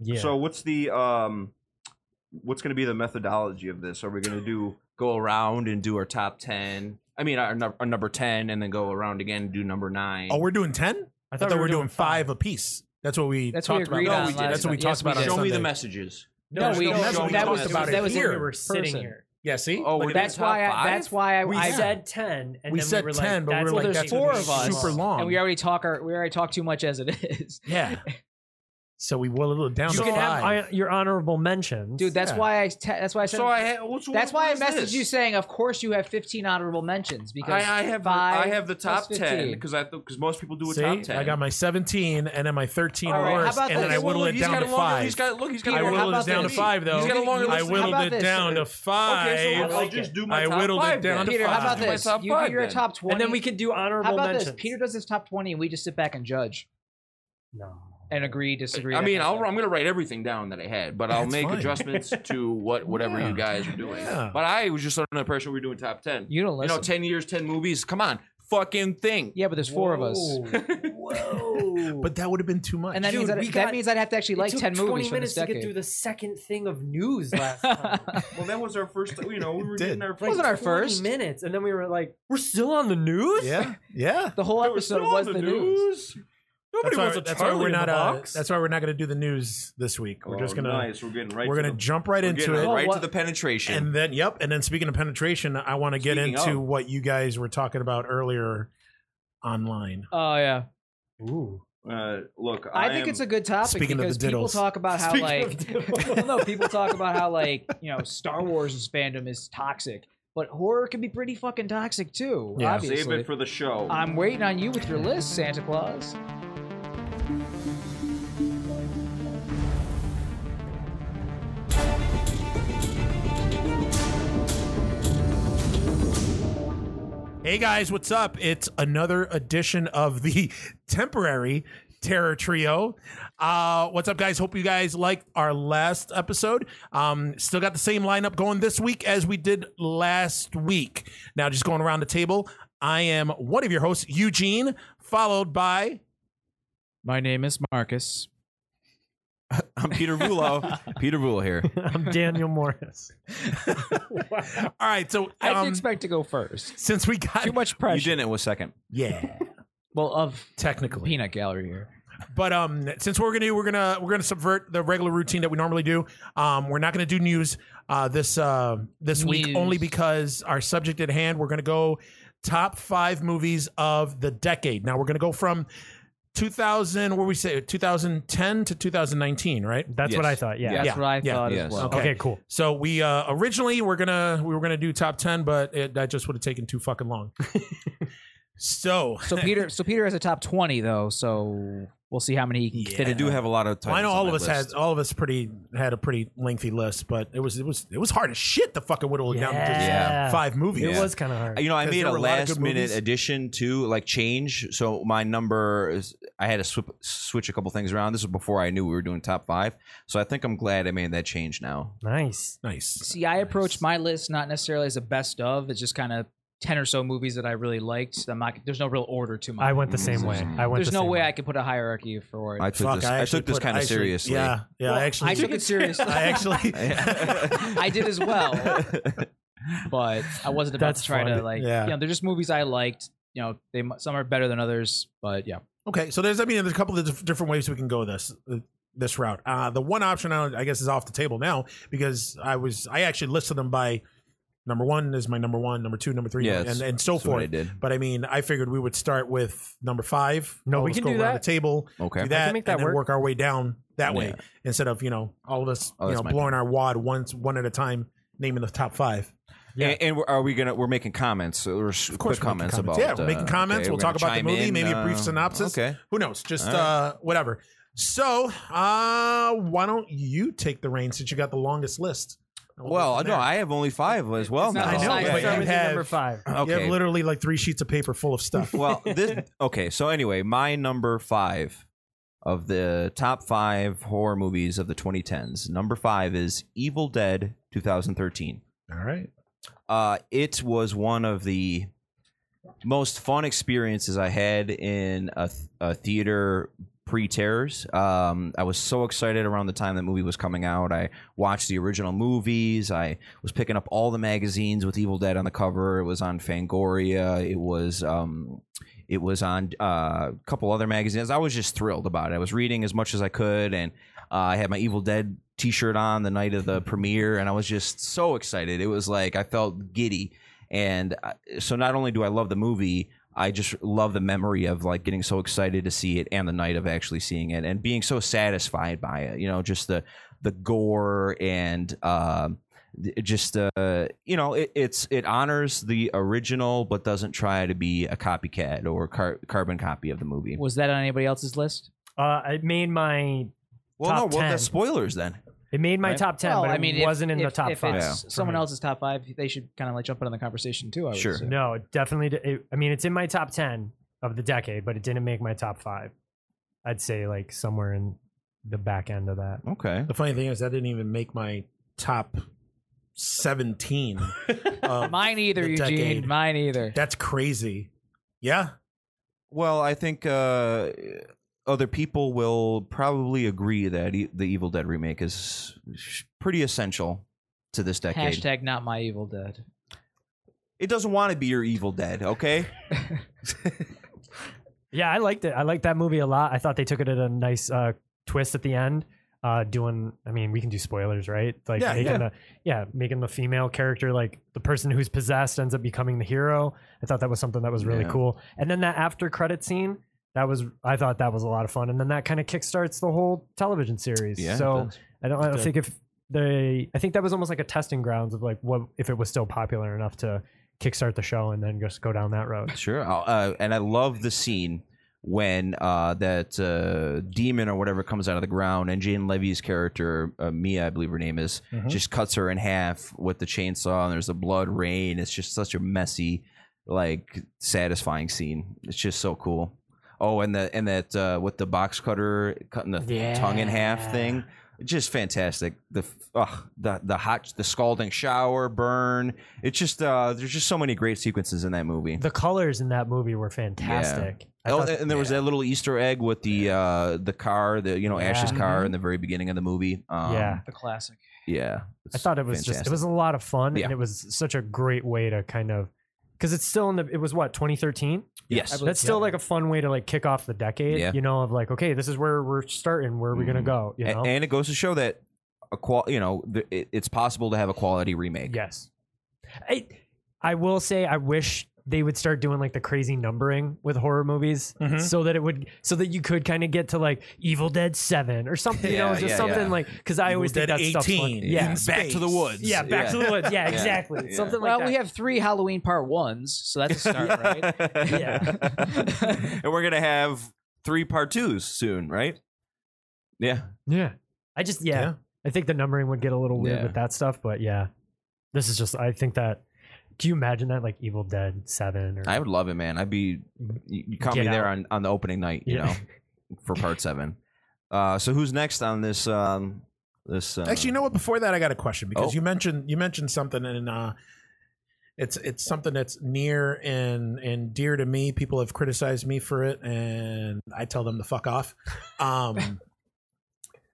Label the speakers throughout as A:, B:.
A: Yeah.
B: So what's the um what's going to be the methodology of this? Are we going to do go around and do our top 10? I mean, our, num- our number 10 and then go around again and do number 9.
C: Oh, we're doing ten. I
A: thought
C: thought,
A: we
C: we were,
A: were
C: doing,
A: doing
C: five apiece. That's what we
D: That's what
C: talked about.
D: we agreed
B: on
C: last-
B: last
C: That's what we
D: night.
C: talked
D: Yes,
C: about
D: we
C: on
D: did.
B: Show me the
C: Sunday.
B: messages.
D: No, we,
C: no,
D: that
C: no,
D: was
C: we
D: that
C: talked
D: was
C: about it
D: that was when we
C: here.
D: were sitting
A: Person.
D: here. Ah.
C: Yeah, see,
B: Oh,
C: Look
B: we're
C: at
B: doing
D: That's
C: this.
B: top
D: why I,
B: five?
D: that's why I,
C: We
D: I
C: said-
D: said ten, and
C: we
D: then
C: said
D: we were
C: 10, but
D: like,
C: we
D: that's-
C: were like,
D: there's
C: that's
D: four
C: gonna be
D: of us,
C: super long.
D: and we already talk our we already talk too much as it is,
C: yeah, so we boiled it down
D: You
C: to
D: can have
C: five.
E: I- your honorable mentions,
D: dude. That's
C: Yeah.
D: why I te- that's why I said
B: So I ha- what's,
D: that's
B: what
D: why I
B: is
D: messaged
B: this?
D: you saying, of course you have 15 honorable mentions because
B: I, I have the,
D: five
B: I have the
D: plus
B: top 10
D: 15.
B: because I because most people do a
C: See,
B: top 10.
C: I got my 17 and then my 13
D: All
C: or
D: right, how
C: worse,
D: about
C: and then
D: this?
C: I
D: Well,
C: whittle
B: look,
C: it
B: he's
C: down
B: got
C: to
B: a longer-
C: five.
B: He's got look, he's got
C: I
B: a
D: Peter,
B: longer
D: how
C: whittled it
D: about
C: down to
D: this?
C: five, though.
B: He's got a longer
C: I
B: list.
C: whittled
D: How
C: it
D: about
C: down to
D: this?
C: five.
B: Okay, so
E: I
B: I'll
E: like
B: just
E: it.
B: do my
C: I
B: top
C: whittled it
B: five
C: down
B: then.
C: to
D: Peter, how
C: five.
D: about
B: My
D: this?
B: top
D: You do
B: five
D: your
B: then.
D: top 20.
E: and then we could do
D: How
E: honorable
D: about
E: mentions.
D: this? Peter does his top 20 and we just sit back and judge
E: no.
D: and agree, disagree.
B: I
D: that
B: mean,
D: kind of
B: I'll,
D: stuff.
B: I'm going to write everything down that I had, but I'll
C: That's
B: make
C: fine.
B: adjustments to what whatever
C: Yeah.
B: you guys are doing.
C: Yeah.
B: But I was just under the impression we were doing top ten.
D: You don't
B: You know,
D: listen.
B: ten years, ten movies. Come on, fucking thing.
D: Yeah, but there's four of us.
E: Whoa.
C: But that would have been too much.
D: And that
E: Dude,
D: means that,
E: we
D: that
E: got-
D: means I'd have to actually
E: It
D: like
E: took
D: 10
E: 20
D: movies from
E: minutes
D: this
E: to
D: decade.
E: get through the second thing of news last time. Like,
B: Well, that was our first. You know, we were
C: It did.
B: getting our
D: Wasn't our
E: 20
D: first.
E: minutes, and then we were like, "We're still on the news."
C: yeah, yeah.
D: the whole
B: They were
D: episode
B: still on
D: was the, news.
B: Nobody wants
C: that's why,
B: a
C: that's why
B: Charlie
C: we're
B: in
C: not.
B: the
C: Uh,
B: box.
C: that's why we're not going to do the news this week. We're just
B: Oh,
C: going to.
B: Nice. We're getting right.
C: We're
B: to
C: going to
B: the-
C: jump right
B: we're
C: into
B: getting
C: it.
B: Right to
D: Oh, what-
B: the penetration.
C: And then, yep. And then, speaking of penetration, I want to get
B: Speaking
C: into
B: of.
C: what you guys were talking about earlier online.
D: Oh, yeah.
E: Ooh.
B: uh, look, I,
D: I, think
B: am-
D: it's a good topic
C: Speaking of
D: because
C: the
D: people
C: diddles.
D: talk about how, like, well, no, people talk about how like you know Star Wars fandom is toxic, but horror can be pretty fucking toxic too.
C: Yeah.
D: obviously.
B: Save it for the show.
D: I'm waiting on you with your list, Santa Claus.
C: Hey guys, what's up? It's another edition of the temporary Terror Trio. Uh, what's up, guys? Hope you guys liked our last episode. Um, still got the same lineup going this week as we did last week. Now, just going around the table, I am one of your hosts, Eugene, followed by
A: My name is Marcus.
B: I'm Peter Vulo. Peter Vulo here.
E: I'm Daniel Morris.
C: all right. So,
D: I didn't
C: um,
D: expect to go first.
C: since we got
D: Too much pressure.
B: it was second.
C: yeah,
D: Well, of
C: technically,
D: peanut gallery here.
C: But um, since we're gonna do, we're gonna we're gonna subvert the regular routine that we normally do. Um, we're not gonna do news uh, this uh, this week
D: News.
C: only because our subject at hand. We're gonna go top five movies of the decade. Now we're gonna go from 2000 where we say 2010 to 2019, right?
E: That's what
B: Yes.
E: I thought. Yeah.
D: That's
C: Yeah,
D: what I
C: yeah,
D: thought
B: yes.
D: as well.
C: Okay.
E: Okay. Cool.
C: So we uh, originally we're gonna we were gonna do top 10, but it, that just would have taken too fucking long. so
D: So Peter, so Peter has a top twenty though. So we'll see how many he can
C: Yeah.
D: fit
C: I
D: in.
C: do
D: there.
B: have a lot of.
C: Well, I know all of us had all of us pretty had a pretty lengthy list, but it was it was it was hard as shit to fucking whittle it down to just
E: Yeah.
C: five movies.
E: It
B: Yeah.
E: was kind of hard.
B: You know, I
C: 'Cause
B: made
C: there
B: a
C: were a lot of good
B: last minute
C: movies.
B: addition to like change. So my number is I had to swip, switch a couple things around. This was before I knew we were doing top five. So I think I'm glad I made that change now.
E: nice.
C: nice.
D: See, I approach my list not necessarily as a best of. It's just kind of ten or so movies that I really liked. I'm not. There's no real order to my.
E: I went the same way. I went.
D: There's
E: the
D: no
E: same
D: way I could put a hierarchy for it.
B: I took
C: Fuck,
B: this.
C: I,
B: I,
C: actually
B: took this
C: put-
B: kind
C: I
B: of
C: actually-
B: seriously.
C: Yeah, yeah. I actually
D: I took it seriously.
C: I actually.
D: I did as well, but I wasn't about
E: That's
D: to try to
E: fun.
D: like.
C: Yeah.
D: You know, they're just movies I liked. You know, they mu- some are better than others, but yeah.
C: okay, so there's I mean there's a couple of dif- different ways we can go this this route. Uh, the one option I, I guess is off the table now because I was I actually listed them by number one is my number one, number two, number three,
B: Yeah,
C: and
B: it's-
C: and so
B: That's what I
C: forth.
B: did.
C: But I mean, I figured we would start with number five.
E: No,
C: All
E: we
C: of us
E: can
C: go
E: do
C: around
E: that.
C: The table.
B: Okay.
C: do that,
E: make that
C: and then work.
E: work.
C: our way down that way
B: Yeah.
C: instead of you know all of us
B: Oh,
C: you
B: that's
C: know
B: my
C: blowing our wad once one at a time naming the top five.
E: Yeah.
B: And, and we're, are we gonna? We're making comments. Or s-
C: Of course,
B: quick
C: we're making
B: comments, about.
C: comments. yeah, we're making
B: uh,
C: comments.
B: okay,
C: we'll
B: we're
C: talk
B: gonna
C: about the
B: chime
C: movie,
B: in,
C: maybe a brief
B: uh,
C: synopsis.
B: Okay.
C: Who knows? Just
B: All right.
C: uh, whatever. So, uh, why don't you take the reins since you got the longest list? And we'll go
B: Well,
C: from
B: no,
C: there.
B: I have only five as well.
D: It's
B: now.
D: not
C: I know,
E: Start
C: but
E: with
C: you
E: your
C: have-
E: number five.
C: you have
B: Okay.
C: literally like three sheets of paper full of stuff.
B: well, this okay. So anyway, my number five of the top five horror movies of the 2010s. Number five is Evil Dead 2013.
C: all right.
B: Uh, it was one of the most fun experiences I had in a, th- a theater pre-terrors. Um, I was so excited around the time that movie was coming out. I watched the original movies. I was picking up all the magazines with Evil Dead on the cover. It was on Fangoria. It was um, it was on uh, a couple other magazines. I was just thrilled about it. I was reading as much as I could, and uh, I had my Evil Dead T-shirt on the night of the premiere, and I was just so excited. It was like I felt giddy, and uh, so not only do I love the movie. I just love the memory of like getting so excited to see it and the night of actually seeing it and being so satisfied by it. You know, just the the gore and um, th- just uh, you know, it, it's it honors the original but doesn't try to be a copycat or car- carbon copy of the movie.
D: Was that on anybody else's list?
E: Uh, I made my
B: Well,
E: top
B: no, well,
E: 10.
B: that's spoilers then.
E: it made my
B: Right.
E: top ten, but
D: I
E: I mean,
D: mean,
E: it wasn't in
D: if,
E: the top
D: if
E: five.
D: It's
E: for
D: someone
E: me.
D: else's top five. They should kind of like jump in on the conversation too. I would
B: Sure.
D: assume.
E: No, it definitely. di- It, I mean, it's in my top ten of the decade, but it didn't make my top five. I'd say like somewhere in the back end of that.
B: Okay.
C: The funny thing is, that didn't even make my top 17. Um,
D: Mine either,
C: The
D: Eugene.
C: decade.
D: Mine either.
C: that's crazy. Yeah.
B: Well, I think uh, other people will probably agree that e- the Evil Dead remake is sh- pretty essential to this decade.
D: Hashtag not my Evil Dead.
B: It doesn't want to be your Evil Dead, okay?
E: Yeah, I liked it. I liked that movie a lot. I thought they took it at a nice uh, twist at the end. Uh, doing, I mean, we can do spoilers, right? Like
C: Yeah,
E: making
C: yeah.
E: the yeah, making the female character like the person who's possessed ends up becoming the hero. I thought that was something that was really
B: Yeah.
E: cool. And then that after credit scene, that was I thought that was a lot of fun. And then that kind of kickstarts the whole television series.
B: Yeah, it
E: so
B: does.
E: I don't, I don't
C: Okay.
E: think if they, I think that was almost like a testing grounds of like what if it was still popular enough to kickstart the show and then just go down that road.
B: Sure. I'll- Uh, and I love the scene when uh, that uh, demon or whatever comes out of the ground, and Jane Levy's character, uh, Mia, I believe her name is,
C: Mhm.
B: just cuts her in half with the chainsaw, and there's a blood rain. It's just such a messy, like satisfying scene. It's just so cool. Oh, and the and that uh, with the box cutter cutting the tongue in half thing, just fantastic. The uh, the the hot the scalding shower burn. It's just uh, there's just so many great sequences in that movie.
E: The colors in that movie were fantastic. I
B: Oh,
E: thought-
B: and there was that little Easter egg with the uh, the car, the you know Ash's
E: Yeah. Mm-hmm.
B: car in the very beginning of the movie. Um,
E: Yeah.
D: The classic.
B: yeah.
E: I thought it was just it was a lot of fun
B: Yeah.
E: and it was such a great way to kind of because it's still in the it was what 2013
D: I
B: yes,
D: believe-
E: that's still
D: yeah.
E: like a fun way to like kick off the decade
B: Yeah.
E: you know of like okay this is where we're starting where are we gonna
B: Mhm.
E: go you
B: A-
E: know
B: and, it goes to show that a qual you know th- it, it's possible to have a quality remake.
E: yes I I will say I wish they would start doing like the crazy numbering with horror movies
B: Mm-hmm.
C: Mhm.
E: so that it would so that you could kind of get to like Evil Dead 7 or something you know
B: Yeah,
E: just
B: yeah,
E: something
B: yeah.
E: like cuz I
C: Evil
E: always
C: Dead
E: think that stuff's fun.
C: 18.
E: yeah
C: In
B: Back to the
C: space.
B: woods.
E: yeah back
B: Yeah.
E: to the woods yeah
B: Yeah.
E: exactly
B: Yeah.
E: something
D: well,
E: like that
D: we have three Halloween part ones, so that's a start, right?
B: yeah. and we're gonna have three part twos soon, right? Yeah.
E: Yeah. I just yeah,
C: Yeah.
E: I think the numbering would get a little weird
B: Yeah.
E: with that stuff, but yeah. This is just I think that can you imagine that like Evil Dead 7 or
B: I would love it, man. I'd be you, you caught
E: Get
B: me there
E: out.
B: on, on the opening night, you
E: Yeah.
B: know, for part seven. Uh, so who's next on this? Um, this uh,
C: Actually, you know what? Before that, I got a question because
B: Oh.
C: you mentioned you mentioned something, and uh, it's it's something that's near and and dear to me. People have criticized me for it, and I tell them to fuck off. Um,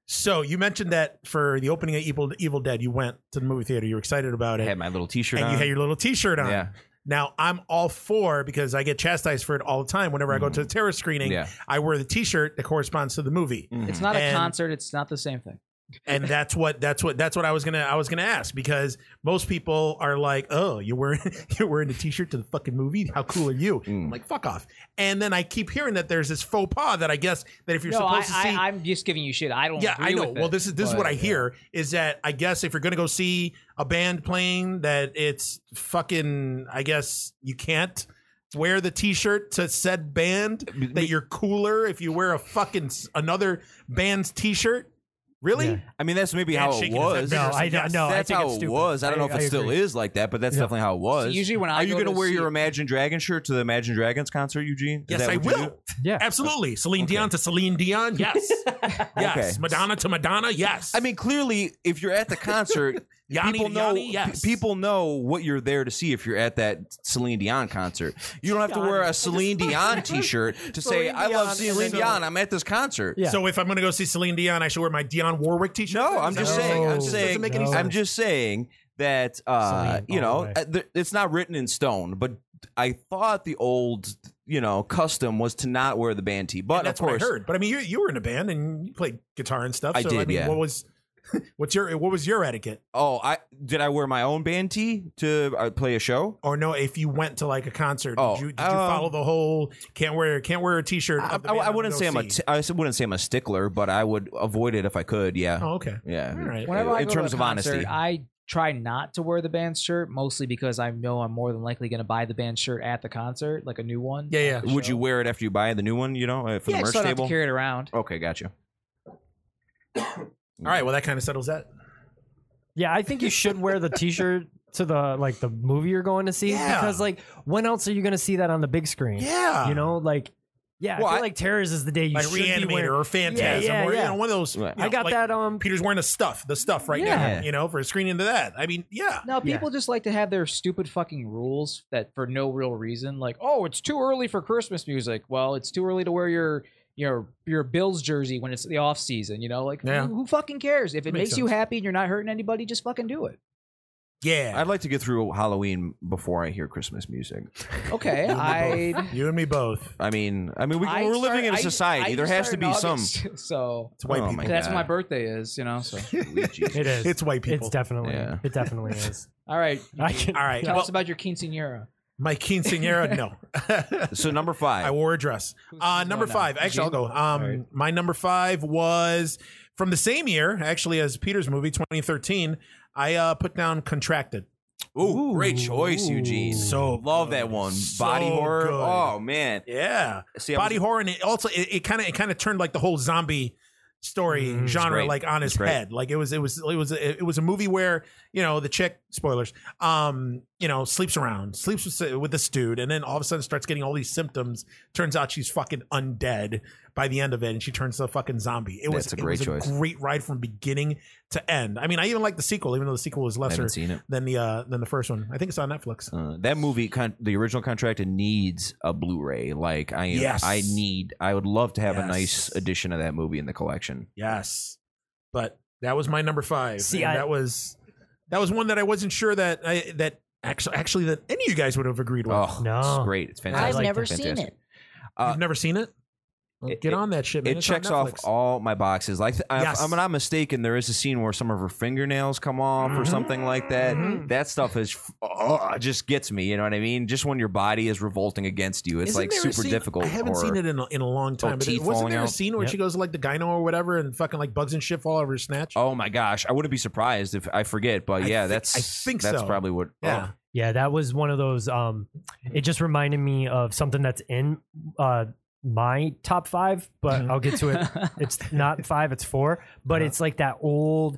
C: so you mentioned that for the opening of Evil Evil Dead, you went to the movie theater. You were excited about
B: I
C: it,
B: had my little T-shirt
C: and
B: on.
C: you had your little T-shirt on.
B: yeah,
C: Now I'm all for because I get chastised for it all the time. Whenever I go to the terror screening,
B: Mm-hmm. yeah.
C: I wear the T-shirt that corresponds to the movie
B: Mm.
D: It's not a
C: And-
D: concert. It's not the same thing.
C: and that's what that's what that's what I was gonna I was gonna ask because most people are like, oh, you're wearing you're wearing a t-shirt to the fucking movie. How cool are you?
B: Mm.
C: I'm like, fuck off. And then I keep hearing that there's this faux pas that I guess that if you're
D: no, I,
C: supposed to see,
D: I, I'm just giving you shit. I don't.
C: yeah,
D: agree
C: I know.
D: with it,
C: well, this is this is
D: but-
C: what I hear is that I guess if you're gonna go see a band playing that it's fucking, I guess you can't wear the t-shirt to said band that you're cooler if you wear a fucking s- another band's t-shirt. Really?
E: Yeah.
B: I mean, that's maybe
C: And
B: how it
C: shaking his head
B: was.
E: No,
C: Yes,
E: I
C: yes.
E: don't know. I
B: that's
E: think
B: how
E: it's
B: it
E: stupid.
B: was. I don't know if
E: I
B: it still
E: agree.
B: is like that, but that's definitely how it was.
D: So usually when I
B: Are you
D: go
B: gonna
D: to
B: wear
D: see-
B: your Imagine Dragon shirt to the Imagine Dragons concert, Eugene? Is
C: Yes,
B: that
C: I
B: what you do?
C: will.
E: Yeah.
C: Absolutely. Celine
B: Okay.
C: Dion to Celine Dion. Yes. yes.
B: Okay.
C: Madonna to Madonna. Yes.
B: I mean, clearly, if you're at the concert,
C: Yanni
B: people
C: to
B: know
C: Yanni, yes.
B: pe- people know what you're there to see if you're at that Celine Dion concert. You don't have to wear a Celine Dion t-shirt to say
C: Celine
B: I love
C: Dion and
B: Celine
C: then-
B: Dion. I'm at this concert.
E: Yeah.
C: So if I'm going to go see Celine Dion, I should wear my Dion Warwick T-shirt.
B: No, I'm
C: Is that
B: just
C: what
B: saying. I'm
E: No.
B: saying.
C: Doesn't make any
E: No.
B: I'm just saying that uh,
E: Celine
B: you
E: all the
B: know
E: way.
B: uh, th- it's not written in stone, but I thought the old you know custom was to not wear the band tee. But
C: And that's
B: of course,
C: what I heard. But I mean, you you were in a band and you played guitar and stuff.
B: I
C: so, I
B: did,
C: mean,
B: yeah.
C: What was what's your what was your etiquette?
B: oh, I did I wear my own band tee to uh, play a show?
C: Or no, if you went to like a concert,
B: Oh,
C: did you did you
B: um,
C: follow the whole can't wear can't wear a T-shirt?
B: I,
C: of the
B: I-
C: band
B: I
C: I'm
B: wouldn't
C: gonna
B: say I'm a
C: see?
B: t- I s- wouldn't say I'm a stickler, but I would avoid it if I could. Yeah,
C: oh, okay.
B: yeah.
C: All right.
D: Whenever I
B: in
D: go
B: terms
D: to a
B: of
D: concert,
B: honesty.
D: I try not to wear the band shirt mostly because I know I'm more than likely going to buy the band shirt at the concert, like a new one.
C: Yeah, yeah.
B: would you wear it after you buy the new one? You know, uh, for
D: yeah,
B: the merch
D: so I don't have
B: table.
D: to carry it around.
B: Okay, got you.
C: All right. Well, that kind of settles that.
E: Yeah, I think you should wear the T-shirt to the like the movie you're going to see
C: Yeah.
E: because like when else are you going to see that on the big screen?
C: Yeah.
E: you know, like yeah,
B: Well,
E: I feel
B: I-
E: like Terrors is the day you
C: like
E: should be wearing.
C: Reanimator or Phantasm
E: yeah,
C: or you
E: yeah.
C: know one of those.
B: Right.
C: you
E: I
C: know,
E: got
C: like,
E: that. Um,
C: Peter's wearing the stuff, the stuff right
B: Yeah.
C: now. You know, for screening to that. I mean, yeah.
D: No,
E: Yeah.
D: people just like to have their stupid fucking rules that for no real reason. Like, oh, it's too early for Christmas music. Well, it's too early to wear your your your Bills jersey when it's the off season. You know, like
C: Yeah.
D: who, who fucking cares? If it
C: Makes
D: makes, you
C: sense.
D: happy and you're not hurting anybody, just fucking do it.
C: Yeah.
B: I'd like to get through Halloween before I hear Christmas music.
D: Okay, I.
C: you and me both.
B: I mean, I mean, we,
D: I
B: we're
D: start-
B: living in a
D: I-
B: society.
D: I
B: there
D: just
B: has to
D: start
B: be
D: in
B: some.
D: August, So
C: It's white
B: Oh,
C: people.
B: my
D: that's
B: God.
D: when my birthday is. You know. So
E: it is.
C: It's white people.
E: It's definitely.
B: Yeah.
E: It definitely is.
D: all right,
E: I can.
C: All right.
D: tell
C: well,
D: us about your quinceanera.
C: my quinceanera. No.
B: so number five.
C: I wore a dress.
D: Who's-
C: Uh,
D: who's
C: number
D: going now?
C: five. Actually, I'll go.
D: Eugene?
C: Um,
D: All right.
C: My number five was from the same year, actually, as Peter's movie, 2013. I uh, put down Contracted.
B: Ooh, great choice,
E: Ooh.
B: Eugene.
C: So
B: love that
C: good.
B: one.
C: So
B: Body horror.
C: good.
B: Oh man.
C: Yeah.
B: See, I
C: Body
B: was-
C: horror. And it also, it kind of it kind of turned like the whole zombie story
E: Mm, it's
C: genre
B: great.
C: like on his
B: It's great.
C: head like it was it was it was it was a movie where you know the chick spoilers um you know sleeps around sleeps with, with this dude and then all of a sudden starts getting all these symptoms turns out she's fucking undead by the end of it and she turns to a fucking zombie it was
B: That's a
C: it
B: great
C: was
B: choice.
C: a great ride from beginning to end i mean i even like the sequel even though the sequel was
B: I
C: lesser
B: haven't seen it.
C: than the uh than the first one i think it's on netflix
B: Uh, that movie, con- the original contract, needs a Blu-ray. Like I,
C: Yes.
B: I need. I would love to have a nice
C: Yes.
B: edition of that movie in the collection.
C: Yes, but that was my number five.
E: See,
C: and
E: I-
C: that was that was one that I wasn't sure that I that actually actually that any of you guys would have agreed with.
B: Oh,
E: No.
B: it's great. It's fantastic.
E: I've
F: never seen
B: Fantastic.
F: it.
B: uh,
C: You've never seen it? Well,
B: it-
C: Get
B: it-
C: on that shit, man.
B: it
C: It's on
B: checks off
C: Netflix.
B: all my boxes. Like, I,
C: Yes.
B: I'm not mistaken. There is a scene where some of her fingernails come off
C: Mm-hmm.
B: or something like that.
E: Mhm.
B: That stuff is oh, just gets me. You know what I mean? Just when your body is revolting against you, it's
C: Isn't
B: like
C: there a
B: super
C: scene-
B: difficult.
C: I haven't
B: horror.
C: seen it in a, in a long time. but
B: teeth
C: wasn't
B: falling
C: there a
B: out?
C: scene where
E: Yep.
C: she goes to like the gyno or whatever and fucking like bugs and shit fall over her snatch?
B: Oh my gosh, I wouldn't be surprised if I forget. But
C: I
B: yeah,
C: thi-
B: that's
C: I think
B: that's
C: so.
B: probably what.
C: yeah.
B: oh,
E: Yeah, that was one of those. Um, it just reminded me of something that's in uh my top five, but I'll get to it. It's not five, it's four, but
C: Mm-hmm. Uh-huh.
E: it's like that old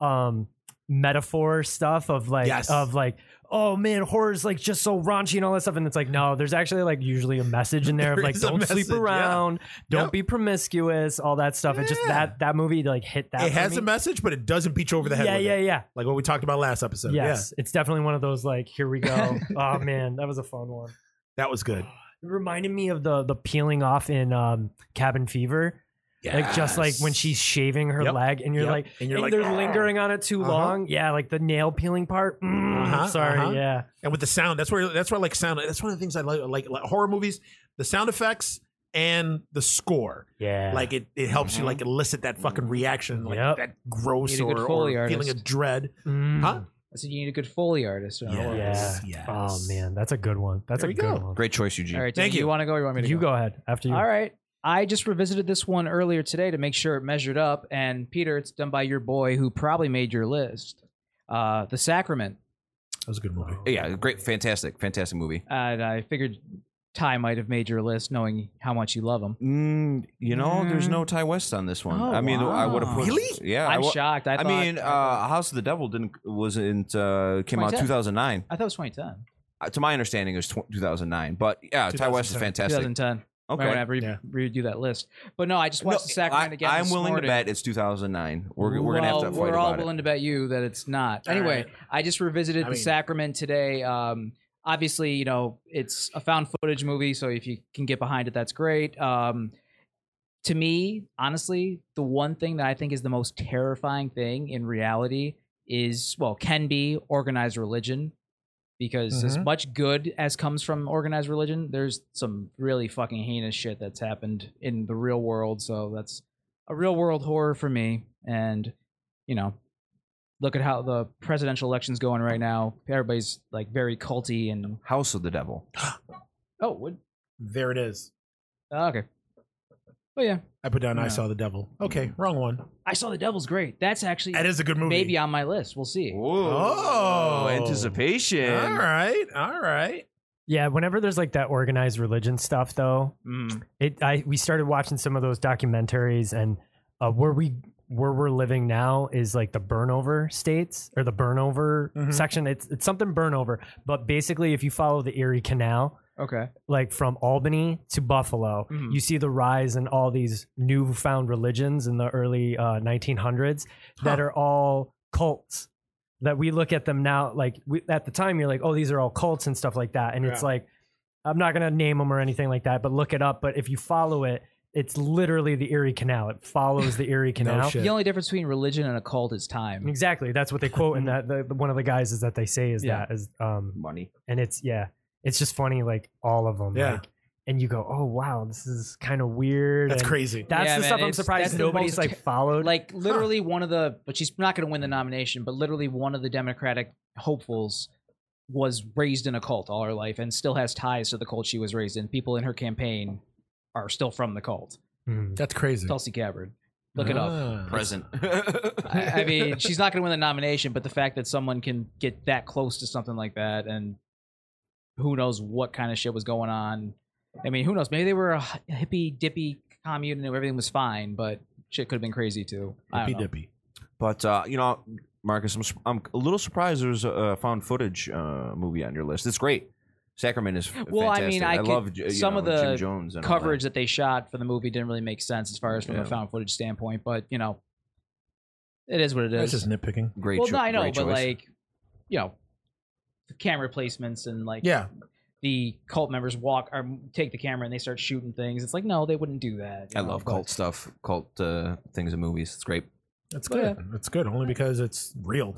E: um metaphor stuff of like
C: Yes.
E: of like oh man horror's like just so raunchy and all that stuff and it's like no there's actually like usually a message in there, of
C: There
E: like
C: is a
E: don't
C: message,
E: sleep
C: yeah.
E: around don't
C: Yep.
E: be promiscuous all that stuff it just
C: Yeah.
E: that that movie like hit that
C: it
E: for
C: has
E: me.
C: a message, but it doesn't beat you over the head.
E: yeah
C: with
E: yeah
C: it.
E: yeah
C: Like what we talked about last episode. Yeah,
E: yes it's definitely one of those like here we go oh man that was a fun one
C: that was good.
E: it reminded me of the the peeling off in um cabin fever like just like when
B: Yes.
E: she's shaving her
C: Yep.
E: leg and you're
C: Yep.
E: like
C: and you're
E: and
C: like,
E: they're
C: "Argh."
E: lingering on it too
C: Uh-huh.
E: long. Yeah, like the nail peeling part. Mm,
C: Uh-huh,
E: sorry,
C: uh-huh.
E: yeah.
C: and with the sound that's where that's where I like sound that's one of the things i like like, like horror movies the sound effects and the score
E: Yeah.
C: like it, it helps you
B: Mhm.
C: like elicit that fucking reaction like
E: Yep.
C: that gross
D: Mm-hmm. Need a
C: or,
D: good
C: or
D: Foley
C: feeling
D: artist.
C: of dread
E: Mm.
C: huh
D: I said you need a good Foley artist. you know, or-
E: Yeah.
C: yes.
E: Oh man, that's a good one. That's
C: There
E: a
C: we
E: good
C: go.
E: one.
B: great choice, Eugene.
D: All right,
C: Thank
D: Thank you.
C: you.
D: You want to go? Or you want me to
E: You
D: go?
E: go ahead after you.
D: All right. I just revisited this one earlier today to make sure it measured up. And Peter, it's done by your boy who probably made your list. Uh, the Sacrament.
C: that was a good movie
B: Yeah, great, fantastic, fantastic movie.
D: And Uh, I figured Ty might have made your list knowing how much you love him.
B: Mm, you know, there's
D: Mm.
B: no Ty West on this one.
D: Oh,
B: I mean, I would have
D: wow.
B: put
C: Really?
B: Yeah,
D: I'm
B: wa-
D: shocked. I,
B: I
D: thought,
B: mean, uh, House of the Devil didn't wasn't uh, came out
D: 2010.
B: 2009.
D: I thought it was 2010.
B: Uh, to my understanding, it was tw- 2009. But yeah, Ty West is
C: 2010.
B: fantastic.
D: 2010.
B: Okay.
D: Might want to re-
C: Yeah.
D: redo that list. But no, I just watched
B: No,
D: the Sacrament
B: I,
D: again.
B: I'm
D: this
B: willing
D: morning.
B: to bet it's 2009. We're, we're gonna have to
D: Well,
B: fight
D: We're all
B: about
D: willing
B: it.
D: to bet you that it's not.
C: All
D: anyway,
C: right.
D: I just revisited
C: I
D: the
C: mean-
D: Sacrament today. Um, obviously, you know it's a found footage movie, so if you can get behind it, that's great. Um, to me, honestly, the one thing that I think is the most terrifying thing in reality is well, can be organized religion. Because as
C: Mhm.
D: much good as comes from organized religion, there's some really fucking heinous shit that's happened in the real world. So that's a real world horror for me. And, you know, look at how the presidential election's going right now. Everybody's like very culty and
B: House of the Devil.
D: oh, what?
C: There it is.
D: oh, okay. Oh yeah,
C: I put down I
D: No.
C: saw the devil. Okay, wrong one.
D: I saw the Devil's Great. That's actually
C: That is a good movie.
D: maybe on my list. We'll see.
C: Oh.
B: anticipation.
C: all right, all right.
E: Yeah, whenever there's like that organized religion stuff though,
D: Mm.
E: it I we started watching some of those documentaries and uh, where we where we're living now is like the burnover states or the burnover
C: Mhm.
E: section. It's it's something burnover, but basically if you follow the Erie Canal,
D: Okay.
E: like from Albany to Buffalo,
C: Mm-hmm.
D: Mhm.
E: you see the rise in all these newfound religions in the early uh, 1900s that
C: Huh.
E: are all cults. That we look at them now, like we, at the time, you're like, oh, these are all cults and stuff like that. And it's
C: Yeah.
E: like, I'm not gonna name them or anything like that, but look it up. But if you follow it, it's literally the Erie Canal. It follows the Erie Canal.
C: shit.
D: The only difference between religion and a cult is time.
E: Exactly. That's what they quote, and that the, the- one of the guys is that they say is
D: Yeah.
E: that is um,
B: Money.
E: and it's yeah it's just funny like all of them
C: Yeah.
E: like, and you go oh wow this is kind of weird
C: That's
E: and
C: crazy.
E: that's
D: Yeah,
E: the
D: man,
E: stuff i'm
D: it's- that's
E: surprised
D: the
E: nobody's
D: most
E: like
D: ter-
E: followed
D: Like literally one of the, but she's not going to win the nomination. But literally one of the Democratic hopefuls was raised in a cult all her life and still has ties to the cult she was raised in. People in her campaign are still from the cult.
E: Mm.
C: That's crazy.
D: Tulsi Gabbard. Look it up.
C: Ah.
B: Present.
D: I, I mean, she's not going to win the nomination, but the fact that someone can get that close to something like that, and who knows what kind of shit was going on. I mean, who knows? Maybe they were a hippy dippy commune and everything was fine, but shit could have been crazy too. I
C: Hippy
D: don't know.
C: dippy.
B: but uh, you know, Marcus, I'm, su- I'm a little surprised there's a uh, found footage uh, movie on your list. It's great. Sacrament is f-
D: Well, I mean,
B: fantastic.
D: I could-
B: love J- you
D: some
B: know,
D: of the
B: Jim Jones and all that.
D: Coverage that they shot for the movie didn't really make sense as far as from a
B: Yeah.
D: found footage standpoint, but you know, it is what it
C: That's
D: is.
C: just nitpicking.
B: Great.
D: well,
B: cho-
D: no, I know,
B: great
D: but
B: choice.
D: like, you know, the camera placements and like,
C: Yeah.
D: the cult members walk or take the camera and they start shooting things. It's like, no, they wouldn't do that. you
B: I
D: know,
B: love
D: but-
B: cult stuff, cult uh, things and movies. It's great.
C: That's
D: But,
C: good. That's good. Only because it's real.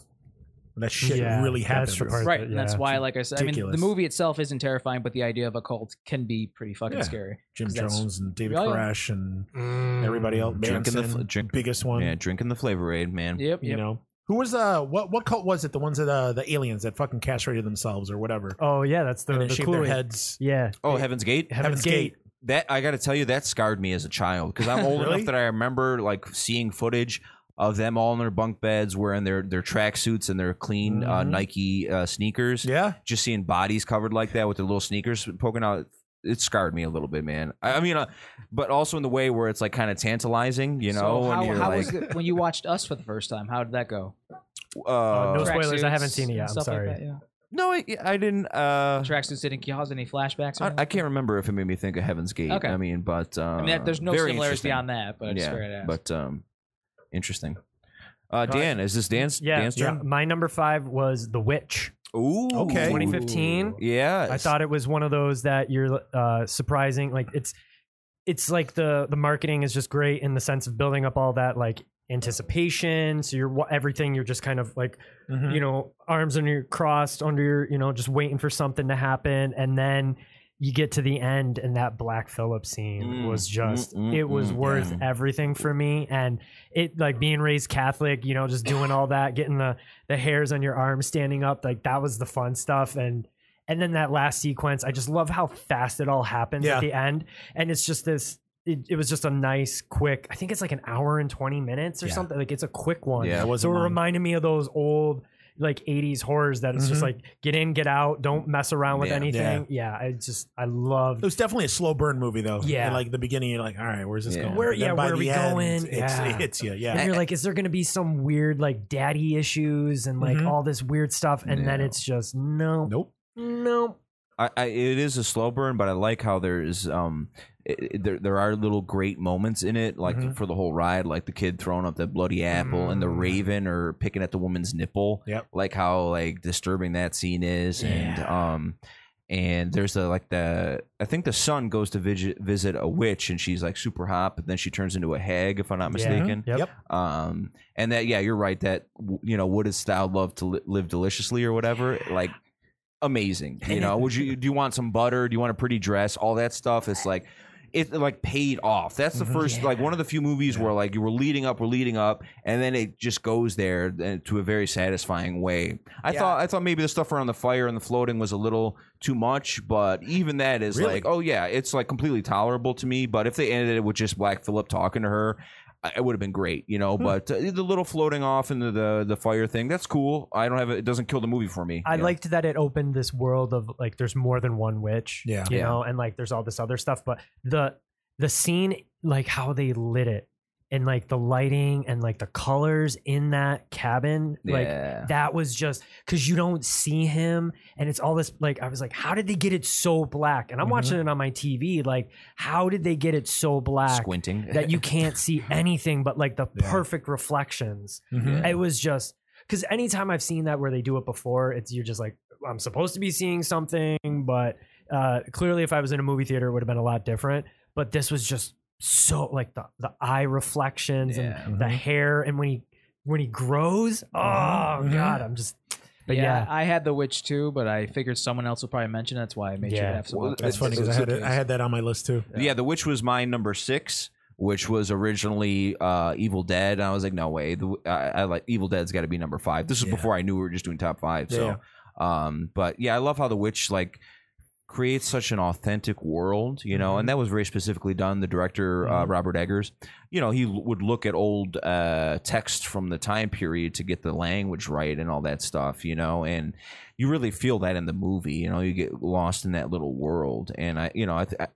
C: That shit
E: Yeah,
C: really
E: that's
C: happens.
E: the part.
D: Right.
E: Yeah,
D: and that's
E: it's
D: why, like I said, I mean,
C: ridiculous.
D: the movie itself isn't terrifying, but the idea of a cult can be pretty fucking
C: Yeah.
D: scary.
C: Jim
D: 'Cause that's-
C: Jones and David
D: Oh, yeah.
C: Koresh and
E: Mm.
C: everybody else.
B: Drinking the
C: Manson,
B: fl- drink-
C: biggest one.
B: Yeah, drinking the Flavor Aid, man.
D: Yep.
C: You
D: yep.
C: know who was uh what what cult was it? The ones that uh, the aliens that fucking castrated themselves or whatever.
E: oh yeah that's the,
C: and they
E: the
C: shaved
E: cool
C: their heads.
E: yeah
B: Oh, Heaven's Gate.
C: Heaven's Gate.
B: That I got to tell you, that scarred me as a child because I'm old
C: Really?
B: enough that I remember like seeing footage of them all in their bunk beds, wearing their their tracksuits and their clean uh,
C: Mhm.
B: Nike uh, sneakers.
C: Yeah.
B: Just seeing bodies covered like that with their little sneakers poking out. It scarred me a little bit, man. I, I mean, uh, but also in the way where it's like kind of tantalizing, you
D: So
B: know.
D: how,
B: and you're
D: how
B: like,
D: was it when you watched us for the first time? How did that go?
B: uh,
E: Uh, no
B: no,
E: sp- spoilers, I haven't
D: Tracksuits
E: seen it yet,
D: and
E: I'm
D: stuff
E: sorry.
D: Like that, yeah.
B: I, I didn't. Uh,
D: Tracksuits didn't cause any flashbacks. Or
B: I, I
D: anything?
B: can't remember if it made me think of Heaven's Gate.
D: Okay.
B: I mean, but uh,
D: I mean, that, there's no
B: very
D: similarities
B: interesting.
D: beyond that, but I just figured I'd ask.
B: but um, interesting. Uh,
C: Guys-
B: Dan, is this Dan's
E: yeah,
B: Dan's
E: yeah
B: turn?
E: my number five was the witch
B: Ooh,
C: Okay.
E: 2015
B: Yeah,
E: I thought it was one of those that you're uh, surprising. Like it's it's like the the marketing is just great in the sense of building up all that like anticipation. So you're wa- everything you're just kind of like
C: Mhm.
B: Mm-hmm.
E: you know arms under your crossed under your you know just waiting for something to happen, and then you get to the end and that Black Phillip scene
B: Mm,
E: was just
B: mm, mm,
E: it was
B: mm,
E: worth
B: yeah.
E: everything for me and it like being raised Catholic, you know, just doing all that, getting the the hairs on your arm standing up, like that was the fun stuff and and then that last sequence, I just love how fast it all happens
C: Yeah.
E: at the end and it's just this it, it was just a nice quick i think it's like an hour and 20 minutes or
C: Yeah.
E: something like it's a quick one
B: Yeah, it
E: so
C: wasn't
E: it
C: long.
E: reminded me of those old like 80s horrors that it's just
C: Mhm.
E: like get in get out don't mess around with
B: Yeah.
E: anything yeah. i just i loved
C: It was definitely a slow burn movie though.
E: Yeah.
C: And, like the beginning, you're like, all right, where's this
B: Yeah.
C: going?
E: Where-
C: But then
E: yeah,
C: by
E: where are
C: the
E: we
C: end,
E: going?
C: It's,
E: Yeah.
C: It hits you. Yeah.
E: and you're like, is there going to be some weird like daddy issues and like
C: Mhm.
E: all this weird stuff? And then
B: No.
E: it's just no,
C: Nope.
E: no.
B: I, I, it is a slow burn, but I like how there's um it, it- there there are little great moments in it, like
C: Mhm.
B: for the whole ride, like the kid throwing up that bloody apple and the
C: Mm.
B: raven or picking at the woman's nipple.
C: Yep.
B: Like how like disturbing that scene is, and um and there's the like the I think the son goes to visit visit a witch and she's like super hot, but then she turns into a hag if I'm not
E: Yeah.
B: mistaken.
E: Yep.
C: Yep.
B: Um, and that yeah, you're right. That w- you know, what is thou love to li- live deliciously or whatever? Like amazing. You know, would you do you want some butter? Do you want a pretty dress? All that stuff. It's like it like paid off. That's the
C: Mhm.
B: first like one of the few movies where like you were leading up, we're leading up, and then it just goes there uh, to a very satisfying way. I
D: Yeah.
B: thought I thought maybe the stuff around the fire and the floating was a little too much, but even that is
C: Really?
B: like, oh yeah, it's like completely tolerable to me. But if they ended it with just Black Phillip talking to her, I- it would have been great, you
E: Hmm.
B: know. But uh, the little floating off into the the fire thing, that's cool. I don't have it. It doesn't kill the movie for me.
E: I
B: you know?
E: liked that it opened this world of like there's more than one witch.
C: Yeah.
E: You
B: Yeah.
E: know, and like there's all this other stuff. But the the scene, like how they lit it and like the lighting and like the colors in that cabin, like
B: yeah.
E: that was just because you don't see him and it's all this like I was like, how did they get it so black? And I'm
C: Mhm.
E: watching it on my TV, like, how did they get it so black
B: squinting
E: that you can't see anything but like the
C: Yeah.
E: perfect reflections?
C: Mhm.
E: it was just because anytime I've seen that where they do it before, it's you're just like, I'm supposed to be seeing something, but uh, clearly, if I was in a movie theater, it would have been a lot different. But this was just so like the the eye reflections
B: Yeah.
E: and the hair, and when he when he grows,
B: Mm-hmm.
E: oh
C: Mhm.
E: god, I'm just. But
D: yeah,
E: yeah,
D: I had the witch too, but I figured someone else would probably mention. it, That's why I made sure
E: Yeah.
D: to have some.
B: Well,
D: other
C: That's funny because I had it, I had that on my list too.
B: yeah. the witch was my number six which was originally uh evil dead and i was like no way the, I, I like evil dead's got to be number five this was
C: Yeah.
B: before i knew we were just doing top five so um but yeah i love how the witch like creates such an authentic world you know and that was very specifically done the director uh, robert eggers you know he l- would look at old uh text from the time period to get the language right and all that stuff you know and you really feel that in the movie you know you get lost in that little world and i you know i, th- I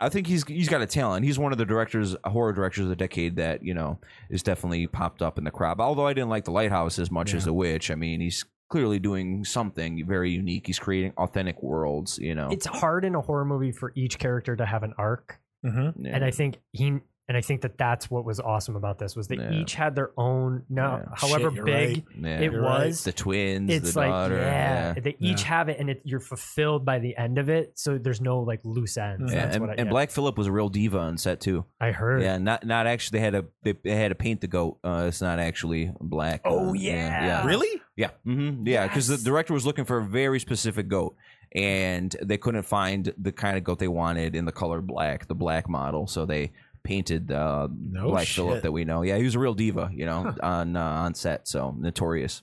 B: I think he's he's got a talent. He's one of the directors, horror directors of the decade that you know is definitely popped up in the crowd. Although I didn't like the Lighthouse as much as The Witch. I mean, he's clearly doing something very unique. He's creating authentic worlds. You know,
E: it's hard in a horror movie for each character to have an arc,
C: Mhm.
B: Yeah.
E: and I think he. And I think that that's what was awesome about this was they
B: Yeah.
E: each had their own now,
B: Yeah.
E: however
C: Shit, you're
E: big
C: right.
B: Yeah.
E: it
C: You're right.
E: was.
B: the twins,
E: it's
B: the
E: like
B: daughter.
E: yeah,
B: Yeah.
E: they each
C: Yeah.
E: have it and it, you're fulfilled by the end of it so there's no like loose ends
C: Mhm.
B: Yeah,
E: that's
B: Mm-hmm. and,
E: what I,
B: and
E: yeah.
B: Black Phillip was a real diva on set too.
E: I heard
B: Yeah, not not actually. They had a they, they had to paint the goat. Uh, it's not actually black.
E: Oh,
B: Uh,
E: yeah.
B: yeah.
C: Really?
B: Yeah, hmm yeah, because
E: Yes.
B: the director was looking for a very specific goat, and they couldn't find the kind of goat they wanted in the color black, the black model. So they painted uh,
C: No
B: Black
C: shit.
B: Phillip that we know. Yeah, he was a real diva, you know, on uh, on set. So notorious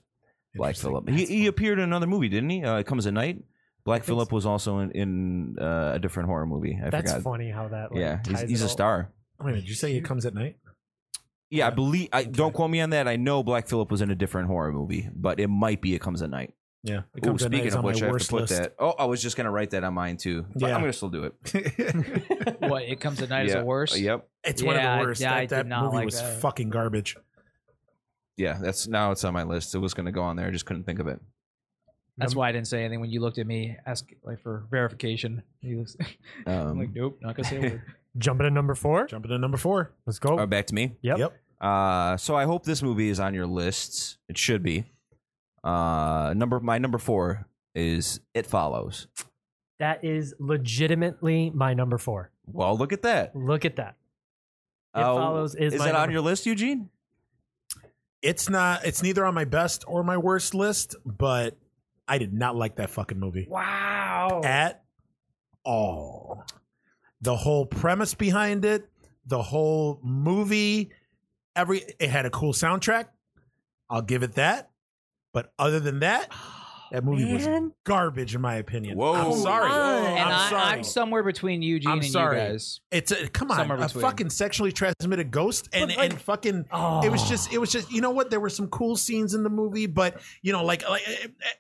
B: Black
C: Interesting.
B: Phillip. He, he appeared in another movie, didn't he? Uh, it comes at night. Black
E: think
B: Phillip was also in, in uh, a different horror movie. I
E: that's
B: forgot.
E: funny how that like,
B: Yeah, he's,
E: ties
B: he's
E: it
B: a
E: all-
B: star.
C: Wait a minute, did you say he comes at night?
B: Yeah, I
C: Yeah.
B: believe. I don't
C: Okay.
B: quote me on that. I know Black Phillip was in a different horror movie, but it might be It Comes at Night.
C: Yeah. It
B: Ooh,
C: comes at night
B: speaking
C: is
B: of
C: on
B: which, I
C: my
B: have to
C: worst
B: put
C: list.
B: that. Oh, I was just gonna write that on mine too. But
C: Yeah.
B: I'm gonna still do it.
D: what it comes at night is
B: Yeah.
D: the worst.
B: Yep.
C: it's one
D: Yeah,
C: of
D: I-
C: the worst.
D: yeah,
C: that
D: I did
C: that
D: not
C: movie
D: like
C: was
D: that.
C: fucking garbage.
B: Yeah, that's now it's on my list. It was gonna go on there. I just couldn't think of it.
D: That's why I didn't say anything when you looked at me, ask like for verification. He was I'm
B: Um,
D: like, nope, not gonna say a word.
E: jumping to number four
C: Jumping to number four.
E: let's go
B: all right, back to me.
E: yep.
B: Uh, so I hope this movie is on your lists. It should be. Uh, number my number four is It Follows.
E: that is legitimately my number four
B: Well, look at that.
E: look at that it
C: Oh,
B: Uh,
E: follows is,
B: Is
E: my
B: that on
E: number-
B: your list, Eugene?
C: It's not. It's neither on my best or my worst list, but I did not like that fucking movie
E: wow
C: at all. The whole premise behind it, the whole movie, every it had a cool soundtrack. I'll give it that. But other than that, that movie was
E: Man.
C: garbage in my opinion.
B: Whoa.
C: I'm sorry.
E: Come on.
D: and
C: I'm
D: I,
C: sorry.
D: I'm somewhere between Eugene
C: I'm
D: and
C: sorry.
D: you guys.
C: It's a come on,
D: Somewhere
C: a
D: between.
C: fucking sexually transmitted ghost and
E: But, like-
C: and fucking.
E: oh.
C: It was just, it was just, you know what? There were some cool scenes in the movie, but you know, like, like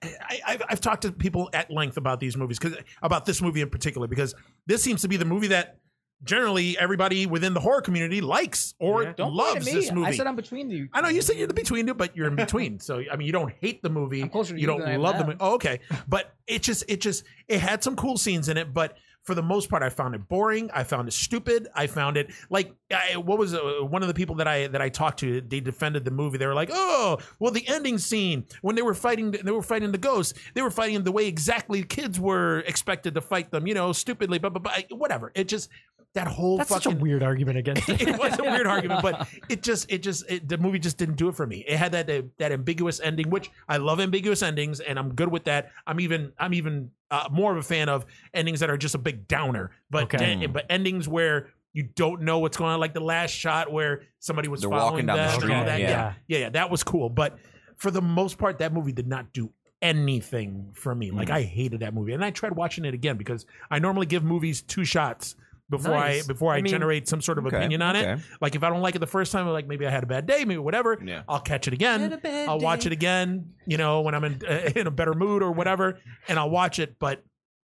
C: I, I, I've, I've talked to people at length about these movies because about this movie in particular because this seems to be the movie that generally everybody within the horror community likes or
E: Yeah.
D: Don't point at
C: loves
D: me.
C: this movie.
D: I said I'm between you.
C: I know you said you're the between two, but you're in between. so I mean, you don't hate the movie.
D: I'm closer to
C: you
D: you
C: don't
D: than I am
C: love the
D: them.
C: movie. Oh, okay, but it just it just it had some cool scenes in it, but for the most part, I found it boring. I found it stupid. I found it like I, what was uh, one of the people that I that I talked to. They defended the movie. They were like, "Oh, well, the ending scene when they were fighting, they were fighting the ghosts. They were fighting the way exactly kids were expected to fight them. You know, stupidly, but but, but whatever. It just that whole
E: That's such a
C: fucking
E: weird argument against it.
C: it was a weird argument, but it just, it just, it, the movie just didn't do it for me. It had that that ambiguous ending, which I love ambiguous endings, and I'm good with that. I'm even, I'm even uh, more of a fan of endings that are just a big downer, but
E: Okay.
C: eh, but endings where you don't know what's going on, like the last shot where somebody was
B: They're
C: following
B: walking down the
C: them and
B: street,
C: all that.
B: yeah.
C: yeah, yeah, yeah, that was cool, but for the most part, that movie did not do anything for me. Like
B: Mm.
C: I hated that movie, and I tried watching it again because I normally give movies two shots. Before
E: Nice.
C: I before I,
E: I mean-
C: generate some sort of
B: Okay,
C: opinion on it,
B: okay.
C: like if I don't like it the first time, like maybe I had a bad day, maybe whatever.
B: Yeah.
C: I'll catch it again. I'll watch it again. You know, when I'm in uh, in a better mood or whatever, and I'll watch it. But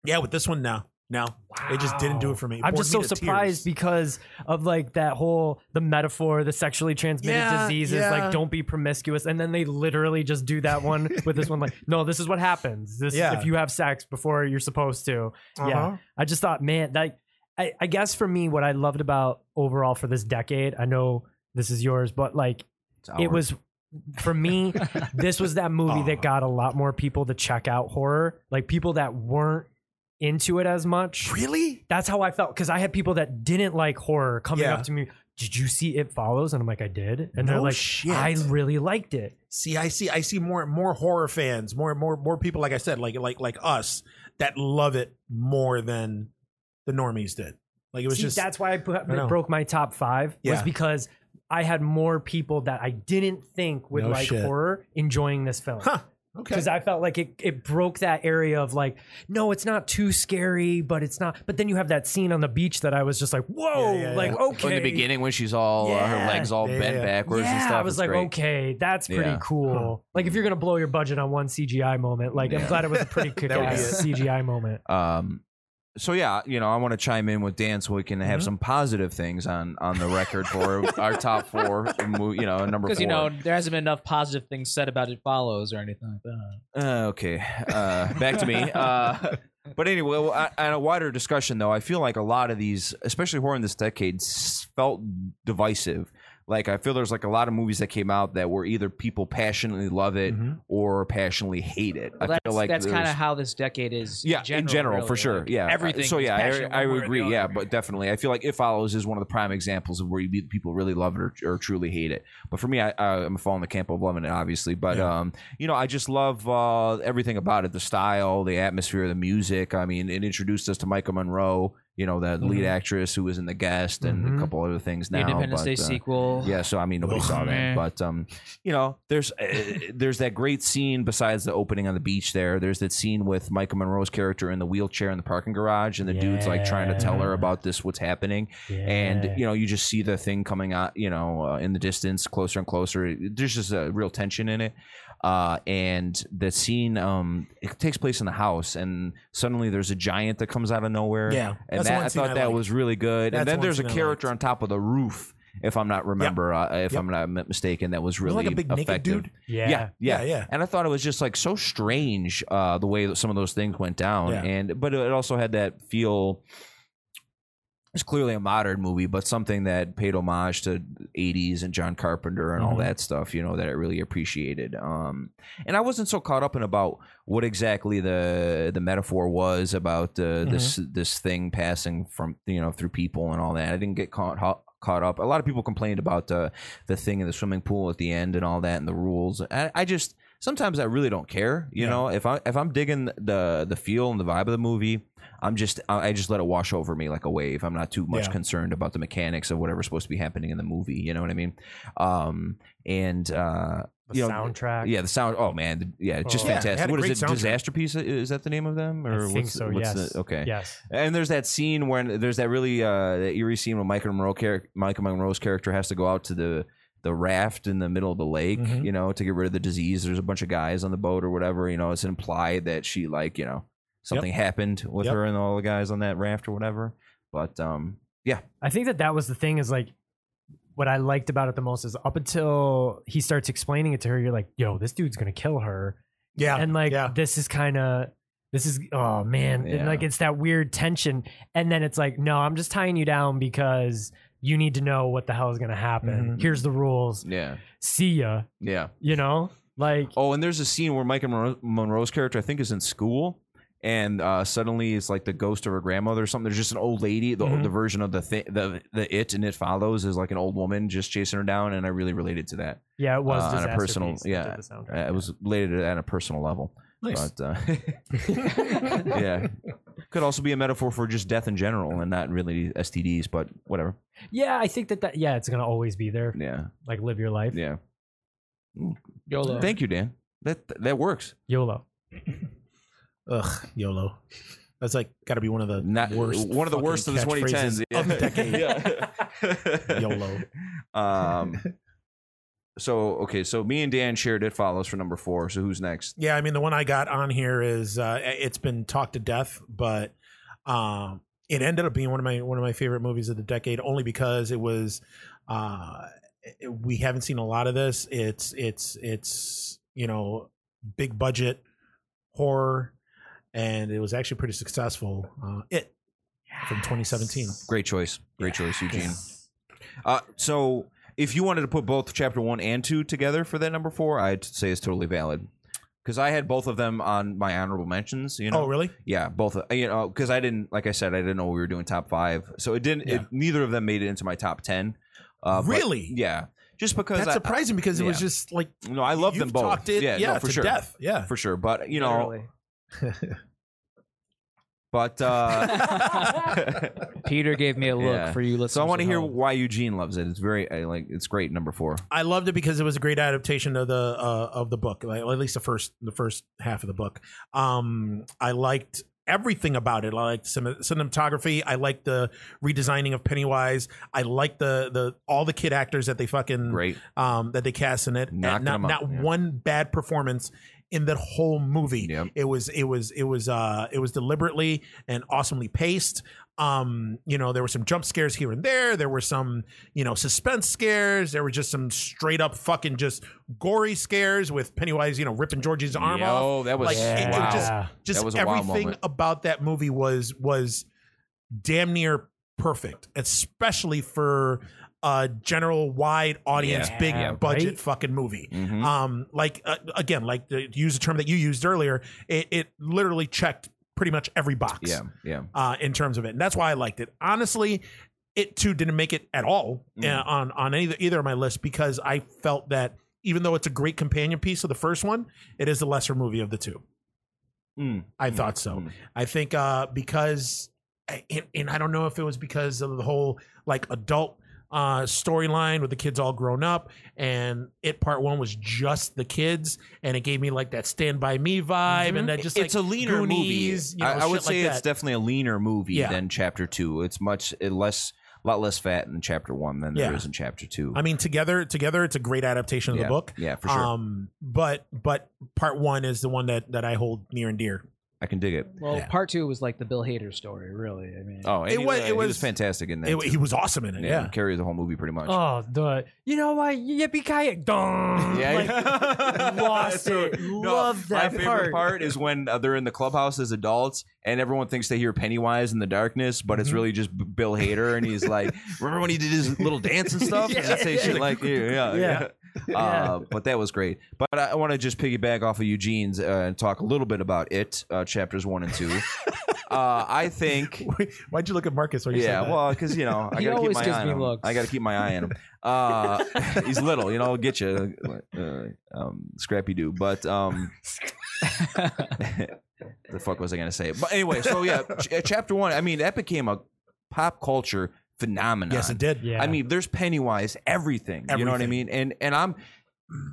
C: yeah, with this one, no, no, it just didn't do it for me. It
E: I'm
C: bored
E: just
C: me
E: so
C: to
E: surprised
C: tears.
E: because of like that whole the metaphor, the sexually transmitted
C: Yeah,
E: diseases,
C: yeah.
E: like don't be promiscuous, and then they literally just do that one with this one like, no, this is what happens. This
C: Yeah.
E: if you have sex before you're supposed to.
C: Uh-huh.
E: Yeah, I just thought, man, that I, I guess for me, what I loved about overall for this decade, I know this is yours, but like
B: It's
E: it
B: ours.
E: was for me this was that movie
C: Aw.
E: that got a lot more people to check out horror like people that weren't into it as much
C: really.
E: that's how i felt because i had people that didn't like horror coming
C: Yeah.
E: up to me did you see it follows and i'm like i did and they're
C: No
E: like
C: shit.
E: i really liked it
C: See, I see, I see more and more horror fans, more and more more people. Like I said, like like like us that love it more than the normies did. Like it was
E: See,
C: just
E: that's why I, put,
C: I know.
E: broke my top five
C: Yeah.
E: was because I had more people that I didn't think would
C: No
E: like
C: shit.
E: horror enjoying this film.
C: huh. Okay.
E: Because I felt like it, it broke that area of like, no, it's not too scary, but it's not. But then you have that scene on the beach that I was just like, whoa,
C: yeah, yeah.
E: like, okay.
B: in the beginning when she's all uh, her
E: Yeah.
B: legs all
C: Yeah,
B: bent
C: yeah.
B: backwards
E: Yeah,
B: and stuff.
E: I was
B: It's
E: like,
B: great.
E: okay, that's pretty
B: Yeah.
E: cool. Like, if you're going to blow your budget on one CGI moment, like,
B: Yeah.
E: I'm glad it was a pretty
C: That would
E: kick
C: be
E: ass CGI moment.
B: Um, so yeah, you know, I want to chime in with Dan so we can have
D: Mm-hmm.
C: Mhm.
B: some positive things on on the record for our top four. and mo- You know, number four.
D: Because you know there hasn't been enough positive things said about it follows or anything like that.
B: Uh, okay, uh, back to me. Uh, but anyway, well, I- on a wider discussion though, I feel like a lot of these, especially horror in this decade, s- felt divisive. Like I feel there's like a lot of movies that came out that were either people passionately love it
C: Mhm.
B: or passionately hate it. I
D: Mm-hmm. Well,
B: feel
D: that's
B: like
D: that's kind
B: there's-
D: of how this decade is.
B: yeah,
D: in general,
B: for
D: really.
B: sure.
D: Like,
B: Yeah,
D: everything.
B: So
D: is
B: yeah,
D: passionate
B: I, I
D: one way or the
B: agree. Yeah,
D: other.
B: but definitely, I feel like it follows is one of the prime examples of where you people really love it or, or truly hate it. But for me, I, I, I'm falling in the camp of loving it, obviously. But um, you know, I just love uh, everything about it—the style, the atmosphere, the music. I mean, it introduced us to Micah Monroe, you know, the lead actress who was in The Guest and a
E: Mhm.
B: couple other things
D: Mm-hmm. the
B: now.
D: Independence
B: but,
D: Day
B: uh,
D: sequel.
B: yeah, so I mean nobody
C: Ugh,
B: saw that,
A: man.
B: but um, you know, there's uh, there's that great scene besides the opening on the beach. There, there's that scene with Michael Monroe's character in the wheelchair in the parking garage, and the dude's like trying to tell her
E: Yeah.
B: about this, what's happening, and you know, you just see the thing coming out, you know, uh, in the distance, closer and closer. There's just a real tension in it, uh, and the scene um, it takes place in the house, and suddenly there's a giant that comes out of nowhere.
C: Yeah,
B: and
C: that's the
B: that,
C: one
B: I
C: scene
B: thought
C: I
B: that
C: liked.
B: was really good.
C: That's
B: and then
C: the one
B: there's a
C: scene I
B: character
C: liked.
B: on top of the roof, if I'm not remember, uh, if
C: Yep.
B: I'm not mi- mistaken, that was
C: was
B: really
C: like a big naked
B: effective.
C: dude?
E: yeah.
B: Yeah, yeah,
C: Yeah, yeah.
B: And I thought it was just like so strange uh, the way that some of those things went down,
C: Yeah.
B: and but it also had that feel. It's clearly a modern movie, but something that paid homage to '80s and John Carpenter and
C: Mm-hmm.
B: all
E: Mhm.
B: that stuff. You know that I really appreciated. Um, and I wasn't so caught up in about what exactly the the metaphor was about uh, this
C: Mm-hmm.
B: this thing passing from you know through people and all that. I didn't get caught ho- caught up. A lot of people complained about uh, the thing in the swimming pool at the end and all that and the rules. I, I just sometimes I really don't care. You
C: Yeah.
B: know, if I if I'm digging the the feel and the vibe of the movie, I'm just I, I just let it wash over me like a wave. I'm not too much
C: Yeah.
B: concerned about the mechanics of whatever's supposed to be happening in the movie. You know what I mean? Um, and uh,
E: The
B: you know,
E: soundtrack.
B: yeah, the sound. Oh man, the- yeah, it's just
E: Oh. Yeah, it
B: fantastic.
C: had a
B: What
C: great
B: is it?
C: soundtrack.
B: Disaster piece? Is that the name of them?
E: I
B: Or
E: think
B: what's,
E: so,
B: what's
E: yes.
B: the, okay.
E: Yes.
B: And there's that scene when there's that really uh, that eerie scene when Michael Monroe char- Michael Monroe's character has to go out to the the raft in the middle of the lake,
C: Mhm.
B: you know, to get rid of the disease. There's a bunch of guys on the boat or whatever. You know, it's implied that she like you know something happened with
C: Yep.
B: her and all the guys on that raft or whatever. But um, Yeah.
E: I think that that was the thing is like what I liked about it the most is up until he starts explaining it to her, you're like, yo, this dude's gonna kill her.
C: Yeah.
E: and like
C: yeah.
E: this is kind of this is oh man and,
B: Yeah.
E: like it's that weird tension and then it's like no i'm just tying you down because you need to know what the hell is going to happen
B: Mm-hmm.
C: Mhm.
E: here's the rules
B: Yeah.
E: see ya
B: Yeah.
E: you know like
B: Oh, and there's a scene where Mike and Monroe- Monroe's character, I think, is in school, and uh, suddenly it's like the ghost of her grandmother or something. There's just an old lady. The,
E: Mhm.
B: the version of the thi- the the it and it follows is like an old woman just chasing her down, and I really related to that.
E: yeah it was
B: uh, on a
E: Disaster
B: personal-
E: Piece that
B: yeah,
E: did the
B: Uh,
E: soundtrack.
B: it was related to that on a personal level.
A: Nice.
B: But uh, yeah, could also be a metaphor for just death in general, and not really STDs, but whatever.
E: yeah i think that that yeah it's going to always be there
B: Yeah,
E: like live your life
B: yeah.
D: YOLO.
B: Thank you, Dan. That that works.
E: yolo
C: Ugh, YOLO. That's like got to be one of the
B: Not uh,
C: worst.
B: one of the
C: fucking
B: worst of the
C: catchphrases
B: 2010s
C: of the decade.
B: Yeah.
C: YOLO.
B: Um, so okay, so me and Dan shared it follows for number four. So who's next?
C: Yeah, I mean the one I got on here is uh, it's been talked to death, but um, it ended up being one of my one of my favorite movies of the decade, only because it was. Uh, it- we haven't seen a lot of this. It's it's it's you know big budget horror, and it was actually pretty successful. Uh, it from 2017.
B: Great choice, great choice, Eugene. Uh, so if you wanted to put both chapter one and two together for that number four, I'd say it's totally valid. Because I had both of them on my honorable mentions, you know.
C: Oh really?
B: Yeah, both. uh, You know, because I didn't, like I said, I didn't know we were doing top five, so it didn't.
C: Yeah.
B: It, neither of them made it into my top ten. Uh, but-
C: Really?
B: yeah, just because
C: That's
B: I,
C: surprising because it was
B: yeah.
C: just like
B: no, I love
C: you've
B: them both.
C: Talked it, yeah,
B: yeah, no, for
C: to
B: sure,
C: death. Yeah,
B: for sure. But you know,
D: Literally.
B: but uh,
D: Peter gave me a look
B: Yeah.
D: for you. Listeners
B: so I want to
D: at
B: hear
D: home.
B: why Eugene loves it. It's very I like it's great. Number four.
C: I loved it because it was a great adaptation of the uh, of the book, like, at least the first the first half of the book. Um, I liked everything about it. I liked the cine- cinematography. I liked the redesigning of Pennywise. I liked the the all the kid actors that they fucking
B: Great.
C: um, that they cast in it. And
B: Knocking
C: not
B: 'em out,
C: not
B: yeah.
C: one bad performance in that whole movie.
B: Yep.
C: It was it was it was uh it was deliberately and awesomely paced. Um, you know, there were some jump scares here and there. There were some, you know, suspense scares. There were just some straight up fucking just gory scares with Pennywise, you know, ripping Georgie's arm
B: Yo,
C: off.
B: that was
C: Like, it- it
B: wow.
C: just- Just
B: That was a wow
C: everything
B: moment.
C: about that movie was was damn near perfect, especially for a general wide audience,
B: Yeah,
C: big
E: right?
C: budget fucking movie
B: Mhm.
C: um like uh, again like the, to use the term that you used earlier it, it literally checked pretty much every box
B: yeah, yeah.
C: uh in terms of it and that's why i liked it honestly it too didn't make it at all uh,
B: Mm.
C: on on any either of my lists because i felt that even though it's a great companion piece of the first one it is the lesser movie of the two
B: Mm.
C: i thought so
B: Mm.
C: I think uh, because, eh, and, and I don't know if it was because of the whole like adult uh, storyline with the kids all grown up, and it part one was just the kids, and it gave me like that Stand By Me vibe, and that just
B: Mm-hmm. it's
C: like,
B: a leaner
C: Goonies,
B: movie.
C: you know,
B: I, I would
C: shit like
B: say it's
C: that.
B: definitely a leaner movie
C: Yeah.
B: than chapter two. It's much it less, a lot less fat in chapter one than there
C: Yeah.
B: is in chapter two.
C: I mean, together, together, it's a great adaptation of
B: yeah.
C: the book.
B: Yeah, for sure.
C: Um, but but part one is the one that that I hold near and dear.
B: I can dig it.
D: Well,
C: Yeah.
D: part two was like the Bill Hader story, really. I mean,
B: Oh, and
C: It
B: he,
C: wa-
B: was,
C: it
B: he was
C: was-
B: fantastic in that.
C: It,
B: too.
C: he was awesome in it.
B: yeah,
C: Yeah.
B: He carried the whole movie pretty much.
E: oh the you know what yippee ki dong Like, lost it. Loved that
B: my
E: part.
B: favorite part is when uh, they're in the clubhouse as adults and everyone thinks they hear Pennywise in the darkness, but it's really just B- Bill Hader and he's like, "Remember when he did his little dance and stuff?" and I'd say shit like, "Yeah, yeah." Uh, but that was great. But I want to just piggyback off of Eugene's uh, and talk a little bit about it, uh, chapters one and two. uh, I think
C: Why'd you look at Marcus when you
B: yeah,
C: said that?
B: well, because you know, I
D: He
B: gotta keep
D: always
B: my
D: gives
B: eye on
D: me
B: him.
D: looks.
B: I gotta keep my eye on him. Uh, he's little, you know. I'll get you, uh, um, Scrappy Doo. But um, the fuck was I gonna say? But anyway, so yeah, ch- uh, chapter one. I mean, that became a pop culture phenomenon.
C: yes, it did.
E: yeah
B: I mean, there's Pennywise, everything. You know what I
C: Everything.
B: mean? And and I'm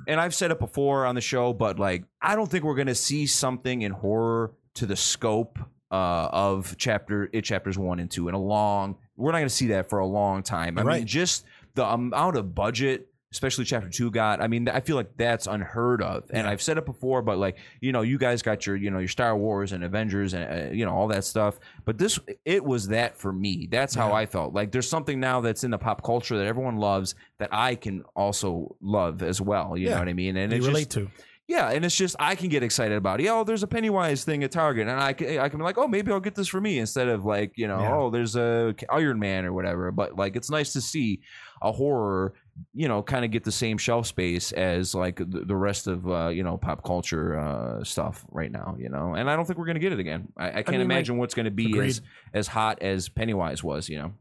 B: and I've said it before on the show, but like I don't think we're gonna see something in horror to the scope uh, of chapter it chapters one and two in a long. We're not gonna see that for a long time. I
C: Right.
B: mean, just the amount of budget especially chapter two got. I mean, I feel like that's unheard of. And I've said it before, but like you know, you guys got your you know your Star Wars and Avengers and uh, you know all that stuff. But this, it was that for me. That's how I felt. Like there's something now that's in the pop culture that everyone loves that I can also love as well. You
C: Yeah.
B: know what I mean? And
C: you
B: it's just,
C: relate to.
B: yeah, and it's just I can get excited about it. Yeah, Oh, there's a Pennywise thing at Target, and I can, I can be like, oh, maybe I'll get this for me instead of like you know,
E: Yeah.
B: oh, there's a Iron Man or whatever. But like, it's nice to see a horror, you know, kind of get the same shelf space as like the, the rest of uh, you know pop culture uh, stuff right now. You know, and I don't think we're gonna get it again. I, I can't
E: mean, like-
B: imagine what's gonna be
C: Agreed.
B: as as hot as Pennywise was. You know,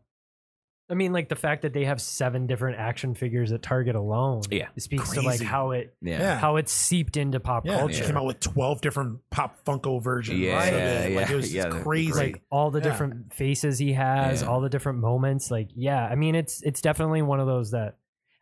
E: I mean, like the fact that they have seven different action figures at Target alone.
B: Yeah.
E: it speaks to like
C: Crazy.
E: how it
B: yeah.
C: Yeah.
E: how it's seeped into pop
C: Yeah,
E: culture.
C: she came out with twelve different pop Funko versions.
B: Yeah,
C: of it. Like,
B: yeah,
C: it was just
B: yeah, they're
C: crazy.
B: great.
E: like all the
C: Yeah.
E: different faces he has,
B: Yeah.
E: all the different moments. Like, yeah, I mean, it's it's definitely one of those that,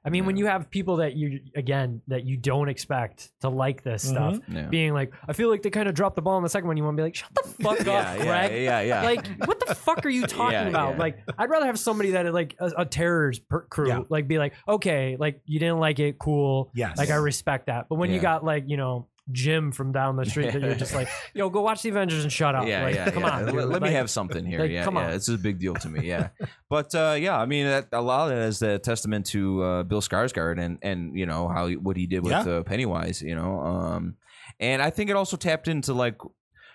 E: I mean, when
B: Yeah.
E: you have people that you again that you don't expect to like this stuff,
B: Mm-hmm. Yeah.
E: being like, I feel like they kind of dropped the ball in the second one. You want to be like, shut the fuck up,
B: yeah, yeah,
E: Greg.
B: yeah, yeah.
E: Like, what the fuck are you talking
B: Yeah,
E: about?
B: yeah.
E: Like, I'd rather have somebody that like a, a terror's per- crew,
C: Yeah.
E: like be like, okay, like you didn't like it, cool.
C: Yes.
E: Like I respect that. But when you
B: Yeah.
E: got like you know. Jim from down the street, that you're just like, yo, go watch the Avengers and shut up.
B: Yeah,
E: like,
B: yeah,
E: come
B: yeah.
E: on.
B: Let,
E: dude.
B: let me
E: Like,
B: have something here.
E: like,
B: yeah,
E: come
B: yeah.
E: on.
B: It's a big deal to me. Yeah, but uh, yeah, I mean, that, a lot of that is a testament to uh, Bill Skarsgård and and you know how he- what he did with
C: Yeah.
B: uh, Pennywise. You know, um, and I think it also tapped into like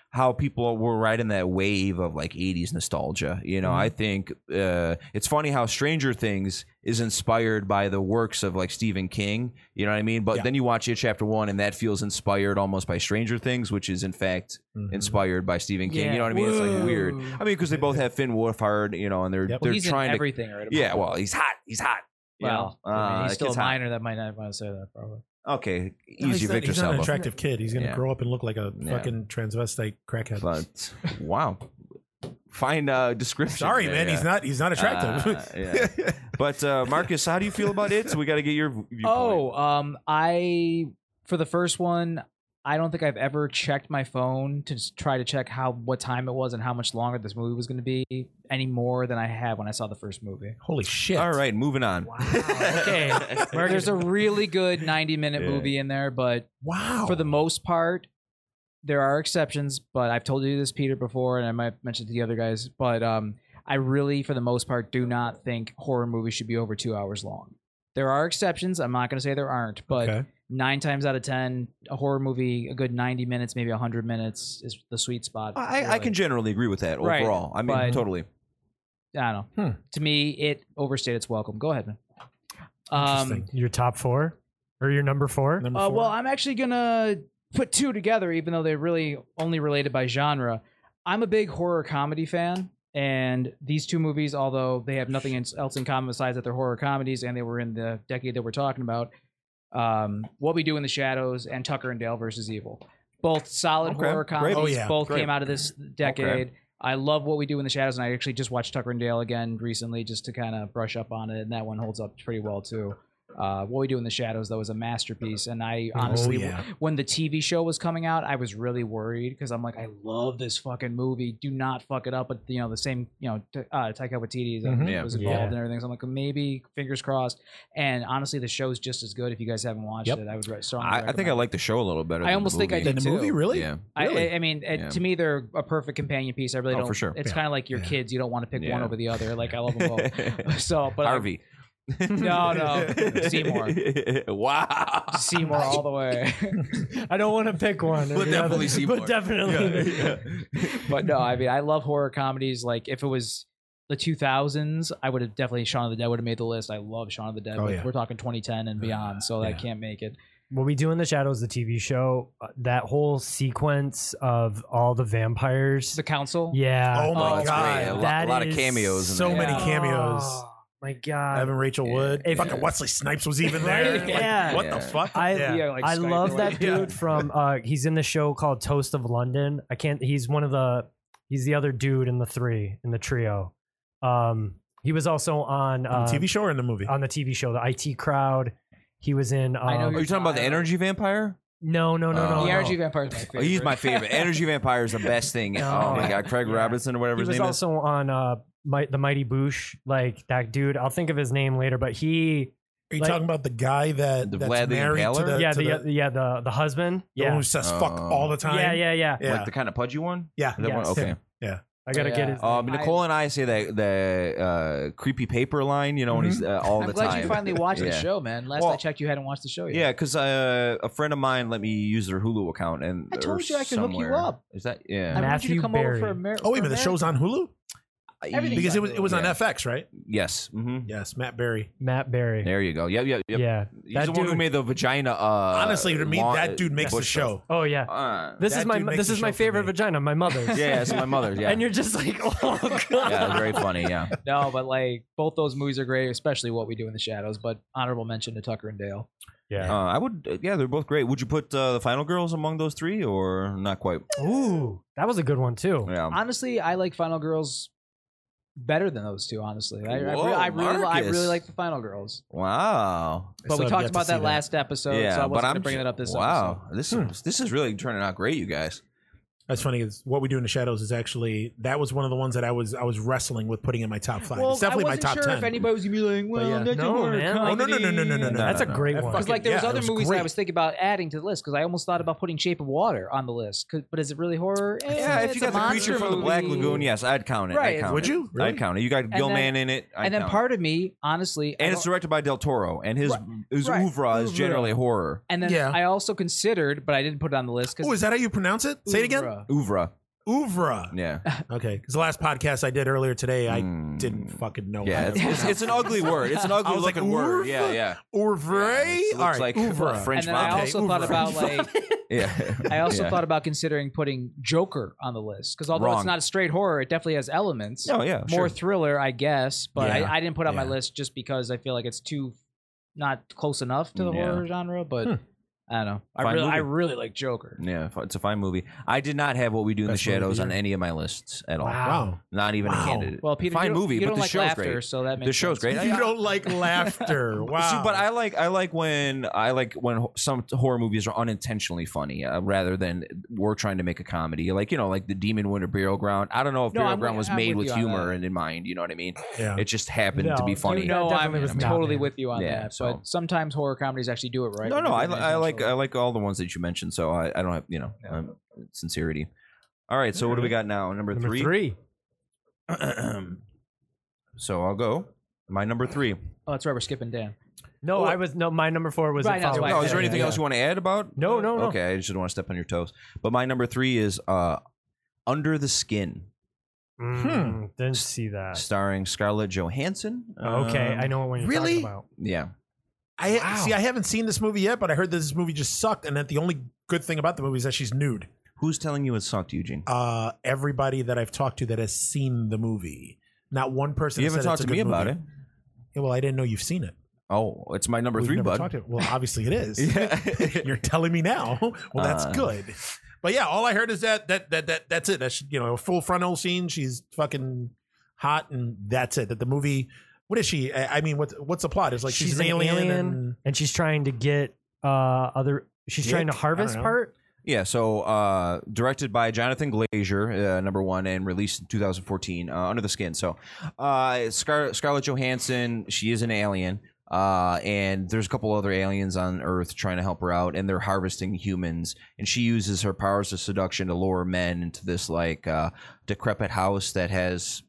B: how people were riding that wave of like 80s nostalgia you know
E: Mm-hmm.
B: i think uh, it's funny how stranger things is inspired by the works of like stephen king you know what i mean but
C: Yeah.
B: then you watch it chapter one and that feels inspired almost by stranger things which is in fact
D: Mm-hmm.
B: inspired by stephen king you
E: Yeah.
B: know what i mean it's like weird
D: Whoa.
B: i mean because they both have finn wolfhard you know and they're
C: Yep.
B: they're
D: he's
B: trying
D: in
B: to
D: everything right?
B: yeah well he's hot he's hot you
D: well,
B: know?
D: I mean,
B: Uh,
D: he's
B: that
D: still a
B: kid's hot.
D: minor that might not want to say that probably.
B: okay
C: No,
B: easy
C: he's not-
B: victor
C: He's not an
B: Salva.
C: attractive kid. He's gonna
B: Yeah.
C: grow up and look like a
B: Yeah.
C: fucking transvestite crackhead.
B: but wow fine uh description
C: Sorry,
B: there,
C: man.
B: yeah.
C: He's not. He's not attractive.
B: Uh, yeah. But uh, Marcus, how do you feel about it? So we got to get your viewpoint.
D: Oh, um, I for the first one, I don't think I've ever checked my phone to s- try to check how what time it was and how much longer this movie was going to be any more than I had when I saw the first movie.
C: Holy shit!
B: All right, moving on.
E: Wow. Okay. Marcus.
D: There's a really good 90 minute
B: Yeah. Oh.
D: movie in there, but
C: Wow.
D: for the most part, there are exceptions. But I've told you this, Peter, before, and I might mention to the other guys, but um, I really, for the most part, do not think horror movies should be over two hours long. There are exceptions. I'm not going to say there aren't, but
C: Okay.
D: nine times out of ten, a horror movie, a good ninety minutes, maybe hundred minutes is the sweet spot.
B: I, I
D: really.
B: can generally agree with that
D: Right,
B: overall. I mean,
D: but-
B: totally.
D: I don't know.
C: Hmm.
D: To me, it overstayed its welcome. Go ahead, man. Um,
C: Interesting.
E: your top four or your number four?
C: Number
D: uh,
C: four.
D: well, I'm actually gonna put two together, even though they're really only related by genre. I'm a big horror comedy fan, and these two movies, although they have nothing else in common besides that they're horror comedies and they were in the decade that we're talking about, um, What We Do in the Shadows and Tucker and Dale versus Evil, both solid
B: Okay,
D: horror
B: great.
D: comedies.
C: Oh, yeah,
D: both
B: great.
D: came out of this decade. I love What We Do in the Shadows, and I actually just watched Tucker and Dale again recently just to kind of brush up on it, and that one holds up pretty well too. Uh, what We Do in the Shadows, though, is a masterpiece, and I honestly,
C: oh, yeah.
D: when the TV show was coming out, I was really worried because I'm like, I love this fucking movie. Do not fuck it up. But you know, the same, you know, t- uh, Taika Waititi is-
C: Mhm.
B: Mm-hmm. Yeah.
D: was involved
E: Yeah.
D: and everything. So I'm like, maybe fingers crossed. And honestly, the show's just as good. If you guys haven't watched
C: Yep.
D: it, I would re- strongly.
B: I, I think I
D: recommend
B: like the show a little better.
D: I
B: than the
D: almost think I
B: movie.
D: did
C: in the
D: too.
C: movie, really?
B: Yeah.
D: it.
C: Really?
D: I, I mean, it,
B: Yeah.
D: to me, they're a perfect companion piece. I really
B: Oh,
D: don't.
B: for sure.
D: It's
C: Yeah.
D: kind of like your
C: Yeah.
D: kids. You don't want to pick one
B: Yeah.
D: over the other. Like I love them both. so, but I-
B: Harvey.
D: No, no, Seymour.
B: Wow.
D: Seymour all the way.
E: I don't want to pick one. or
B: But
E: the
B: definitely
E: other,
B: Seymour.
E: But definitely.
D: but no, I mean, I love horror comedies. Like if it was the 2000s, I would have definitely Shaun of the Dead would have made the list. I love Shaun of the Dead.
C: Oh,
D: but
C: yeah.
D: We're talking 2010 and beyond, so that
C: Yeah.
D: can't make it.
E: What we do in the shadows, the TV show, uh, that whole sequence of all the vampires.
D: The Council.
E: Yeah.
C: Oh my
D: Oh,
B: that's
C: god!
B: great. A lot-
E: That
B: lot of
E: is
B: cameos in
C: So
B: there.
C: many
B: Yeah.
C: cameos.
E: Oh, my God.
C: Evan Rachel
B: Yeah.
C: Wood.
E: If-
C: Fucking Wesley Snipes was even
E: Right?
C: there. Like,
E: Yeah.
C: What
B: Yeah.
C: the fuck?
E: I-
D: Yeah, like
E: I
D: Skype or
E: love that
D: whatever.
E: dude
C: Yeah.
E: from uh he's in the show called Toast of London. I can't he's one of the he's the other dude in the three in the trio. Um he was also on uh,
C: On the TV show or in the movie?
E: on the TV show The IT Crowd. He was in um,
D: I know E
B: Are you talking about the energy vampire?
E: No, no, no,
B: Uh,
E: no.
D: The
E: no.
D: energy vampire is my
B: Oh,
D: favorite.
B: he's my favorite. Energy vampire is the best thing. Oh my god, Craig
E: Yeah.
B: Robinson or whatever
E: He
B: his
E: was
B: name is.
E: also on uh Mi- the Mighty Boosh, like that dude. I'll think of his name later, but he
C: Are you
E: Like-
C: talking about the guy that
B: The
C: that's
B: Vlad the
C: married to
B: Impaler?
C: the,
E: yeah,
C: to
E: the, uh,
C: the,
E: yeah the the husband.
C: the one
E: Yeah.
C: who says fuck
B: Oh.
C: all the time?
E: yeah, yeah, yeah.
C: yeah.
B: Like the kind of pudgy one?
C: Yeah.
B: That one?
E: Yes.
B: Okay.
E: I gotta
D: Yeah.
E: get his.
B: Um,
D: I-
B: Nicole and I say that the uh, creepy paper line, you know, when he's uh, all
D: Mm-hmm. I'm
B: the
D: glad
B: time.
D: you finally watched the
B: Yeah.
D: show, man. Last I
B: Well-
D: checked, you hadn't watched the show yet.
B: Yeah, because uh, a friend of mine let me use their Hulu account, and
D: I told
B: or
D: you I could hook you
B: somewhere.
D: up.
B: Is that
D: I
B: yeah?
D: wanted you
E: Matthew
D: to come
E: Berry.
D: over for a mar-
C: Oh, wait a minute.
D: for
C: The
D: mar-
C: show's on Hulu
D: everything's
C: because
D: on
C: it was it was on
B: Yeah.
C: FX, right?
B: Yes. hmm
C: Yes, Matt Berry.
E: Matt Barry.
B: There you go. Yep. Yep. Yep.
E: Yeah.
B: He's
E: That
B: the one who
E: dude-
B: made the vagina. Uh,
C: Honestly, to me,
B: lawn-
C: that dude makes the
B: bush
C: show.
E: Oh yeah.
B: Uh,
E: This is
C: That
E: my
C: dude makes
E: this
C: a
E: is
C: show
E: my
C: for
E: favorite
C: me.
E: vagina. My mother's.
B: yeah, yeah, it's my mother's. Yeah.
E: And you're just like, oh god.
B: yeah, it's very funny. Yeah.
D: No, but like both those movies are great, especially What We Do in the Shadows. But honorable mention to Tucker and Dale.
B: Uh, I would. Yeah, they're both great. Would you put uh, the final girls among those three, or not quite?
E: Ooh, that was a good one too.
B: Yeah.
D: Honestly, I like Final Girls better than those two. Honestly, I, I
B: Whoa,
D: re- I really, I
B: Marcus.
D: really like the Final Girls.
B: Wow.
C: I
D: But
C: still
D: we
C: have
D: talked
C: yet to
D: about
C: see
D: that last episode,
B: yeah,
D: so I
B: but
D: wasn't
B: I'm
D: gonna bring it up this
B: wow. This is
C: Hmm.
B: this is really turning out great, you guys.
C: That's funny because what we do in the shadows is actually that was one of the ones that I was I was wrestling with putting in my top five.
D: episode. Well,
C: it's definitely
D: I
C: my
D: wasn't
C: top
D: sure
C: ten.
D: if anybody was gonna be like, well,
C: yeah.
D: that didn't
E: No,
D: work,
E: man.
D: huh?
E: Oh,
C: no, no, no, no, no, no, no.
E: That's a
B: no,
E: great
C: no.
E: one.
C: Fuck
D: Because like there was
C: Yeah, it
D: other
C: was
D: movies
C: great.
D: I was thinking about adding to the list because I almost thought about putting Shape of Water on the list. 'Cause- But is it really horror? Eh,
B: Yeah, if
D: it's
B: you
D: a
B: got the
D: monster
B: creature from the Black
D: movie.
B: Lagoon, yes, I'd count it. I'd
D: Right,
B: count
C: Would
B: it.
C: you?
B: I'd count it. You got Gilman
D: then-
B: in it. I'd
D: and then
B: count it.
D: part of me, honestly, I
B: and it's
D: don't-
B: directed by Del Toro, and his
D: Right,
B: his
D: right.
B: oeuvre is
D: Oeuvre.
B: generally horror.
D: and then
C: Yeah.
D: I also considered, but I didn't put it on the list
C: Oh,
D: because
C: is that how you pronounce it? Say it again.
D: Oeuvre.
B: Oeuvre,
C: Ouvra.
B: yeah,
C: Okay, because the last podcast I did earlier today, I
B: Mm.
C: didn't fucking know.
B: yeah.
C: how
B: It's,
C: to-
B: it's, it's an ugly word. It's an
C: I
B: ugly
C: was like,
B: looking word.
C: oeuvre?
B: Yeah, yeah.
C: Ouvre.
B: Yeah, it looks
C: All right,
B: like
C: Ouvre.
B: French
D: and then I
B: mob.
D: also
C: Okay,
D: thought
C: Ouvre.
D: about like
B: Yeah.
D: I also
B: Yeah.
D: thought about considering putting Joker on the list because although
B: Wrong.
D: it's not a straight horror, it definitely has elements.
B: Oh yeah, sure.
D: More thriller, I guess, but
C: Yeah,
D: I, I didn't put it on my
C: yeah.
D: list just because I feel like it's too not close enough to the
B: Mm, Yeah.
D: horror genre. But
C: Hmm.
D: I don't know. I
B: Fine
D: really, I
B: movie.
D: really like Joker.
B: Yeah, it's a fine movie. I did not have what we do in
C: Best
B: the
C: movie of the
B: shadows on
C: year.
B: any of my lists at all.
C: wow.
B: Not even
C: Wow.
B: a candidate.
D: Well, Peter,
B: fine
D: you don't,
B: movie,
D: you
B: but
D: don't
B: the
D: like
B: show's
D: laughter,
B: great.
D: so that
B: The
D: makes
B: show's
D: sense.
B: great.
C: You don't like laughter. Wow.
B: See, but I like I like when I like when ho- some horror movies are unintentionally funny uh, rather than we're trying to make a comedy. Like you know, like the Demon Winter Burial Ground. I don't know if
D: No,
B: Burial
D: I'm
B: Ground
D: with-
B: was
D: I'm
B: made
D: with
B: with
D: you on
B: humor
D: that.
B: and in mind. You know what I mean?
C: Yeah.
B: It just happened to
E: No,
B: be
E: dude,
B: funny.
E: That
D: No, I'm
E: definitely was not
D: totally
E: bad.
D: with you on
B: Yeah,
D: that.
B: so-
D: But sometimes horror comedies actually do it right.
B: No,
D: They
B: no,
D: do
B: I,
D: it
B: li- I like uh, I
D: intentionally.
B: like all the ones that you mentioned. So I, I don't have you know um, sincerity. All right, so what do we got now? Number,
E: Number
B: three.
E: three.
B: so I'll go. My number three.
D: Oh, that's right. We're skipping Dan.
E: No,
B: Oh.
E: I was no. My number four was
D: Right,
E: a
D: that's
E: follow-up.
D: why I
B: No, Oh, is
D: said
B: there
D: yeah,
B: anything
D: yeah.
B: else you want to add about?
E: No, no, no.
B: Okay, I just don't want to step on your toes. But my number three is uh, Under the Skin,
C: Hmm.
E: Mm, Didn't see that.
B: starring Scarlett Johansson.
E: okay,
B: Um,
E: I know what you're
C: really?
E: talking about.
B: yeah.
C: I
E: Wow.
C: see. I haven't seen this movie yet, but I heard that this movie just sucked, and that the only good thing about the movie is that she's nude.
B: Who's telling you it sucked, Eugene?
C: Uh, everybody that I've talked to that has seen the movie, not one person.
B: you
C: has
B: haven't
C: said
B: talked
C: it's a
B: to me
C: good
B: about
C: movie.
B: it.
C: Yeah, well, I didn't know you've seen it.
B: Oh, it's my number
C: We've
B: three,
C: never
B: bud.
C: talked to- well, obviously it is.
B: Yeah.
C: You're telling me now. Well, that's
B: Uh.
C: good. But yeah, all I heard is that that that that that's it. That's you know, a full frontal scene. She's fucking hot, and that's it. That the movie. What is she? I I mean, what's what's the plot? It's like she's, an alien. and-
E: and she's trying to get uh other. She's trying to
C: Dick? I don't
E: harvest
C: know.
E: part.
B: Yeah, so uh, directed by Jonathan Glazer, uh, number one, and released in 2014, uh, Under the Skin. So, uh, Scar- Scarlett Johansson, she is an alien, uh, and there's a couple other aliens on Earth trying to help her out, and they're harvesting humans. And she uses her powers of seduction to lure men into this like uh, decrepit house that has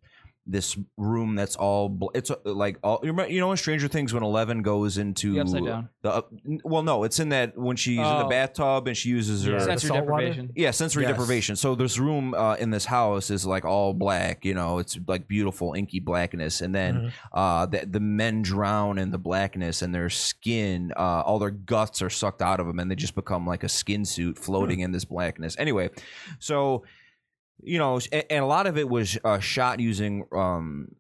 B: this room that's all bl- it's uh, like all you remember- you know in Stranger Things when Eleven goes into
D: The upside down.
B: the up- well no it's in that when she's in the
D: Oh.
B: bathtub and she uses her
E: Yeah. That's-
D: Sensory
E: salt water?
D: deprivation.
B: yeah, sensory
C: Yes.
B: deprivation. So this room uh, in this house is like all black. You know, it's like beautiful inky blackness, and then uh, the, the men drown in the blackness, and their skin, uh, all their guts are sucked out of them, and they just become like a skin suit floating in this blackness. Anyway, so you know, and, and a lot of it was uh, shot using um,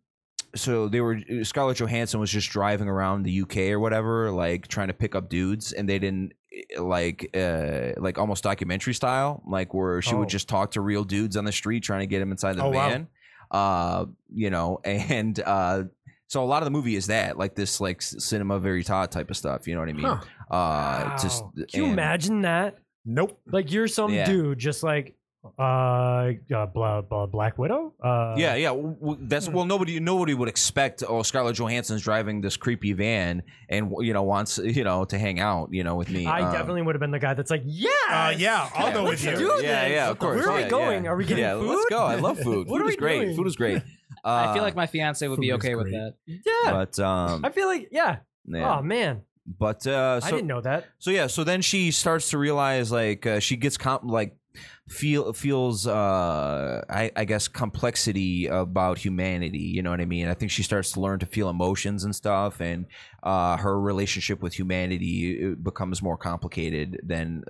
B: so they were uh, Scarlett Johansson was just driving around the UK or whatever, like trying to pick up dudes, and they didn't eh, like uh like almost documentary style, like where she
E: Oh.
B: would just talk to real dudes on the street trying to get them inside the
C: Oh, wow.
B: van. Uh, you know, and uh so a lot of the movie is that like this like c- cinema verita type of stuff, you know what I mean?
C: Huh.
B: Uh just
E: Wow. Can you
B: and-
E: imagine that?
C: Nope.
E: Like you're some
B: Yeah.
E: dude, just like uh, uh blah, blah, Black Widow. Uh,
B: yeah, yeah. w- w-
E: Hmm.
B: That's well, nobody nobody would expect. Oh, Scarlett Johansson's driving this creepy van, and you know wants you know to hang out, you know, with me.
E: I
B: Um,
E: definitely would have been the guy that's like, yeah,
C: Uh, yeah, I'll go
E: Let's
C: with you.
E: do it.
B: Yeah,
E: this.
B: yeah, of course.
E: Where are we
B: yeah,
E: going?
B: yeah.
E: Are we getting
B: yeah,
E: food?
B: Let's go. I love food.
E: What
B: food
E: are
B: is
E: we
B: great.
E: doing?
B: Food is great.
D: I feel
B: Uh,
D: like my fiance would be
A: food is
D: okay with
A: great.
D: that.
E: Yeah.
B: but um,
E: I feel like, yeah.
B: yeah.
E: Oh, man.
B: but uh, so
E: I didn't know that.
B: So yeah, so then she starts to realize like uh, she gets comp- like feel feels uh I, I guess complexity about humanity you know what i mean i think she starts to learn to feel emotions and stuff and uh her relationship with humanity uh, becomes more complicated than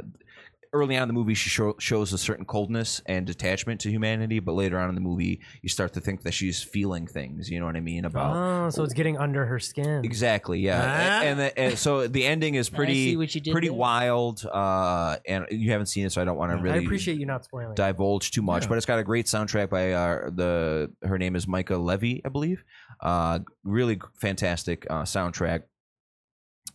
B: early on in the movie she show, shows a certain coldness and detachment to humanity but later on in the movie you start to think that she's feeling things you know what i mean about
E: Oh, so it's getting under her skin.
B: Exactly. Yeah.
C: Huh?
B: And, the, and so the ending is pretty
D: see what you did
B: pretty
D: there.
B: wild. Uh, and you haven't seen it, so I don't want to really
E: I appreciate you not spoiling. it.
B: divulge too much.
C: Yeah.
B: But it's got a great soundtrack by uh, the her name is Micah Levy, I believe. Uh, really fantastic uh, soundtrack.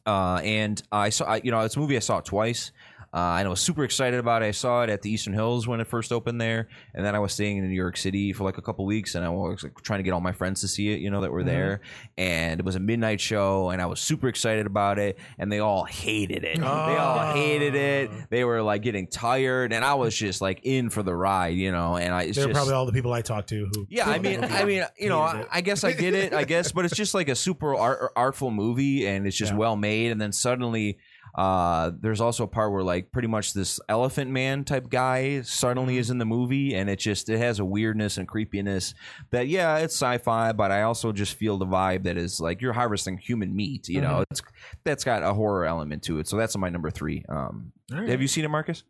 B: Uh, and I saw, I, you know, it's a movie I saw twice. Uh, and I was super excited about it. I saw it at the Eastern Hills when it first opened there, and then I was staying in New York City for like a couple weeks, and I was like trying to get all my friends to see it, you know, that were
E: Mhm.
B: there. And it was a midnight show, and I was super excited about it, and they all hated it. They all hated it. They were like getting tired, and I was just like in for the ride, you know. And I it's
C: They're
B: just,
C: probably all the people I talked to who.
B: yeah, I mean, I mean, you know, I, I guess I get it, I guess, but it's just like a super art, artful movie, and it's just
C: Yeah.
B: well made. And then suddenly, uh, there's also a part where like pretty much this Elephant Man type guy
C: Mm-hmm.
B: suddenly is in the movie, and it just it has a weirdness and creepiness that yeah, it's sci-fi, but I also just feel the vibe that is like you're harvesting human meat.
C: Mm-hmm.
B: You know, it's that's got a horror element to it. So that's my number three. Um, have you seen it, Marcus?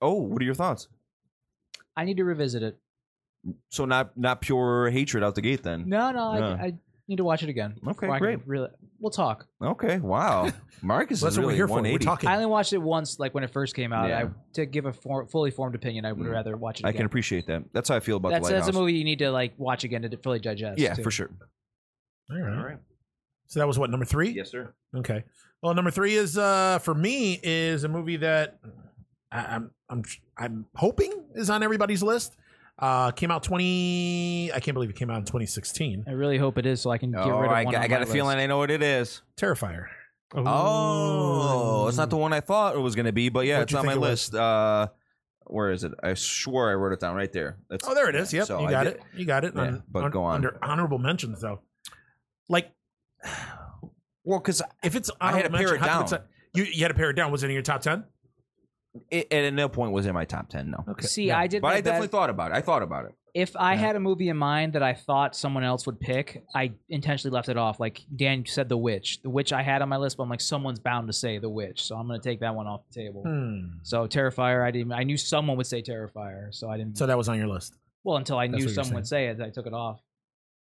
B: Oh, what are your thoughts?
D: I need to revisit it.
B: So not not pure hatred out the gate then.
D: No, no, I,
B: Yeah.
D: I need to watch it again.
B: Okay,
D: before I can
B: great.
D: Really, we'll talk.
B: Okay, wow. Marcus
C: That's
B: is
C: what
B: really
C: we're here for. We're
B: 180.
C: talking.
D: I only watched it once, like when it first came out.
B: Yeah.
D: I, to give a for, fully formed opinion, I would
B: Mm.
D: rather watch it.
B: I
D: Again.
B: can appreciate that. That's how I feel about
D: That's,
B: the
D: that's
B: lighthouse.
D: a movie you need to like watch again to fully digest.
B: Yeah,
D: too.
B: for sure.
C: All right. So that was what number three.
B: Yes, sir.
C: Okay. Well, number three is uh for me is a movie that I, I'm I'm I'm hoping is on everybody's list. Uh, came out twenty. I can't believe it came out in 2016.
D: I really hope it is, so I can get
B: oh,
D: rid of
B: I,
D: one
B: got,
D: on
B: I got
D: my
B: a feeling
D: list.
B: I know what it is.
C: Terrifier.
B: Oh, it's not the
E: Ooh.
B: one I thought it was going to be, but yeah,
C: What'd
B: it's
C: you
B: on
C: think
B: my
C: it was?
B: list. Uh, where is it? I swore I wrote it down right there. That's,
C: Oh, there it is.
B: yeah,
C: Yep,
B: so
C: you
B: I
C: got
B: did-
C: it. You got it.
B: Yeah, but go on.
C: Under honorable mentions, though, like
B: Well, because
C: if it's
B: I had
C: honorable
B: to pair
C: mention,
B: it
C: how come
B: down.
C: it's a- you you had to pair it down. Was it in your top ten?
B: it, at no point was in my top 10, no.
C: Okay.
D: See,
C: Yeah.
D: I did.
B: But
D: my
B: I definitely
D: best-
B: thought about it. I thought about it.
D: if I had a movie in mind that I thought someone else would pick, I intentionally left it off. Like Dan said, The Witch. The Witch I had on my list, but I'm like, someone's bound to say The Witch, so I'm gonna take that one off the table.
C: Hmm.
D: So Terrifier, I didn't. I knew someone would say Terrifier, so I didn't.
C: So that was on your list.
D: well, until I
C: that's
D: knew
C: what you're Hmm.
D: someone would say it, I took it off.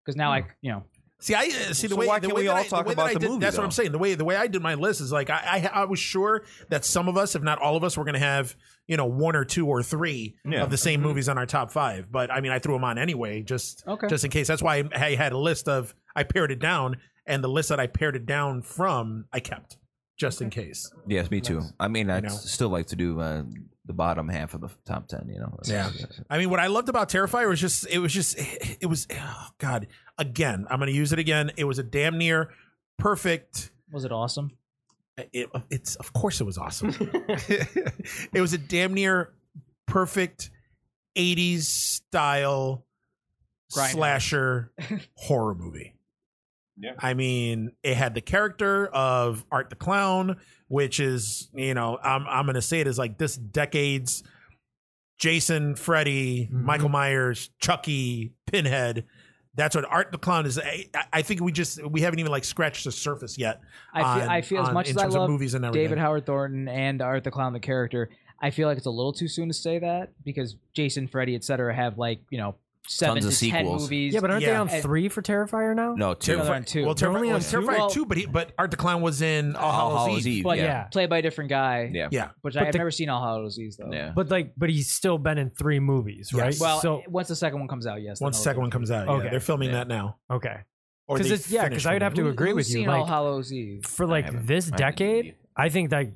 D: Because now I, you know,
C: See, I uh, see
B: So
C: the way.
B: why
C: the
B: can't
C: way
B: we
C: that
B: all
C: I- the
B: talk
C: way that
B: about
C: I
B: the
C: did-
B: movie,
C: That's what
B: though?
C: I'm saying. The way the way I did my list is like I, I I was sure that some of us, if not all of us, were going to have you know one or two or three
B: Yeah.
C: of the same movies on our top five. But I mean, I threw them on anyway, just
D: Okay.
C: just in case. That's why I I had a list of I pared it down, and the list that I pared it down from I kept just in case.
B: Yes, me too. I mean, I'd
C: know.
B: s- still like to do uh, the bottom half of the top 10, you know.
C: Yeah. I mean, what I loved about Terrifier was just it was just it was oh God again. I'm going to use it again. It was a damn near perfect
D: was it awesome?
C: it, it's of course it was awesome. it was a damn near perfect 80s style
D: Grindhouse.
C: slasher horror movie.
B: Yeah.
C: I mean, it had the character of Art the Clown, which is, you know, I'm I'm gonna say it is like this decade's Jason, Freddy, Michael Myers, Chucky, Pinhead. That's what Art the Clown is. I, I think we just we haven't even like scratched the surface yet.
D: I feel,
C: on-
D: I feel as
C: on-
D: much
C: in
D: as I
C: terms of
D: love
C: movies and everything.
D: David Howard Thornton and Art the Clown, the character, I feel like it's a little too soon to say that because Jason, Freddy, et cetera, have like you know seven
B: Tons
D: to
B: of
D: ten
B: sequels.
D: movies.
E: Yeah, but aren't they
C: Yeah.
E: on three for Terrifier now?
B: No, two.
D: Terrifier- on two.
C: Well,
E: They're only
C: Terrifier
E: on
C: was
E: two?
C: Terrifier
D: Well-
C: two, but he, but Art the Clown was in uh, All,
B: All
C: Hallows,
B: Hallows
C: Eve.
B: Eve.
D: but
B: yeah.
E: yeah.
D: played by a different guy.
B: Yeah.
C: Yeah,
D: which
E: But
D: I have
E: the-
D: never seen All Hallows Eve though.
B: Yeah.
E: But like, but he's still been in three movies, right?
C: Yes.
D: Well,
E: so
D: once the second one comes out, yes. then
C: once
D: I'll
C: the second
D: do
C: one
D: it.
C: comes out, yeah,
E: Okay.
C: they're filming
B: Yeah.
C: that now.
E: okay,
C: Or
E: 'Cause
C: they
E: it's- yeah,
C: finished
E: 'cause I would
C: filming
E: have to
C: it.
E: agree
D: Who's
E: with you,
D: seen
E: like-
D: All Hallows Eve?
E: for
B: I
E: like
B: haven't-
E: this
B: I haven't
E: decade,
B: either.
E: I think that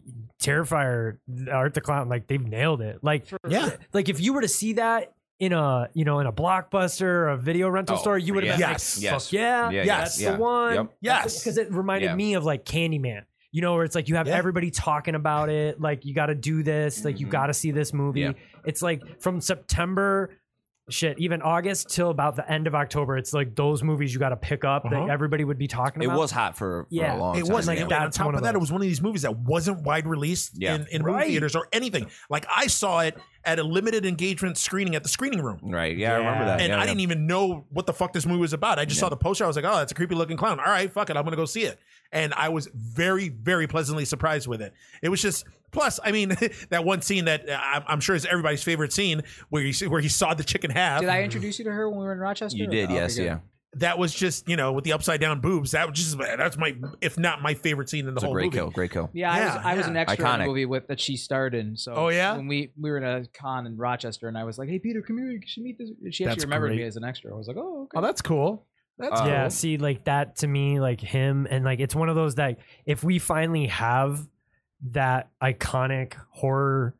E: Terrifier, Art the Clown, like they've nailed it. Like,
C: Yeah.
E: like if you were to see that in a you know in a blockbuster or a video rental
B: Oh,
E: store, you would have been
C: yes.
E: like,
B: Yes.
E: fuck yeah,
B: Yeah,
E: that's
B: yeah,
E: the one.
B: Yep.
C: Yes.
E: because it reminded
B: Yeah.
E: me of like Candyman. You know, where it's like you have
C: Yeah.
E: everybody talking about it, like you got to do this, like you
B: Mhm.
E: got to see this movie.
B: Yeah.
E: It's like from September, shit, even August till about the end of October. It's like those movies you got to pick up
C: Uh-huh.
E: that everybody would be talking
B: It
E: about.
B: was hot for, for
E: Yeah.
B: a long
C: It
B: time.
C: was
E: like
B: yeah.
C: like
E: that.
C: on
E: That's
C: top
E: one
C: of
E: of
C: that,
E: them.
C: it was one of these movies that wasn't wide released
B: Yeah.
C: in, in
E: Right.
C: movie theaters or anything. Like I saw it at a limited engagement screening at the screening room.
B: Right. Yeah, I remember
E: Yeah.
B: that.
C: And
B: yeah,
C: I
B: yeah.
C: didn't even know what the fuck this movie was about. I just saw the poster. I was like, oh, that's a creepy looking clown. All right, fuck it. I'm going to go see it. And I was very, very pleasantly surprised with it. It was just, plus, I mean, that one scene that uh, I'm, I'm sure is everybody's favorite scene where you see, where he saw the chicken half.
D: Did I introduce you to her when we were in Rochester?
B: You did,
D: Okay,
B: yes,
D: good.
B: yeah.
C: that was just, you know, with the upside down boobs. That was just, that's my, if not my favorite scene in the
B: It's a
C: whole
B: great
C: movie.
B: kill. Great kill.
D: Yeah, I was,
C: Yeah,
D: I was an
C: yeah.
D: extra in
B: Iconic.
D: a movie with that she starred in. So
C: Oh, yeah?
D: when we we were in a con in Rochester, and I was like, "Hey, Peter, come here. You should meet this." She actually
E: That's
D: remembered me
E: great.
D: as an extra. I was like, "Oh, okay."
C: Oh, that's cool. That's
B: Uh,
C: cool.
E: yeah, see, like that to me, like him, and like it's one of those that if we finally have that iconic horror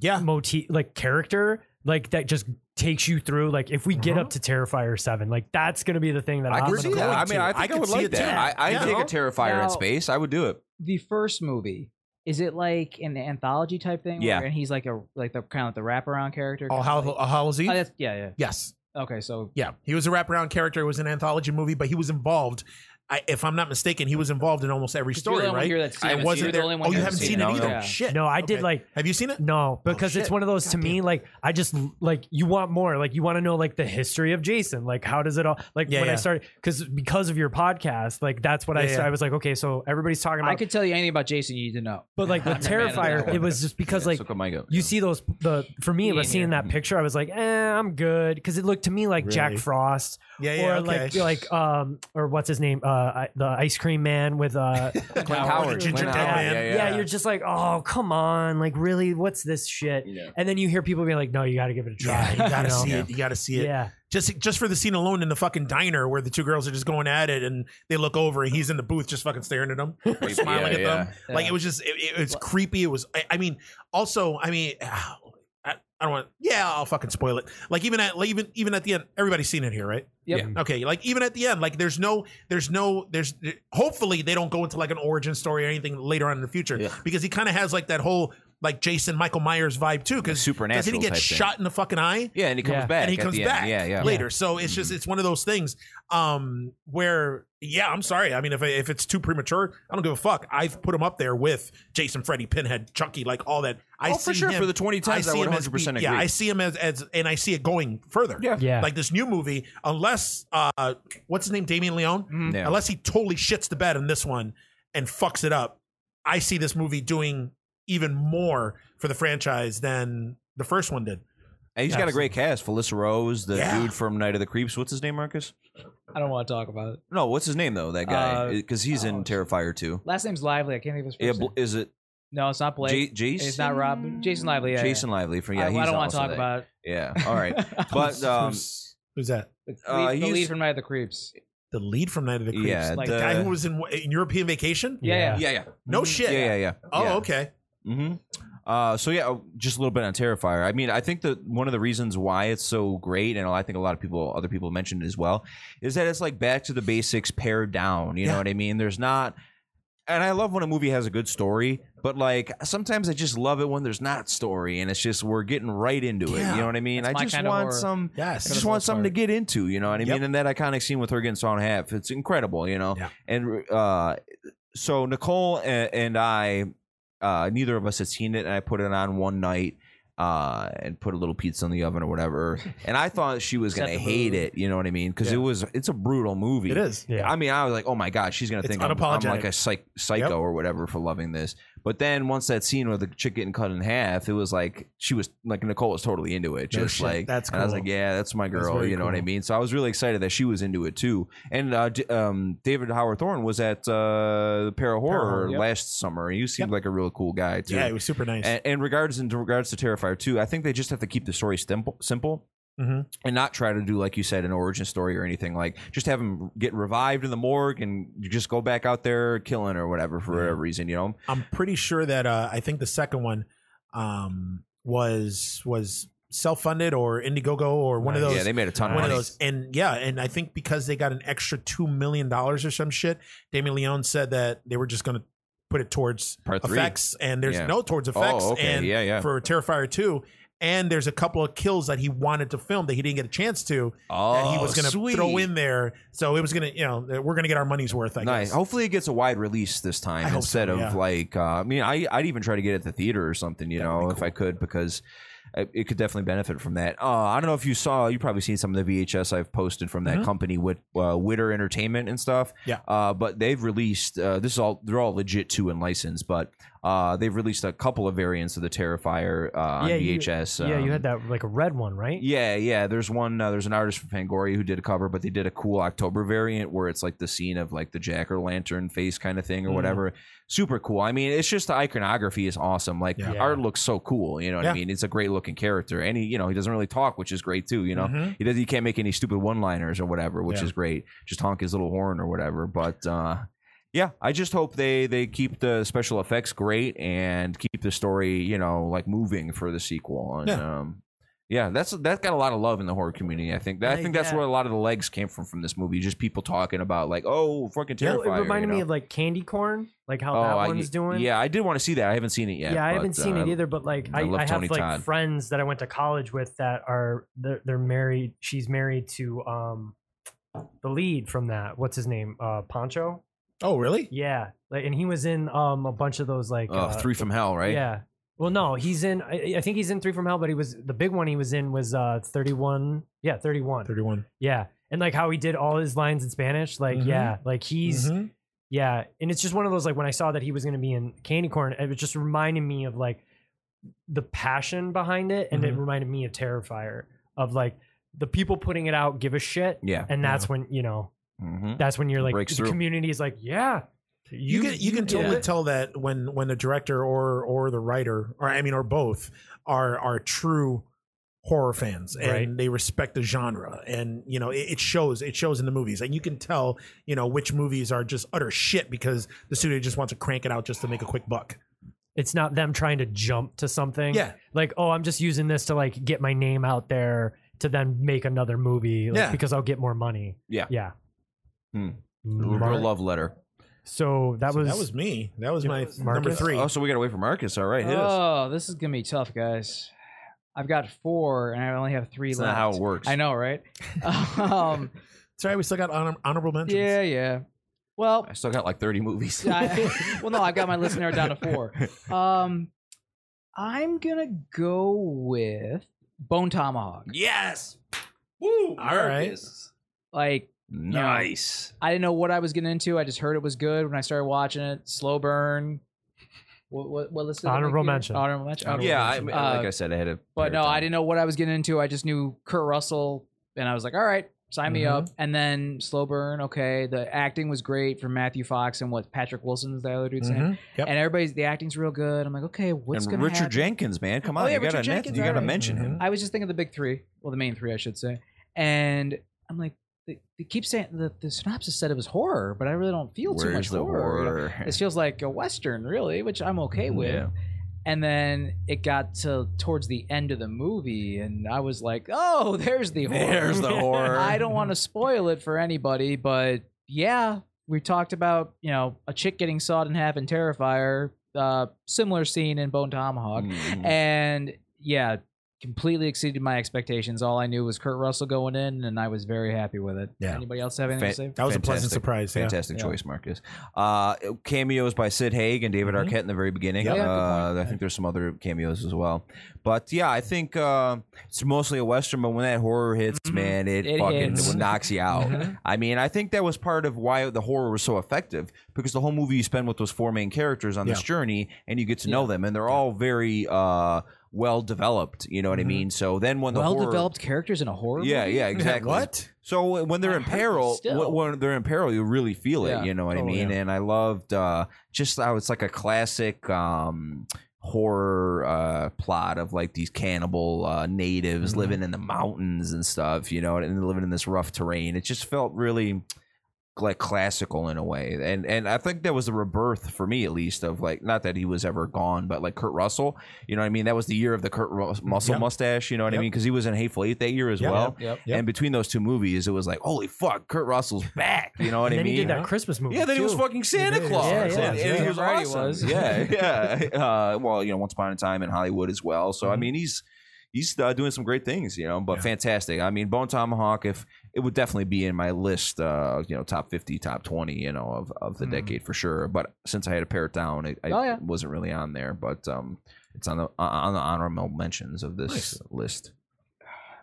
C: Yeah.
E: motif, like character, like that just takes you through. Like if we get
C: Uh-huh.
E: up to Terrifier seven, like that's gonna be the thing that
B: I
E: I'm
B: could
E: gonna
B: see
E: go
B: that. I
E: into.
B: mean, I
C: I
B: think I,
C: could
B: would
C: see
B: like
C: it
B: that.
C: too.
B: I, I'd
C: Yeah.
B: take a Terrifier
D: Now-
B: in space. I would do it.
D: the first movie is it like an anthology type thing?
B: Yeah.
D: where- and he's like a like the kind of like the wraparound character.
C: Oh, how,
D: Like-
C: uh, Hallows Eve?
D: Oh, that's, yeah,
C: yes.
D: yeah. Okay, so
C: Yeah, he was a wraparound character. It was an anthology movie, but he was involved. I, if I'm not mistaken, he was involved in almost every
D: you're
C: story,
D: the only one
C: right?
D: here that's seen
B: I
D: it, so
B: haven't
C: I
B: wasn't
D: you're
C: wasn't
D: the
C: there.
D: only
C: Oh,
D: one
C: you
D: who
C: haven't seen it
B: it. No,
C: either.
B: no.
C: Shit.
E: No, I did
C: Okay.
E: like
C: Have you seen it?
E: no because it's
C: shit.
E: one of those to me
C: Goddamn.
E: like I just like you want more like you want to know like the history of Jason like how does it all like
C: Yeah,
E: when
C: yeah.
E: I started because because of your podcast like that's what I
C: Yeah, yeah.
E: started, I was like okay so everybody's talking about
D: I could tell you anything about Jason you need to know.
E: but like with
D: I'm a man of the
E: Terrifier
D: hour.
E: it was just because
B: Yeah,
E: like
B: so come I go.
E: you see those the for me it
D: Me
E: was seeing
D: neither.
E: that picture I was like eh I'm good because it looked to me like Jack
C: Really?
E: Frost
C: Yeah,
E: or
C: yeah.
E: like
C: okay.
E: like um or what's his name uh I- the ice cream man with uh
B: Clint
C: Howard,
B: Howard.
C: Ginger
B: Clint
C: Dead
B: Howard,
C: Man.
B: Yeah,
E: yeah, you're just like, oh, come on, like really, what's this shit?
B: Yeah.
E: And then you hear people be like, no, you got to give it a try.
C: yeah, you gotta
E: know?
C: see it. You gotta see it.
E: Yeah,
C: Just just for the scene alone in the fucking diner where the two girls are just going at it, and they look over, and he's in the booth just fucking staring at them,
B: Yeah,
C: smiling at
B: yeah.
C: them. Like
D: Yeah.
C: it was just it, it was creepy. It was. I, I mean, also, I mean, I, I don't want. Yeah, I'll fucking spoil it. Like even at like even even at the end, everybody's seen it here, right?
D: Yep.
B: Yeah.
C: Okay, like even at the end, like there's no, there's no, there's. Hopefully, they don't go into like an origin story or anything later on in the future
B: Yeah.
C: because he kind of has like that whole like Jason Michael Myers vibe too. Because
B: supernatural
C: doesn't he get
B: type thing.
C: shot in the fucking eye?
B: Yeah, and he comes
E: Yeah.
B: back.
C: and he
B: at
C: comes
B: the end.
C: back
B: Yeah, yeah.
C: later. So it's just
B: Mhm.
C: it's one of those things um where yeah, I'm sorry. I mean, if if it's too premature, I don't give a fuck. I've put him up there with Jason, Freddy, Pinhead, Chucky, like all that. I
B: Oh, for
C: see
B: sure.
C: him-
B: For the 2010s, I
C: see
B: would
C: him as
B: 100%
C: the- Yeah,
B: agree.
C: I see him as as and I see it going further.
B: Yeah.
E: yeah.
C: Like this new movie, unless uh, what's his name, Damien Leone,
B: Yeah.
C: unless he totally shits the bed in this one and fucks it up, I see this movie doing even more for the franchise than the first one did.
B: And he's got a great cast. Felissa Rose, the
C: Yeah.
B: dude from Night of the Creeps. What's his name, Marcus?
D: I don't want to talk about it.
B: No, what's his name though? That
D: Uh,
B: guy, because he's
D: oh,
B: in Terrifier too.
D: Last name's Lively. I can't think of his first
B: Yeah,
D: name.
B: bl- is it
D: No, it's not Blake.
B: J- Jason?
D: It's not Rob. Jason Lively. Yeah,
B: Jason Lively from oh, yeah.
D: I,
B: he's
D: I don't
B: want to
D: talk about it.
B: Yeah. All right. But um,
C: who's, who's that?
D: The,
B: Uh,
D: lead, the
B: he's-
D: lead from Night of the Creeps.
C: The lead from Night of the Creeps.
B: yeah,
D: like
B: the-
C: the guy who was in, in European Vacation.
D: Yeah, yeah.
B: yeah, yeah,
C: No
D: Mhm.
C: shit.
B: yeah, yeah, yeah.
C: Oh,
B: yeah.
C: okay.
B: Mm-hmm. Uh, so yeah, just a little bit on Terrifier. I mean, I think that one of the reasons why it's so great, and I think a lot of people, other people mentioned it as well, is that it's like back to the basics, pared down. You
C: Yeah.
B: know what I mean? There's not, and I love when a movie has a good story, but like sometimes I just love it when there's not story, and it's just we're getting right into it.
C: Yeah.
B: You know what I mean?
D: That's my
B: I just
D: kind of
B: want
D: horror.
B: some. I
C: Yes.
B: just want something to get into, you know what I mean?
C: Yep.
B: And that iconic scene with her getting sawn in half, it's incredible, you know?
C: Yeah.
B: And uh, so Nicole and, and I, uh, neither of us had seen it, and I put it on one night uh, and put a little pizza in the oven or whatever. And I thought she was
D: Set
B: going to
D: the
B: hate
D: mood.
B: it, you know what I mean? Because
C: Yeah.
B: it was, it's a brutal movie.
C: It is.
E: Yeah.
B: I mean, I was like, oh my God, she's going to
C: It's
B: think I'm, I'm
C: unapologetic.
B: like a psych, psycho
C: Yep.
B: or whatever for loving this. But then once that scene with the chick getting cut in half, it was like, she was like, Nicole was totally into it.
C: No
B: Just
C: shit.
B: like,
C: That's
B: and I was
C: cool.
B: like, yeah, that's my
C: That's
B: girl.
C: very
B: you know what I
C: cool.
B: mean? So I was really excited that she was into it too. And uh, D- um, David Howard Thorne was at uh, Para Horror
C: Horror, yep.
B: last summer. and You seemed like a real cool guy too.
C: Yeah, it was super nice.
B: and, and regards in regards to Terrifier too, I think they just have to keep the story simple. Simple.
C: Mhm.
B: and not try to do like you said an origin story or anything like just have him get revived in the morgue and you just go back out there killing or whatever for whatever reason you know
C: I'm pretty sure that uh, I think the second one um, was was self funded or Indiegogo or one of
E: Nice.
C: those.
B: yeah they made a ton of
C: one of
B: money
C: those, and yeah, and I think because they got an extra two million dollars or some shit, Damien Leone said that they were just going to put it towards
B: part three
C: effects, and there's
B: Yeah.
C: no towards effects,
B: oh okay
C: and
B: yeah yeah
C: for Terrifier two, and there's a couple of kills that he wanted to film that he didn't get a chance to,
B: oh
C: that he was going
B: sweet.
C: to throw in there. So it was going to, you know, we're going to get our money's worth. I
B: Nice. Oh,
C: guess.
B: Hopefully, it gets a wide release this time
C: I hope
B: instead
C: so,
B: of
C: yeah.
B: like. Uh, I mean, I I'd even try to get it at the theater or something. You know, if I could, because I- it could definitely benefit from that. Uh, I don't know if you saw. You probably seen some of the VHS I've posted from that
C: Mhm.
B: company with uh, Witter Entertainment and stuff.
C: Yeah.
B: Uh, but they've released. Uh, this is all. They're all legit too and licensed, but uh, they've released a couple of variants of the Terrifier uh, on
E: Yeah, you-
B: VHS.
E: yeah, you
B: um,
E: had that like a red one, right?
B: yeah, yeah. There's one. Uh, there's an artist from Pangoria who did a cover, but they did a cool October variant where it's like the scene of like the jack o' lantern face kind of thing or
C: Mhm.
B: whatever. Super cool. I mean, it's just the iconography is awesome. Like
C: Yeah.
B: the art looks so cool. You know what
C: Yeah.
B: I mean? It's a great looking character, and he, you know, he doesn't really talk, which is great too. You know,
C: Mhm.
B: he does. He can't make any stupid one liners or whatever, which
C: Yeah.
B: is great. Just honk his little horn or whatever. But uh, yeah, I just hope they they keep the special effects great and keep the story you know like moving for the sequel. And,
C: Yeah.
B: Um, yeah, that's that got a lot of love in the horror community. I think that, I
E: Hey,
B: think that's
E: yeah.
B: where a lot of the legs came from from this movie. Just people talking about like, oh, fucking
E: You know,
B: terrifying.
E: it reminded me of like candy corn, like how
B: oh,
E: that
B: I-
E: one's doing.
B: Yeah, I did want to see that. I haven't seen it yet.
E: Yeah, I
B: but,
E: haven't seen
B: uh,
E: it either, but like
B: I
E: I,
B: love
E: I, have
B: Tony
E: like
B: Todd.
E: friends that I went to college with that are they're, they're married. She's married to um the lead from that. What's his name? Uh Poncho.
C: Oh, really?
E: Yeah, like and he was in um a bunch of those like
B: Uh,
E: uh,
B: Three from Hell, right?
E: Yeah. Well, no, he's in. I, I think he's in Three from Hell, but he was the big one. He was in was uh thirty one. Yeah, thirty one.
C: Thirty one.
E: Yeah, and like how he did all his lines in Spanish. Like
C: Mhm.
E: yeah, like he's.
C: Mhm.
E: Yeah, and it's just one of those like when I saw that he was going to be in Candy Corn, it was just reminded me of like the passion behind it, and
C: Mhm.
E: it reminded me of Terrifier of like the people putting it out give a shit,
B: Yeah.
E: and that's when you know
B: hmm
E: that's when you're like
B: Breaks
E: the
B: through.
E: community is like yeah,
C: You, can you can
E: did
C: totally
E: it.
C: tell that when when the director or or the writer or I mean or both are are true horror fans and
E: Right.
C: they respect the genre and you know it, it shows it shows in the movies and you can tell you know which movies are just utter shit because the studio just wants to crank it out just to make a quick buck.
E: It's not them trying to jump to something.
C: Yeah.
E: like oh, I'm just using this to like get my name out there to then make another movie like,
C: Yeah.
E: because I'll get more money.
B: Yeah.
E: yeah.
B: Hmm.
E: Mark-
B: Real love letter.
E: So that
C: So
E: was
C: that was me. That was
E: Yeah,
C: my
E: Marcus?
C: number three.
B: Oh, so we got away from Marcus. All right, hit us.
D: Oh, this is gonna be tough, guys. I've got four, and I only have three
B: That's
D: left.
B: not how it works.
D: I know, right? um,
C: Sorry, we still got honor- honorable mentions.
D: yeah, yeah. Well,
B: I still got like 30 movies.
D: I, well, no, I've got my listener down to four. Um, I'm gonna go with Bone Tomahawk.
B: yes. Woo.
C: All right.
D: Like,
B: Nice.
D: I didn't know what I was getting into. I just heard it was good when I started watching it. Slow burn. What what, what listed it like
E: Honorable
D: here?
E: mention.
D: Honorable mention. Okay.
B: Yeah, I, like
D: Uh,
B: I said, I had a.
D: But no, I didn't know what I was getting into. I just knew Kurt Russell, and I was like, all right, sign me up.
B: Mm-hmm.
D: And then slow burn. Okay, the acting was great from Matthew Fox and what Patrick Wilson's the other dude's name.
C: Mhm. Yep.
D: And everybody's the acting's real good. I'm like, okay, what's
B: Mm-hmm. and
D: gonna
B: Richard
D: happen?
B: Jenkins, man, come
D: Oh,
B: on,
D: yeah,
B: you gotta
D: Richard
B: men-
D: Jenkins,
B: you gotta
D: alright.
B: mention him.
D: I was just thinking of the big three, well, the main three, I should say. And I'm like, they, they keep saying the, the synopsis said it was horror, but I really don't feel too much
B: Where's the
D: horror. you know?
B: horror?
D: This feels like a western, really, which I'm okay with.
B: Yeah.
D: And then it got to towards the end of the movie, and I was like, "Oh, there's the horror."
B: There's the horror.
D: I don't want to spoil it for anybody, but yeah, we talked about you know a chick getting sawed in half in Terrifier, uh, similar scene in Bone Tomahawk,
B: Mm.
D: and yeah, completely exceeded my expectations. All I knew was Kurt Russell going in, and I was very happy with it.
C: Yeah.
D: Anybody else have anything to say?
C: That was a pleasant
B: Fantastic.
C: surprise. Yeah.
B: Fantastic
D: Yeah.
B: choice, Marcus. Uh, cameos by Sid Haig and David
C: Mhm.
B: Arquette in the very beginning.
D: Mm-hmm. Yeah, good
B: uh,
D: point.
B: I think there's some other cameos as well. But yeah, I think uh, it's mostly a western. But when that horror hits,
D: Mhm.
B: man, it,
D: It
B: fucking
D: hits. Mm-hmm.
B: knocks you out. I mean, I think that was part of why the horror was so effective because the whole movie you spend with those four main characters on this journey, and you get to know them, and they're all very uh, well developed. You know what I
C: Mhm.
D: Mm-hmm.
B: mean? So then when the horror-
D: Well developed characters in a horror.
B: yeah,
D: movie?
B: yeah, exactly.
C: What?
B: So when they're
D: I
B: in
D: heard this
B: peril,
D: still.
B: when, when they're in peril, you really feel it.
D: Yeah,
B: you know what
D: totally,
B: I mean? And I loved uh, just how it's like a classic um, horror uh, plot of like these cannibal uh, natives
D: Mm-hmm.
B: living in the mountains and stuff, you know, and living in this rough terrain. It just felt really like classical in a way, and and I think that was the rebirth for me at least of like not that he was ever gone, but like Kurt Russell, you know what I mean? That was the year of the Kurt Rus- Muscle
C: Yep.
B: mustache, you know what I
C: Yep.
B: mean? Because he was in Hateful Eight that year as
C: Yep.
B: well.
A: Yep.
B: And between those two movies, it was like, holy fuck, Kurt Russell's back. You know what
E: and
B: I
E: then
B: mean?
E: he did that Christmas movie.
B: Yeah, then he was
E: too.
B: fucking Santa
C: did.
B: Claus.
E: Yeah,
B: and-
E: yeah.
B: and
E: Yeah.
B: he was
D: Right, he
B: awesome.
D: was.
B: Yeah, yeah. Uh, well, you know, Once Upon a Time in Hollywood as well. So
E: Mm-hmm.
B: I mean, he's he's uh, doing some great things, you know. But fantastic. I mean, Bone Tomahawk. If it would definitely be in my list, uh, you know, top fifty, top twenty, you know, of, of the
E: Mhm.
B: decade for sure. But since I had to pare it down, it, I
D: Oh, yeah.
B: wasn't really on there. But um, it's on the on the honorable mentions of this
C: Nice.
B: list.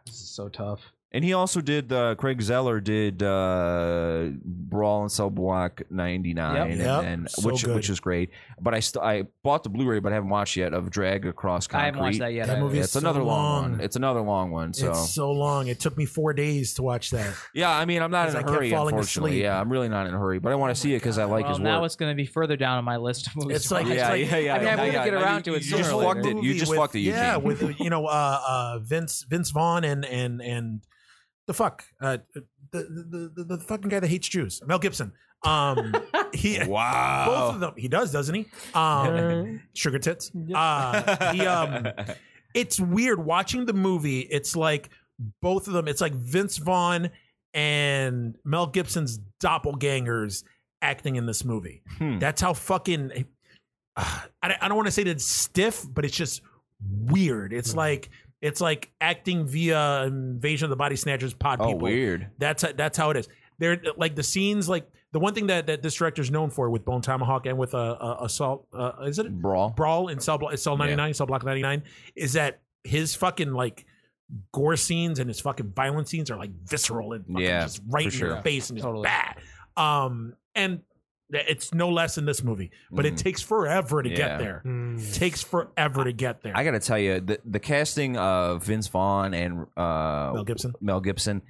D: This is so tough.
B: And he also did uh, Craig Zeller did uh, Brawl and Cell Block
D: Yep.
B: '99,
C: Yep.
B: and, and
C: So
B: which
C: good.
B: which is great. But I st- I bought the Blu-ray, but I haven't watched yet of Drag Across Concrete.
D: I haven't watched that yet.
C: That
D: either.
C: movie
B: Yeah,
C: is
B: it's
C: so
B: another long.
C: long.
B: one. It's another long one. So
C: It's so long. It took me four days to watch that.
B: yeah, I mean, I'm not
C: 'Cause
B: in a
C: I kept
B: hurry.
C: falling
B: Unfortunately,
C: asleep.
B: yeah, I'm really not in a hurry. But I want to see it because I like
D: well,
B: his work.
D: now it's going to be further down on my list of movies.
C: It's
D: to
C: like-
D: watch.
C: it's like-
D: I mean, I wanna get around
B: you-
D: to it
B: You just
D: sooner or
B: fucked
D: later.
B: it. You just
C: Movie
B: fucked it.
C: with-
B: Eugene.
C: Yeah, with you know uh, uh, Vince Vince Vaughn and and and the fuck uh, the, the the the fucking guy that hates Jews, Mel Gibson. Um, he
B: wow.
C: both of them he does, doesn't he?
E: Uh,
C: Um, sugar tits. Uh, he um, it's weird watching the movie. It's like both of them. It's like Vince Vaughn and Mel Gibson's doppelgangers acting in this movie.
B: Hmm.
C: That's how fucking. Ah, I don't- I don't want to say that it's stiff, but it's just weird.
B: Hmm.
C: It's like it's like acting via Invasion of the Body Snatchers pod
B: oh,
C: people.
B: weird.
C: That's that's how it is. They're like the scenes, like the one thing that, that this director's known for with Bone Tomahawk and with uh, uh, Assault. Uh, is it
B: Brawl.
C: brawl in cell Blo- cell 99 cell block 99 is that his fucking like gore scenes and his fucking violent scenes are like visceral and fucking
B: Yeah,
C: just right in
B: for
C: your
B: sure.
C: face and
D: Totally.
C: just bad um and th- it's no less in this movie but it
B: Mhm.
C: takes forever to get
B: Yeah.
C: there
E: Mm.
C: takes forever to get there
B: I got to tell you, the the casting of Vince Vaughn and uh,
C: mel gibson
B: Mel Gibson,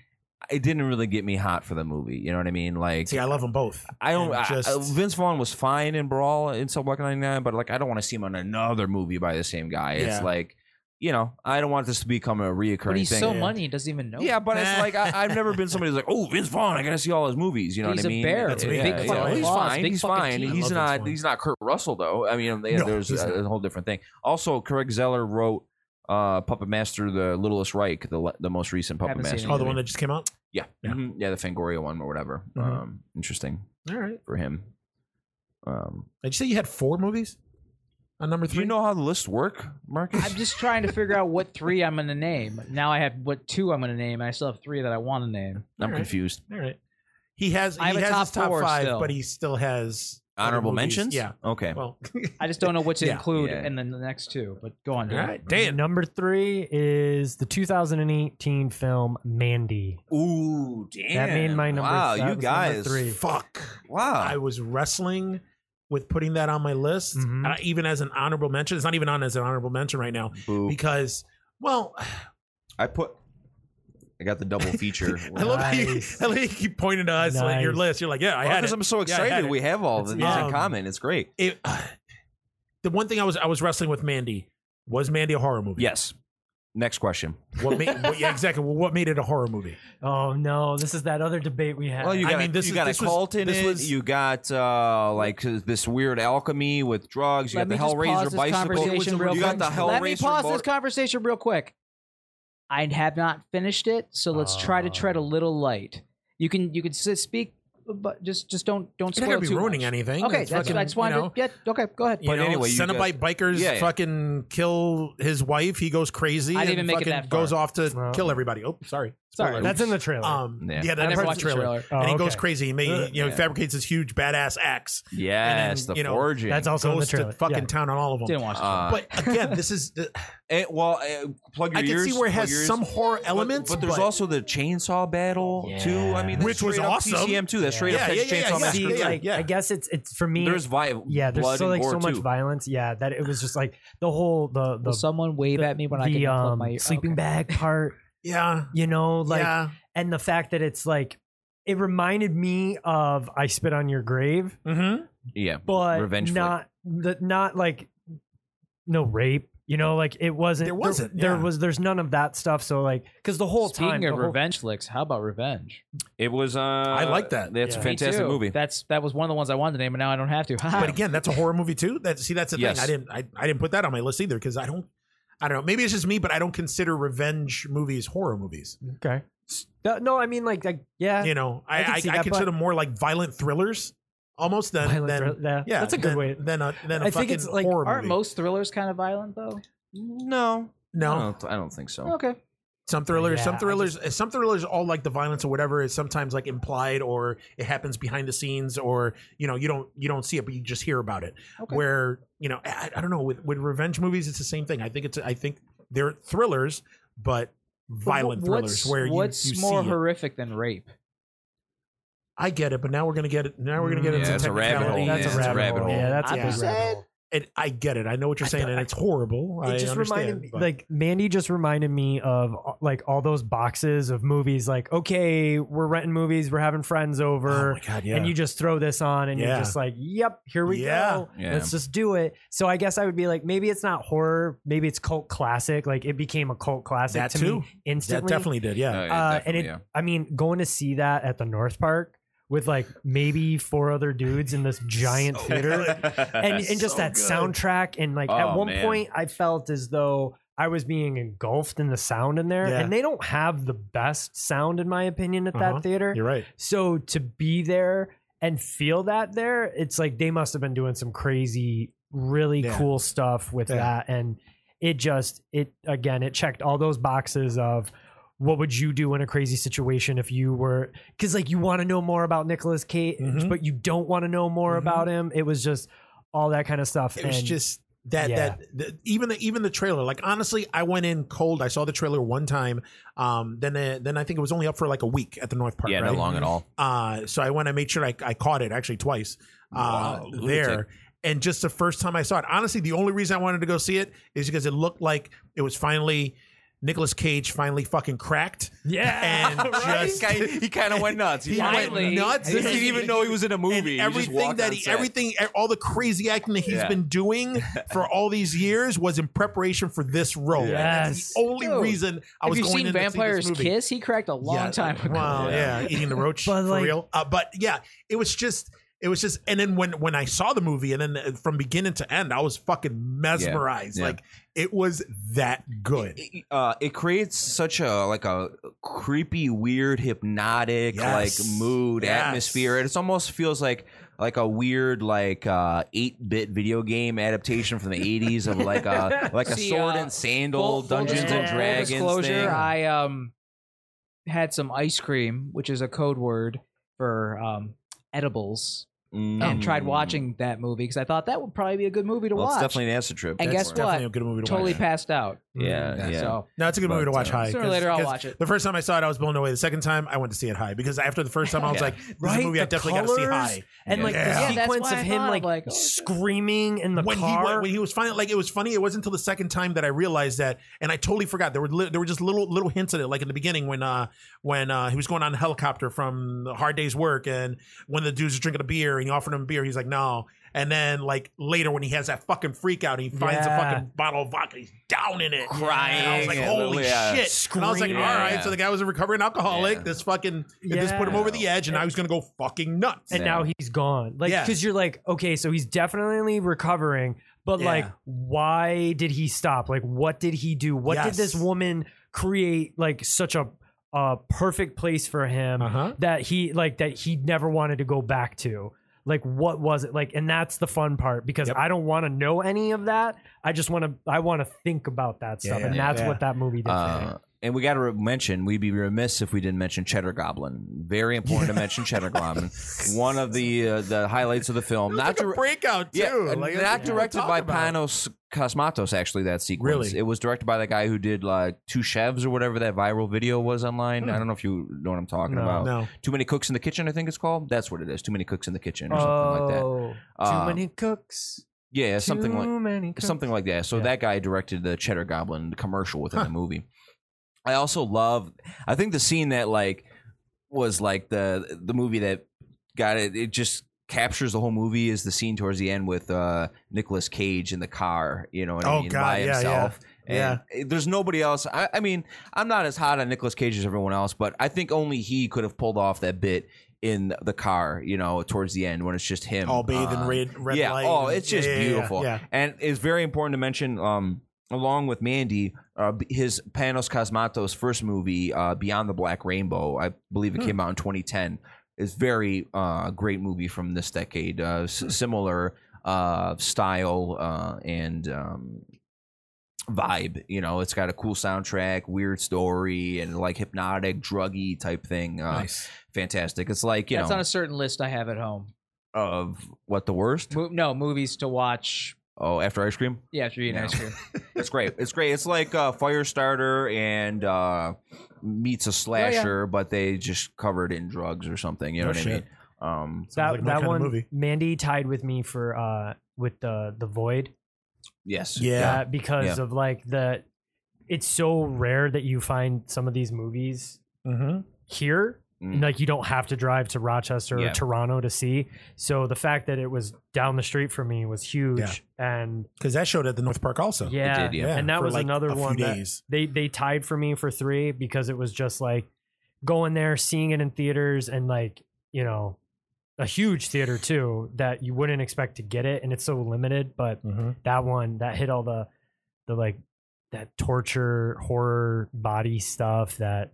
B: it didn't really get me hot for the movie. You know what I mean? Like,
C: see i love them both
B: I don't.
C: and
B: I-
C: just-
B: I- Vince Vaughn was fine in Brawl in Cell Block 99, but like, I don't want to see him on another movie by the same guy.
C: Yeah.
B: It's like, you know, I don't want this to become a reoccurring
D: but he's
B: thing.
D: so
C: Yeah.
D: money, he doesn't even know.
B: yeah, but it's like I, I've never been somebody who's like, oh, Vince Vaughn, I gotta see all his movies. You know
D: He's
B: what
D: a
B: I mean?
D: bear.
C: That's
B: yeah,
C: big
B: yeah,
C: fucking
B: He's
D: claws,
B: fine.
D: big
B: He's
D: fucking
B: fine.
D: teeth.
B: He's
C: I love Vince
B: not.
C: Vaughn.
B: He's not Kurt Russell though. I mean, they,
C: No,
B: there's
C: he's
B: a,
C: not.
B: a whole different thing. Also, Craig Zeller wrote uh, Puppet Master, the Littlest Reich, the le- the most recent Puppet
D: Haven't seen
B: Master.
D: it.
C: oh the
B: movie.
C: one that just came out
B: Yeah.
C: Yeah.
B: Mhm. Yeah, the Fangoria one or whatever.
C: Mhm.
B: Um, interesting
C: all right
B: for him. Um,
C: did you say you had four movies on number
B: do
C: three
B: you know how the lists work, Marcus?
D: I'm just trying to figure out what three I'm going to name. Now I have what two I'm going to name. and I still have three that I want to name.
B: I'm
C: Alright.
B: confused.
C: all right he has he
D: I have a
C: has
D: top
C: his top
D: four
C: five
D: still.
C: but he still has other
B: Honorable
C: movies.
B: mentions?
C: yeah
B: Okay.
C: well
D: I just don't know what to
C: Yeah.
D: include
B: Yeah.
D: in the the next two. But go on.
C: all
D: Dan.
C: right dan
E: Number three is the 2018 film Mandy.
B: Ooh, damn.
E: That made my number.
B: Wow,
E: that
B: you
E: was number
B: guys.
E: three.
C: fuck I
B: Wow.
C: was wrestling with putting that on my list,
E: Mhm.
C: and I, even as an honorable mention. It's not even on as an honorable mention right now
B: Boo.
C: because, well,
B: I put. I got the double feature.
C: I love how you,
E: Nice.
C: I love how you keep pointing to us like your
E: Nice.
C: list. You're like, yeah, I had
B: because
C: it.
B: I'm so
C: Yeah, I had
B: excited.
C: it.
B: we have all the
E: That's
B: these
C: awesome.
B: in common. It's great.
C: It- uh, the one thing I was I was wrestling with Mandy was Mandy a horror movie?
B: Yes. Next question.
C: What made? What, yeah, exactly. Well, what made it a horror movie?
E: Oh no, this is that other debate we had.
B: Well, you
C: I
B: got,
C: mean, this
B: you
C: is-
B: got
C: this
B: a
C: was-
B: cult in
C: this
B: it.
C: was-
B: you got uh, like this weird alchemy with drugs. You
D: Let me
B: got the
D: just pause
B: Hellraiser
D: this
B: bicycle.
D: conversation real
B: You got
D: quick.
B: the Hellraiser.
D: Let me pause
B: motor-
D: this conversation real quick. I have not finished it, so let's try to tread a little light. You can you can s- speak, but just just don't don't
C: It's not
D: spoil
C: gonna be
D: too
C: ruining
D: much.
C: anything.
D: Okay,
C: It's
D: that's
C: fucking,
D: I just wanted.
C: you know,
D: to, yeah, okay, go ahead.
C: you
B: But
C: know,
B: anyway, you
C: Cenobite bikers
B: Yeah, yeah.
C: fucking kill his wife. He goes crazy.
D: I didn't
C: and
D: even make it
C: fucking
D: that far.
C: Goes off to
E: Well.
C: kill everybody. Oh, sorry.
D: Sorry.
C: Spoiler.
E: that's in the trailer.
C: Um,
B: Yeah.
C: yeah,
D: I
C: that
D: never
C: part's
D: watched the trailer.
E: Oh,
C: and he
E: okay.
C: goes crazy. He, may,
E: Uh,
C: you know,
B: yeah.
C: fabricates this huge badass axe.
B: Yes,
C: then,
B: the
C: you know,
B: forging.
E: That's also in the
C: Goes
E: trailer.
C: to fucking
E: yeah.
C: town on all of them.
D: Didn't watch the
B: Uh,
C: But again, this is the,
B: And, well, uh, plug your
C: I can
B: ears.
C: see where it
B: plug
C: has
B: your ears.
C: some horror elements,
B: but there's
C: but-
B: also the chainsaw battle too. I mean, that's
C: Which was
B: straight up
C: awesome.
B: TCM too. That's straight
C: Yeah,
B: up
C: yeah,
B: Texas
C: yeah, yeah,
B: chainsaw
C: yeah,
B: massacre.
E: See,
C: yeah,
E: like,
C: yeah.
E: I guess it's it's for me.
B: There's vi-
E: yeah, there's
B: blood
E: so
B: and
E: like so
B: gore,
E: much
B: too.
E: violence. Yeah, that it was just like the whole the the
D: Will someone wave
E: the-
D: at me when
E: the,
D: I can plug
E: um,
D: my uh,
E: sleeping
D: okay.
E: bag part.
C: yeah,
E: You know, like
C: yeah,
E: and the fact that it's like it reminded me of I spit on your grave,
C: mm-hmm.
B: Yeah,
E: but
B: Revenge flick.
E: not the, not like no rape. You know, like it wasn't.
C: There wasn't,
E: There,
C: yeah.
E: was. There's none of that stuff. So like, because the whole
D: Speaking
E: time,
D: of
E: the whole-
D: revenge flicks, how about Revenge?
B: It was. Uh, I
C: like that.
B: That's
E: Yeah.
B: a
E: Me
B: fantastic
D: Me too.
B: movie.
D: That's that was one of the ones I wanted to name, and now I don't have to.
C: But again, that's a horror movie too. That see, that's the
B: Yes.
C: thing. I didn't, I, I didn't put that on my list either because I don't, I don't know. Maybe it's just me, but I don't consider revenge movies horror movies.
E: Okay. No, no, I mean like, like yeah,
C: You know, I
E: I can
C: I,
E: see
C: I
E: that,
C: consider
E: but-
C: them more like violent thrillers almost than
E: violent
C: than
E: thrill- yeah,
C: yeah.
E: that's a good
C: than,
E: way.
C: Than a than a
E: I
C: fucking
E: think it's like
C: horror
D: aren't
C: movie.
D: most thrillers kind of violent though?
B: no, I
C: no,
B: don't, I don't think
C: Oh.
B: so.
D: Okay,
C: some thrillers,
E: Yeah,
C: some
E: I
C: thrillers, eh, some thrillers. All like the violence or whatever is sometimes like implied or it happens behind the scenes or you know you don't you don't see it but you just hear about it.
D: okay.
C: where you know I, I don't know with, with revenge movies it's the same thing i think it's i think they're thrillers but violent
D: Wh-
C: thrillers
D: what's,
C: where you,
D: what's
C: you
D: more
C: see it.
D: horrific than rape?
C: i get it but now we're gonna get it now we're gonna get
E: Mm,
B: Yeah,
E: It's a
C: into
B: that's a rabbit hole.
C: technicalities.
E: That's a
B: man. It's
E: rabbit hole. Yeah, that's a
C: Yeah.
E: big rabbit hole.
C: It- i get it i know what you're
E: I
C: saying
E: thought-
C: and it's horrible i
E: It just
C: understand
E: reminded me,
C: but-
E: like Mandy just reminded me of uh, like all those boxes of movies. Like, okay, we're renting movies, we're having friends
C: oh
E: over,
C: my god yeah
E: and you just throw this on, and
C: Yeah.
E: you're just like, "Yep, here we
C: Yeah.
E: go.
B: Yeah.
E: Let's just do it." So I guess I would be like, maybe it's not horror, maybe it's cult classic. Like it became a cult classic
C: That
E: to
C: too.
E: me instantly.
C: that definitely did yeah
B: No, yeah,
E: Uh, and
B: definitely,
E: it,
B: yeah.
E: I mean, going to see that at the North Park with like maybe four other dudes in this giant theater, and, and just
B: So
E: that
B: good.
E: soundtrack and like
B: Oh,
E: at one
B: man.
E: point i felt as though i was being engulfed in the sound in there
C: Yeah.
E: and they don't have the best sound in my opinion at
C: Uh-huh.
E: that theater
C: you're right
E: so to be there and feel that there it's like they must have been doing some crazy really
C: Yeah.
E: cool stuff with
C: Yeah.
E: that and it just it again it checked all those boxes of what would you do in a crazy situation if you were because like you want to know more about Nicolas Cage,
C: Mhm.
E: but you don't want to know more
C: Mhm.
E: about him. It was just all that kind of stuff.
C: it was
E: and
C: just that
E: yeah.
C: that the, even the even the trailer like honestly i went in cold i saw the trailer one time um then uh, then i think it was only up for like a week at the north park
B: yeah,
C: right?
B: not long at all.
C: uh so i went and made sure i, I caught it actually twice uh
B: Wow, lunatic.
C: there and just the first time i saw it honestly the only reason i wanted to go see it is because it looked like it was finally Nicolas Cage finally fucking cracked.
E: yeah,
C: And just
B: he kind of went nuts.
C: he
D: Finally.
C: went nuts.
D: He didn't
C: And-
D: even
B: he was in a
C: and everything that he, everything, e, all the crazy acting that he's
B: Yeah.
C: been doing for all these years was in preparation for this role. And that's
E: Yes.
C: the only
D: Dude,
C: reason I
D: Have
C: was
D: you
C: going
D: seen
C: in to see this
D: Vampires
C: movie.
D: Kiss? He cracked a long
C: Yeah,
D: time ago.
C: Wow, yeah.
B: Yeah.
C: eating the roach
E: But,
C: for
E: like-
C: real. Uh, but yeah, it was just, it was just, and then when when I saw the movie, and then uh, from beginning to end, I was fucking mesmerized.
B: yeah.
C: Like it was that good.
B: It, uh, it creates such a like a creepy, weird, hypnotic
C: Yes.
B: like mood
C: Yes.
B: atmosphere. It almost feels like like a weird like uh eight bit video game adaptation from the eighties of like a like a
D: See,
B: sword
D: uh,
B: and sandal,
D: Full- full
B: Dungeons
D: disclo-
B: and
D: full
B: Dragons
D: disclosure,
B: thing.
D: I um had some ice cream, which is a code word for um edibles, and
B: Mm.
D: tried watching that movie because I thought that would probably be a good movie to
B: Well, it's
D: watch.
B: definitely an acid trip.
D: And
C: That's
D: guess
C: definitely
D: what?
C: a good movie to
D: totally
C: watch.
D: passed out.
B: Uh, yeah, yeah.
D: So
C: No, it's a good movie to
B: But,
C: watch.
B: uh,
C: high.
D: sooner or
C: 'cause-
D: later I'll
C: 'cause
D: watch it.
C: The first time I saw it, I was blown away. The second time, I went to see it high because after the first time, I was
B: Yeah.
C: like, "This is a
E: Right?
C: movie I
E: The
C: definitely got to see
E: colors?
C: high."
E: and like
C: Yeah.
E: the
D: Yeah, that's
E: sequence
D: why
E: of
D: I
E: him
D: thought,
E: like,
D: like, oh, shit.
E: screaming in the
C: when he
E: car.
C: went, when he was finally like it was funny. It wasn't until the second time that I realized that, and I totally forgot. There were li- there were just little little hints at it, like in the beginning when uh when uh he was going on a helicopter from the hard day's work, and when the dude's drinking a beer and he offered him beer, he's like no. And then like later when he has that fucking freak out, he finds
E: Yeah.
C: a fucking bottle of vodka, he's down in it,
B: Crying
C: And I was like,
B: and
C: holy
B: little- yeah,
C: shit! And I was like, all
E: screaming.
C: right,
B: Yeah.
C: so the guy was a recovering alcoholic.
B: Yeah.
C: This fucking this put him
E: Yeah.
C: over the edge, and I was gonna go fucking nuts.
E: and now he's gone. Like,
C: Yeah.
E: because you're like, okay, so he's definitely recovering, but
C: Yeah.
E: like, why did he stop? Like, what did he do? What did this
C: Yes.
E: woman create? Like, such a a perfect place for him
C: Uh-huh.
E: that he like that he never wanted to go back to. Like, what was it like? And that's the fun part because
C: Yep.
E: I don't want to know any of that. I just want to. I want to think about that stuff,
C: yeah,
E: and
C: yeah,
E: that's
C: yeah.
E: what that movie did. for me.
B: Uh, and we got to re- mention, we'd be remiss if we didn't mention Cheddar Goblin. Very important to mention Cheddar Goblin. One of the uh, the highlights of the film. Not
C: Not like a
B: dir-
C: breakout too.
B: yeah,
C: Like,
B: not
C: that's what we're
B: directed
C: talking
B: by
C: about.
B: Panos Cosmatos. Actually, that sequence.
C: Really?
B: It was directed by the guy who did like Two Chefs or whatever that viral video was online. I don't know if you know what I'm talking
E: No.
B: about.
C: Hmm. No.
B: Too many cooks in the kitchen. I think it's called. That's what it is. Too many cooks in the kitchen or something like that.
E: Oh,
B: Uh,
E: too many cooks.
B: Yeah, something
E: too
B: like
E: many cooks.
B: something like that. So
E: Yeah.
B: that guy directed the Cheddar Goblin commercial within the movie. I also love. I think the scene that like was like the the movie that got it. It just captures the whole movie is the scene towards the end with uh, Nicolas Cage in the car, you know, what I
C: Oh,
B: mean,
C: God,
B: by
C: yeah, yeah.
B: himself.
C: Yeah.
B: And it- there's nobody else. I, I mean, I'm not as hot on Nicolas Cage as everyone else, but I think only he could have pulled off that bit in the car, you know, towards the end when it's just him.
C: all bathed in
B: Uh,
C: red, red
B: yeah.
C: light.
B: Oh,
C: and-
B: it's just
C: yeah, yeah, yeah,
B: beautiful.
C: Yeah.
B: And it's very important to mention, um, along with Mandy, uh, b- his Panos Cosmatos first movie, uh, Beyond the Black Rainbow, I believe
D: Hmm.
B: it came out in 2010, is very uh, great movie from this decade. Uh,
D: Hmm.
B: s- similar uh, style uh, and um, vibe. You know, it's got a cool soundtrack, weird story, and like hypnotic, druggy type thing. Uh,
C: Nice.
B: Fantastic. It's like you
D: That's
B: know
D: on a certain list I have at home.
B: of what the worst.
D: Mo- no movies to watch.
B: Oh, after ice cream.
D: Yeah, after eating
B: No.
D: ice cream.
B: It's great. It's great. It's like uh, Firestarter and uh, meets a slasher, but they just covered in drugs or something. You know
C: No
B: what
C: shit.
B: I mean? Um,
E: that
C: Sounds like my
E: that
C: kinda
E: one
C: movie.
E: Mandy tied with me for uh with the the void
B: yes.
C: Yeah.
E: uh, because
B: Yeah.
E: of like the it's so rare that you find some of these movies
C: Mm-hmm.
E: here
B: Mm.
E: like you don't have to drive to Rochester
B: Yeah.
E: or Toronto to see so the fact that it was down the street from me was huge and
C: Because that showed at the North Park also.
E: yeah,
B: did, yeah.
E: and that
C: for
E: was
C: like
E: another
C: a few
E: one that
C: days.
E: they they tied for me for three because it was just like going there, seeing it in theaters, and like you know, a huge theater too that you wouldn't expect to get it, and it's so limited. But
C: Mhm.
E: that one that hit all the the like that torture horror body stuff that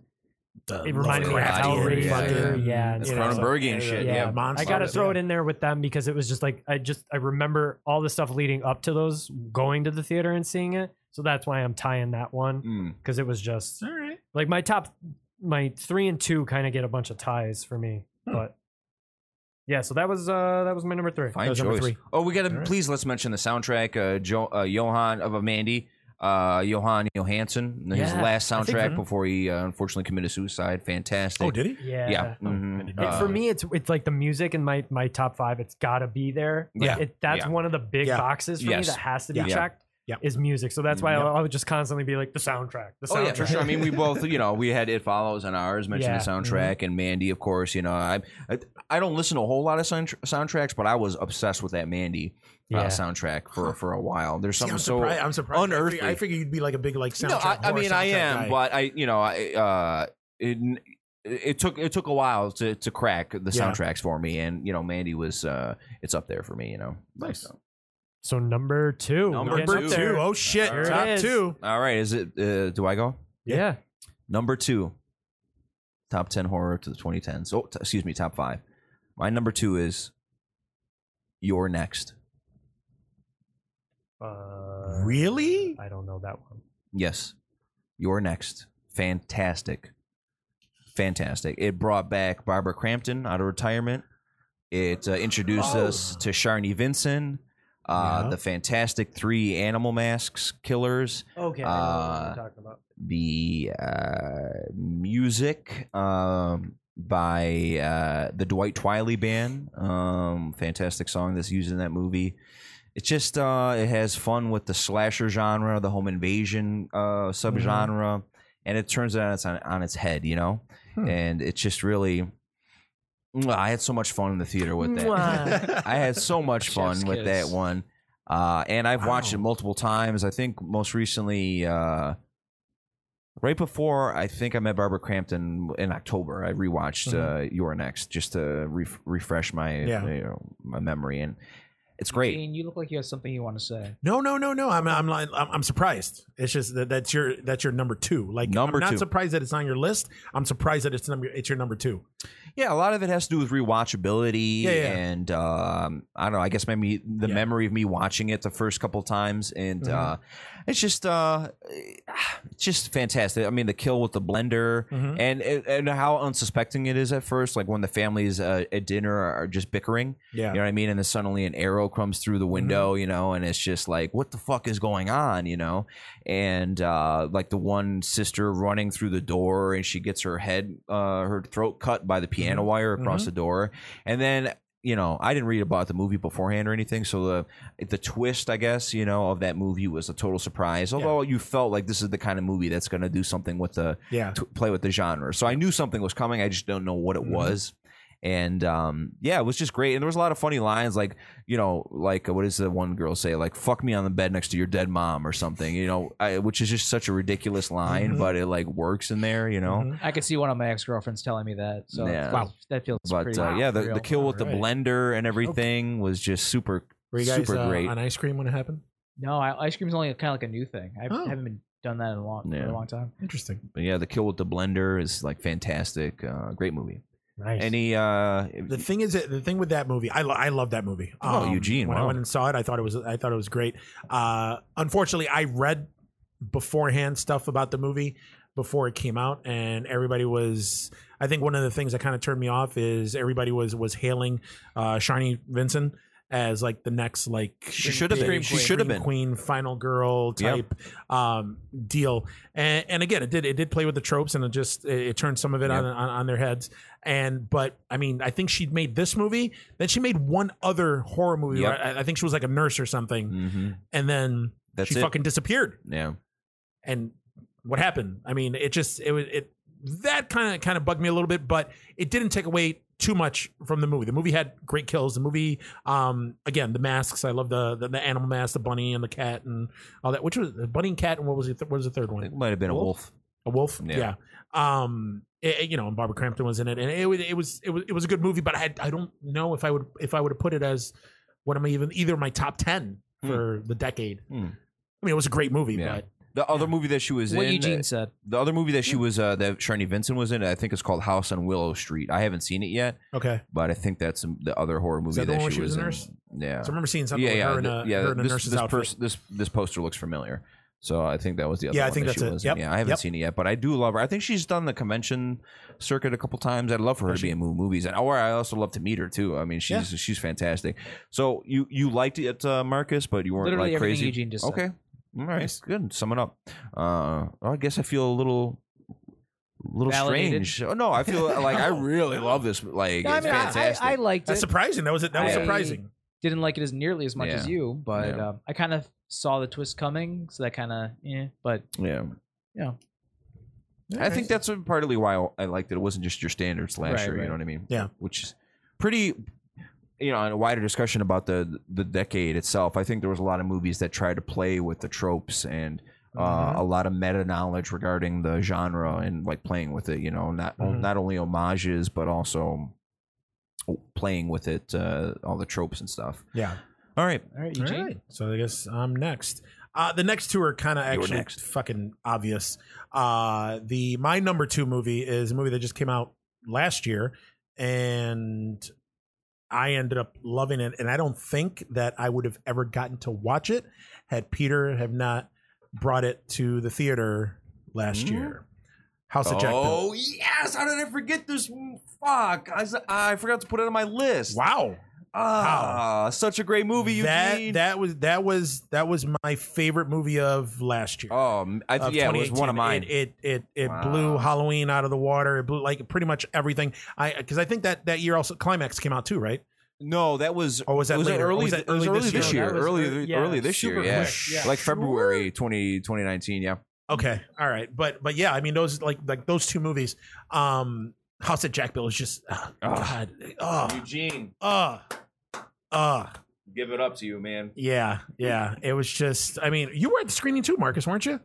C: The
E: it reminded me of
B: Lovecraftian,
E: Hellraiser,
B: yeah,
E: yeah,
B: yeah. That's
E: you know, so-
B: Cronenbergian shit, yeah.
E: I
C: Monster.
E: gotta
B: Love it.
E: throw it in there with them because it was just like I just I remember all the stuff leading up to those going to the theater and seeing it, so that's why I'm tying that one
B: Mm.
E: because it was just
C: All right.
E: like my top my three and two kind of get a bunch of ties for me
C: Hmm.
E: but yeah so that was uh that was my number three
B: Fine
E: that was number
B: choice.
E: three
B: Oh, we gotta
C: All right.
B: please let's mention the soundtrack. Uh, jo- uh, Johan of Amandi, uh, Johan Johansson. His
E: Yeah,
B: last
E: I think
B: soundtrack
E: so.
B: before he uh, unfortunately committed suicide. Fantastic.
C: Oh, did he?
E: yeah,
B: Yeah.
C: I
B: mhm.
C: did
E: It-
C: not.
E: for
B: Uh,
E: me it's it's like the music in my my top five it's gotta be there Like,
C: Yeah.
E: it, that's
B: Yeah.
E: one of the big
C: Yeah.
E: boxes for
B: Yes.
E: me that has to be
B: Yeah. Yeah.
E: checked
C: Yeah.
E: is music so that's why
B: Yeah.
E: I, I would just constantly be like the soundtrack the soundtrack
B: Oh yeah, for sure. I mean, we both, you know, we had it follows on ours. Mentioned
E: Yeah.
B: the
C: mm-hmm.
B: soundtrack and Mandy, of course. You know, I, I I don't listen to a whole lot of sound, soundtracks, but I was obsessed with that Mandy uh,
E: Yeah.
B: soundtrack for for a while. There's
C: See,
B: something
C: I'm
B: so
C: surprised. I'm surprised. I fig-
B: unearthly.
C: I figure you'd be like a big like soundtrack.
B: no, I, I
C: horror
B: mean, I
C: soundtrack
B: am,
C: guy.
B: but I, you know, I, uh, it, it took it took a while to, to crack the
C: Yeah.
B: soundtracks for me, and you know, Mandy was uh, it's up there for me. You know,
C: Nice.
B: So-
E: so number two
B: Number
E: we're getting
C: number
E: up
C: two.
E: there.
C: Oh shit!
B: Here it
C: Top
E: is.
C: two.
B: All right, is it? Uh, do I go?
E: yeah
B: Number two, top 10 horror to the 2010s. Oh, t- excuse me, top five. My number two is You're Next.
E: uh,
C: Really?
E: I don't know that one
B: Yes, You're Next. Fantastic. Fantastic. It brought back Barbara Crampton out of retirement. It uh, introduced
C: Oh.
B: us to Sharni Vinson, uh,
C: Yeah.
B: the Fantastic Three Animal Masks killers.
E: okay
B: I know what you're Uh,
E: talking about
B: the uh, music um, by uh, the Dwight Twiley band. Um, fantastic song that's used in that movie. It's just uh, it has fun with the slasher genre, the home invasion uh, subgenre, and it turns it on its on, on its head, you know.
C: Hmm.
B: And it's just really, I had so much fun in the theater with that. I had so much fun
D: Chef's
B: with that
D: kiss.
B: one. Uh, and I've watched it
C: Wow.
B: multiple times. I think most recently, uh, right before I think I met Barbara Crampton in October, I rewatched uh, Your Next just to ref refresh my
C: Mm-hmm. Yeah.
B: you know, my memory, and it's great.
D: Dean, you look like you have something you want to say.
C: No, no, no, no. I'm, I'm, I'm, I'm surprised. It's just that that's your, that's your number two. Like,
B: Number
C: I'm not
B: two.
C: surprised that it's on your list. I'm surprised that it's number, it's your number two.
B: Yeah, a lot of it has to do with rewatchability
C: Yeah, yeah.
B: and um, I don't know. I guess maybe the
C: Yeah.
B: memory of me watching it the first couple times, and
C: Mhm.
B: uh, it's just uh, it's just fantastic. I mean, the kill with the blender
C: Mhm.
B: and and how unsuspecting it is at first. Like when the families uh, at dinner are just bickering,
C: Yeah.
B: you know what I mean? And then suddenly an arrow comes through the window, you know, and it's just like, what the fuck is going on, you know? And uh, like the one sister running through the door and she gets her head, uh, her throat cut by the piano
C: Mhm.
B: wire across the door. And then, you know, I didn't read about the movie beforehand or anything. So the, the twist, I guess, you know, of that movie was a total surprise. Although you felt like this is the kind of movie that's going to do something with the,
C: Yeah.
B: to play with the genre. So I knew something was coming. I just don't know what it
C: Mhm.
B: was. And um, yeah, it was just great. And there was a lot of funny lines, like you know, like uh, what does the one girl say, like "fuck me on the bed next to your dead mom" or something, you know, I, which is just such a ridiculous line,
C: Mm-hmm.
B: but it like works in there, you know.
D: I could see one of my ex girlfriends telling me that. So
B: Yeah.
D: wow. that feels
B: But
D: pretty.
B: uh, yeah, the,
D: real.
B: the kill with the
C: Alright.
B: blender and everything was just super,
C: Were you guys
B: super
C: uh,
B: great.
C: on ice cream when it happened?
D: no, I, ice cream is only kind of like a new thing. I
C: Oh.
D: haven't been done that in a long
B: Yeah.
D: for a long time.
C: Interesting.
B: But yeah, the kill with the blender is like fantastic. Uh, great movie.
E: Nice.
B: Any uh,
C: The thing is, that- the thing with that movie, I, lo- I love that movie. Um,
B: Oh, Eugene,
C: When I
B: wow.
C: went and saw it, I thought it was I thought it was great. Uh, unfortunately, I read beforehand stuff about the movie before it came out, and everybody was. I think one of the things that kind of turned me off is everybody was was hailing uh, Shiny Vincent as like the next like
B: She should have been.
C: big
B: She should have
C: scream
B: been.
C: queen final girl
B: Yeah.
C: type um, deal. And, and again, it did it did play with the tropes, and it just it, it turned some of it
B: Yeah.
C: on, on on their heads. And but I mean, I think she'd made this movie. Then she made one other horror movie.
B: Yep.
C: where I, I think she was like a nurse or something,
B: hmm
C: and then
B: That's
C: she
B: it.
C: fucking disappeared.
B: yeah.
C: And what happened? I mean, it just it was it that kind of kind of bugged me a little bit, but it didn't take away too much from the movie. The movie had great kills. The movie, um, again, the masks. I love the, the the animal mask, the bunny and the cat and all that. Which was the bunny and cat and what was it? What was the third one?
B: It might have been a wolf.
C: A wolf. Yeah.
B: Yeah.
C: Um. it- it- you know, and Barbara Crampton was in it, and it was it was it was, it was a good movie. But I had, I don't know if I would if I would have put it as one of my even either of my top ten
B: Hmm.
C: for the decade.
B: Hmm.
C: I mean, it was a great movie,
B: Yeah.
C: but
B: The other movie that she was
D: What
B: in,
D: Eugene said.
B: the other movie that she was uh, that Sharni Vincent was in, I think it's called House on Willow Street. I haven't seen it yet,
C: okay.
B: but I think that's the other horror movie
C: that the one where
B: she
C: she was
B: was
C: a
B: in.
C: nurse?
B: Yeah.
C: So I remember seeing something
B: yeah,
C: with
B: yeah,
C: her in
B: th-
C: a,
B: yeah.
C: her in a
B: this
C: nurse's
B: this,
C: outfit.
B: pers- this this poster looks familiar, so I think that was the other.
C: Yeah, I
B: one
C: think
B: that
C: that's
B: she
C: it.
B: was
C: Yep,
B: In. Yeah, I haven't
C: yep.
B: seen it yet, but I do love her. I think she's done the convention circuit a couple times. I'd love for her to be in mo- movies, and or I also love to meet her too. I mean, she's she's fantastic. So you you liked it, uh, Marcus, but you weren't
D: Literally
B: like
D: everything
B: crazy.
D: Eugene just said.
B: okay, all right, good. Sum it up. Uh, I guess I feel a little. Little
D: Validated?
B: strange. Oh, no, I feel like I
C: No,
B: really
C: no.
B: love this. Like,
D: I
B: it's
D: mean, I,
B: fantastic.
D: I, I liked
C: That's
D: it.
C: surprising. That was it. That was
B: I-
C: surprising.
D: Didn't like it as nearly as much
B: Yeah.
D: as you, but
B: Yeah.
D: um, I kind of saw the twist coming, so that kind of yeah. But
B: yeah,
D: Yeah.
B: I think that's partly why I liked it. It wasn't just your standard slasher.
D: Right,
B: You
D: right.
B: know what I mean?
C: Yeah.
B: Which is pretty. You know, in a wider discussion about the the decade itself, I think there was a lot of movies that tried to play with the tropes and uh, a lot of meta knowledge regarding the genre and like playing with it. You know, not
C: Mhm.
B: not only homages but also playing with it, uh, all the tropes and stuff.
C: Yeah.
B: All right,
D: all right,
C: All
D: Eugene.
C: right. So I guess I'm next. Uh, the next two are kind of
B: You're
C: actually
B: next.
C: fucking obvious. Uh, the my number two movie is a movie that just came out last year, and I ended up loving it. And I don't think that I would have ever gotten to watch it had Peter have not brought it to the theater last
B: Hmm?
C: year. House of Jack. Bill-
B: Oh yes! How did I forget this? Fuck! I, s- I forgot to put it on my list.
C: Wow.
B: Ah, such a great Oh, movie, Eugene.
C: That that was that was that was my favorite movie of last year.
B: oh, m- I, th-
C: of
B: yeah, it was one of
C: 2018.
B: mine.
C: It it it, it
B: Wow.
C: blew Halloween out of the water. It blew like pretty much everything. I because I think that that year also Climax came out too, right?
B: no, that was.
C: Or was that
B: it was
C: later? Or
B: early?
C: was that
B: it was
C: early
B: early
C: this
B: this,
C: year?
B: year.
E: That was
B: Early,
E: ear-
B: th-
E: yeah,
B: early this year.
E: super
B: Yeah,
E: quick, yeah.
B: like
E: Sure.
B: February 20, 2019, Yeah.
C: Okay, all right, but but yeah, I mean those like like those two movies. Um, House at Jack Bill is just oh,
B: Ugh.
C: God,
B: Ah.
C: oh,
B: Eugene,
C: oh, oh,
B: give it up to you, man.
C: yeah, yeah. It was just. I mean, you were at the screening too, Marcus, weren't you?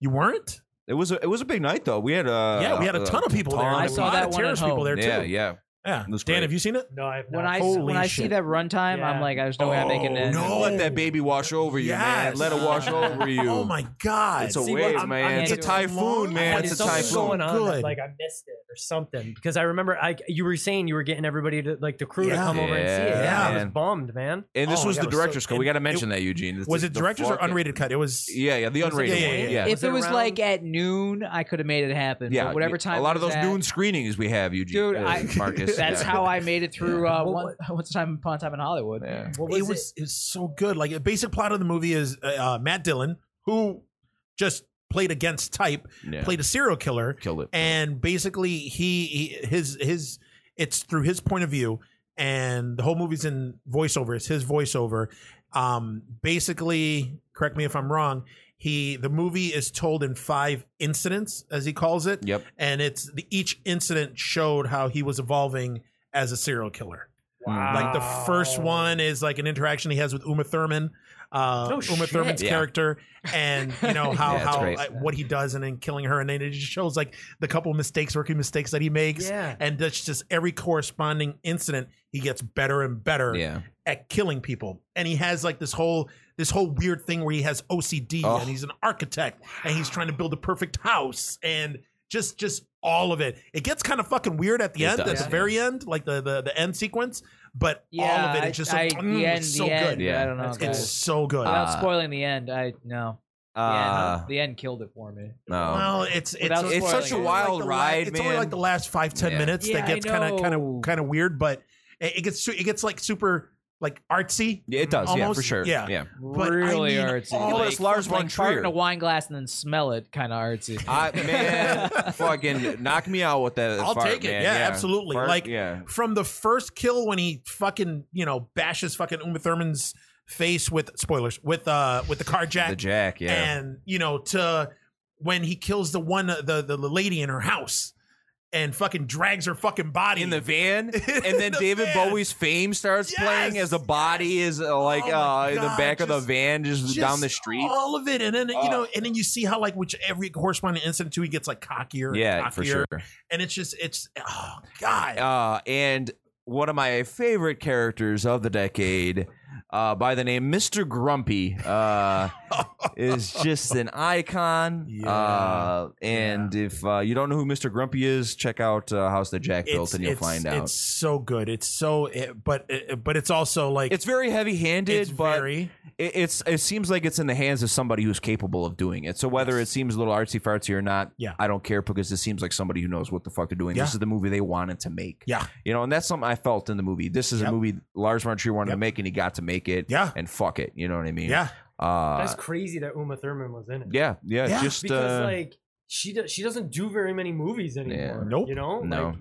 C: You weren't?
B: It was a it was a big night though. We had uh
C: yeah, we had a ton of people there.
B: ton
D: I
B: of
D: saw
C: a lot
D: that
C: of
D: one at
C: terrorist people
D: home.
C: there
B: Yeah,
C: too.
B: yeah.
C: Yeah,
B: It was
C: Dan,
B: great.
C: have you seen it?
E: no, I have
D: When
E: not.
D: I
C: Holy
D: when I see
C: shit.
D: that runtime, I'm
E: Yeah.
D: like, there's no way I'm making it.
C: Oh, no.
B: Don't let Oh, that baby wash over you, man.
C: Yes.
B: Let it wash over you.
C: Oh my God!
B: It's a
E: See, what
B: wave,
E: I'm-
B: man.
D: I'm
B: It's a
D: getting to-
B: typhoon, man.
E: had
B: It's a
E: something
B: typhoon.
E: going on that,
C: Good.
E: like I missed it or something because I remember I you were saying you were getting everybody to like the crew to
C: Yeah.
E: come over and see it.
B: Yeah,
E: Yeah, I was
B: man.
E: bummed, man.
B: And this
C: Oh,
B: was
C: yeah,
B: the
C: it was so-
B: director's cut. We
C: and
B: got to mention
C: it-
B: that, Eugene. This
C: was
B: is
C: it
B: the
C: director's or
B: fucking-
C: unrated cut? It was.
B: Yeah, yeah, the
E: Was it-
B: unrated
C: yeah, yeah,
B: one.
C: yeah.
B: Yeah,
D: If
E: Was
D: it
E: it
D: was
E: around-
D: like at noon, I could have made it happen.
B: yeah.
D: but whatever time
B: A lot
D: it
B: of
D: was
B: those
D: at-
B: noon screenings we have, Eugene.
D: Dude,
B: uh,
D: I-
B: Marcus.
D: That's
B: yeah.
D: how I made it through
E: Yeah.
D: uh,
E: Well,
D: one, once time upon a time in Hollywood.
B: Yeah.
E: What
C: it was it's so good. Like the basic plot of the movie is uh, uh, Matt Dillon, who just played against type,
B: yeah.
C: played a serial killer,
B: killed it.
C: and basically he, he his his it's through his point of view, and the whole movie's in voiceover. It's his voiceover. Um, basically, correct me if I'm wrong. He the movie is told in five incidents, as he calls it.
B: Yep.
C: and it's the, each incident showed how he was evolving as a serial killer.
B: Mm.
C: Like the first one is like an interaction he has with Uma Thurman. Uh,
E: No
C: Uma
E: shit.
C: Thurman's
B: Yeah.
C: character and you know how
B: Yeah, it's
C: how
B: great.
C: uh, what he does and then killing her and then it just shows like the couple mistakes rookie mistakes that he makes
E: Yeah.
C: and that's just every corresponding incident he gets better and better
B: Yeah.
C: at killing people and he has like this whole this whole weird thing where he has OCD
B: Oh.
C: and he's an architect and he's trying to build a perfect house and just just all of it it gets kind of fucking weird at the
B: It
C: end at
B: does,
C: the
B: yeah.
C: very end like the the, the end sequence but all of it
D: I-
C: it's just
D: I,
C: like, mm,
D: the end,
C: it's so
D: the
C: good
D: End, yeah, I don't know.
E: That's
D: guys.
C: it's so good
B: Uh,
D: Without spoiling the end, I no. The,
B: Uh,
D: end, the end killed it for me.
B: no.
C: well it's it's,
D: Without
B: it's such a
D: spoiling it.
B: wild
C: the la-
B: ride,
C: it's
B: man.
C: only like the last five ten
B: Yeah.
C: minutes
D: Yeah,
C: that
D: I
C: gets kind of kind
D: know.
C: of kind of weird but it, it gets su- it gets like super like artsy
B: yeah, it does. yeah, for
C: almost-
B: sure.
C: yeah.
B: yeah.
C: But I
D: really
C: mean
D: artsy.
C: all
B: But it's Lars von
D: like fart in
B: Trier.
D: a wine glass and then smell it, kind of artsy.
B: I, man, fucking knock me out with that.
C: I'll
B: fart,
C: take it.
B: man.
C: Yeah, absolutely.
B: Fart,
C: Like,
B: yeah.
C: from the first kill when he fucking you know bashes fucking Uma Thurman's face with spoilers with uh with the car jack,
B: the jack. Yeah,
C: and you know to when he kills the one the the, the lady in her house and fucking drags her fucking body
B: in the van,
C: In
B: and then
C: the
B: David
C: van.
B: Bowie's "Fame" starts
C: Yes,
B: playing as the body is uh, like
C: Oh my
B: uh, in the
C: God,
B: back of
C: just-
B: the van, just,
C: Just
B: down the street.
C: all of it and then you
B: Oh.
C: know and then you see how like which every corresponding incident too he gets like cockier and
B: yeah,
C: cockier,
B: for sure.
C: and it's just it's oh god
B: Uh, and one of my favorite characters of the decade, uh, by the name Mr. Grumpy, uh, is just an icon.
C: Yeah.
B: Uh, and if uh, you don't know who Mr. Grumpy is, check out uh, House that Jack Built, and you'll find out.
C: It's so good. It's so, it, but it, but it's also like
B: It's very heavy-handed,
C: it's
B: but
C: very
B: it, it's it seems like it's in the hands of somebody who's capable of doing it. So whether it seems a little artsy fartsy or not,
C: Yeah.
B: I don't care because it seems like somebody who knows what the fuck they're doing.
C: Yeah.
B: This is the movie they wanted to make.
C: Yeah.
B: you know, and that's something I felt in the movie. This is
C: Yep.
B: a movie Lars von Trier wanted
C: Yep.
B: to make, and he got to make it.
C: Yeah.
B: and fuck it, you know what I mean?
C: yeah.
B: uh,
E: That's crazy that Uma Thurman was in it.
B: yeah, yeah,
C: Yeah.
B: Just
E: because
B: uh,
E: like she do, she doesn't do very many movies anymore.
C: Nope.
E: You know,
B: no,
E: Like,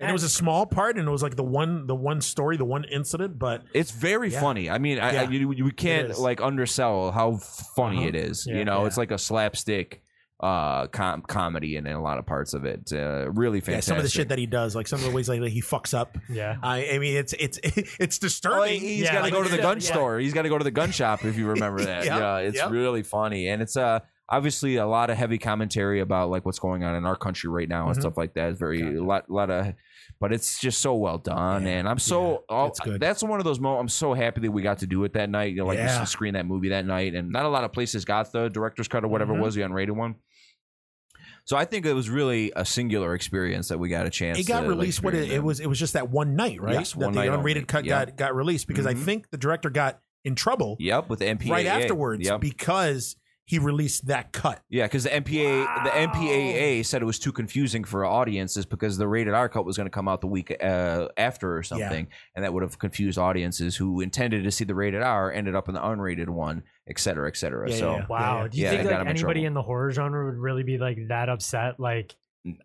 C: And it was a small part, and it was like the one the one story, the one incident. But
B: it's very
C: Yeah.
B: funny. I mean, I,
C: Yeah.
B: I you, you can't
C: is.
B: like undersell how funny
C: Uh-huh.
B: it is.
E: Yeah.
B: you know,
E: Yeah.
B: it's like a slapstick uh com- comedy and in a lot of parts of it uh really
C: yeah,
B: fantastic
C: some of the shit that he does, like some of the ways like that he fucks up.
E: yeah.
C: I, I mean, it's it's it's
B: Oh,
C: disturbing.
B: he's
E: yeah,
B: got to
E: like
B: go to
E: you
B: the
E: said,
B: gun
E: yeah.
B: store. He's got to go to the gun shop if you remember that.
C: Yeah,
B: yeah, it's
C: yeah.
B: really funny, and it's uh obviously a lot of heavy commentary about like what's going on in our country right now and
C: Mhm.
B: stuff like that. It's very a lot, lot of, but it's just so well done,
C: Yeah,
B: and I'm so
C: yeah,
B: all,
C: it's good.
B: that's one of those moments. I'm so happy that we got to do it that night. You know, like
C: Yeah.
B: yeah. screen that movie that night, and not a lot of places got the director's cut or whatever
C: Mhm.
B: it was the unrated one. So I think it was really a singular experience that we got a chance.
C: It got
B: to, like,
C: released. What it,
B: experience
C: it was? It was just that one night, right?
B: uh, Yes,
C: that
B: one
C: the
B: night
C: unrated
B: only.
C: cut
B: Yeah.
C: got got released because I
B: Mhm.
C: think the director got in trouble
B: Yep, with the MPAA.
C: right afterwards
B: Yep.
C: because he released that cut.
B: Yeah, because the MPA the MPAA said it was too confusing for audiences because the rated R cut was going to come out the week uh, after or something, and that would have confused audiences who intended to see the rated R ended up in the unrated one, et cetera, et cetera.
C: Yeah,
B: so
C: yeah,
E: Wow. Do you
B: Yeah, it
E: think like
B: got him in
E: anybody
B: trouble.
E: in the horror genre would really be like that upset? Like,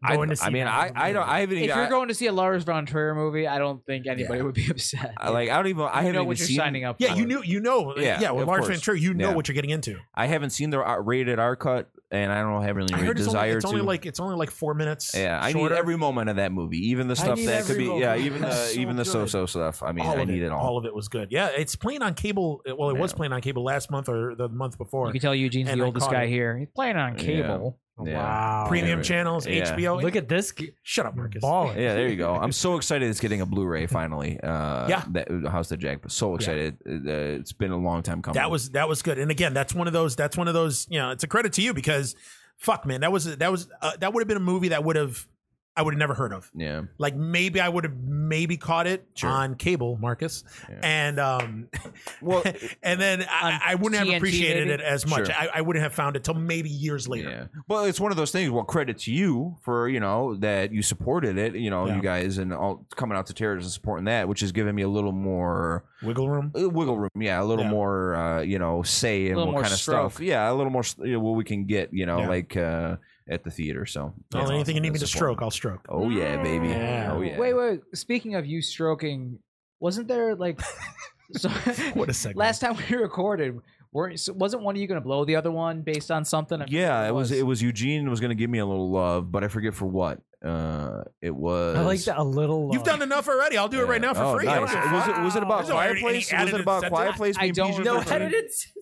B: I,
E: Going to
B: I
E: see
B: mean,
E: that
B: I, I don't, I haven't
D: if
B: even.
D: you're
B: I-
D: going to see a Lars von Trier movie, I don't think anybody would be upset.
B: I, like I don't even. I
D: you
B: haven't
D: know
B: even
D: what you're
B: seen.
D: signing up
C: Yeah,
D: for.
C: you knew, you know, yeah,
B: Yeah,
C: yeah with
B: of
C: Lars
B: course.
C: Van Trier, you know
B: Yeah.
C: what you're getting into.
B: I haven't seen the uh, rated R cut, and I don't have really
C: I
B: any
C: heard it's only,
B: desire
C: it's only
B: to.
C: like it's only like four minutes.
B: yeah, I
C: shorter.
B: need every moment of that movie, even the stuff
E: need
B: that could
E: every
B: be. Yeah,
E: moment.
B: even the
E: It's so
B: even the
E: good.
B: so-so stuff. I mean,
C: all
B: I
C: of
B: need
C: it,
B: it,
C: All of it was good. Yeah, it's playing on cable. Well, it was
B: Yeah.
C: playing on cable last month or the month
D: You
C: before.
D: can tell Eugene's
C: And
D: the
C: I
D: oldest
C: caught
D: guy
C: it.
D: here. He's playing on
B: Yeah.
D: cable.
B: Yeah.
E: wow.
B: Oh,
C: Premium
B: Yeah.
C: channels,
B: Yeah.
C: HBO.
E: Look at this g-
C: Shut up, Marcus.
E: ball.
B: Oh, Yeah, there you go. I'm so excited it's getting a Blu-ray finally. Uh,
C: Yeah.
B: that House that Jack. So excited. Uh, it's been a long time coming.
C: That was that was good. And again, that's one of those. That's one of those. You know, it's a credit to you because, fuck, man, that was that was uh, that would have been a movie that would have I would have never heard of.
B: yeah.
C: Like maybe I would have maybe caught it
B: Sure.
C: on cable, Marcus,
B: Yeah.
C: and um,
B: Well,
C: and then I,
D: On
C: I wouldn't have
D: TNT
C: appreciated
D: maybe?
C: it as much.
B: Sure.
C: I, I wouldn't have found it till maybe years later.
B: yeah. Well, it's one of those things. Well, credit to you for you know that you supported it. You know,
C: Yeah.
B: you guys and all coming out to terrorists and supporting that, which has given me a little more
C: Wiggle room.
B: uh, wiggle room. Yeah, a little
C: Yeah.
B: more uh, you know say and
D: little
B: what
D: more
B: kind
D: stroke.
B: of stuff. Yeah, a little more s- you know, what we can get. You know,
C: Yeah.
B: like uh, at the theater. So
C: Oh,
B: that's
C: anything you
B: awesome.
C: need me to
B: That's
C: stroke,
B: important.
C: I'll stroke.
B: Oh yeah, baby.
C: Yeah.
B: Oh yeah.
D: Wait, wait. Speaking of you stroking, wasn't there like so?
C: What a segment.
D: last time we recorded, weren't so wasn't one of you going to blow the other one based on something? I forget
B: Yeah,
D: what
B: it was it was Eugene was going to give me a little love, but I forget for what. Uh, it was.
E: I like that a little.
C: You've
E: uh,
C: done enough already. I'll do it
B: Yeah.
C: right now for
B: Oh,
C: free. I don't
B: Nice.
C: give a
B: Was
C: fuck.
B: it was it about
C: There's
B: Quiet
C: already any
B: Place? Was
C: added
B: it about
C: incentive.
B: Quiet Place?
D: I
B: being
D: don't
B: PG-13?
D: know
B: No,
D: how to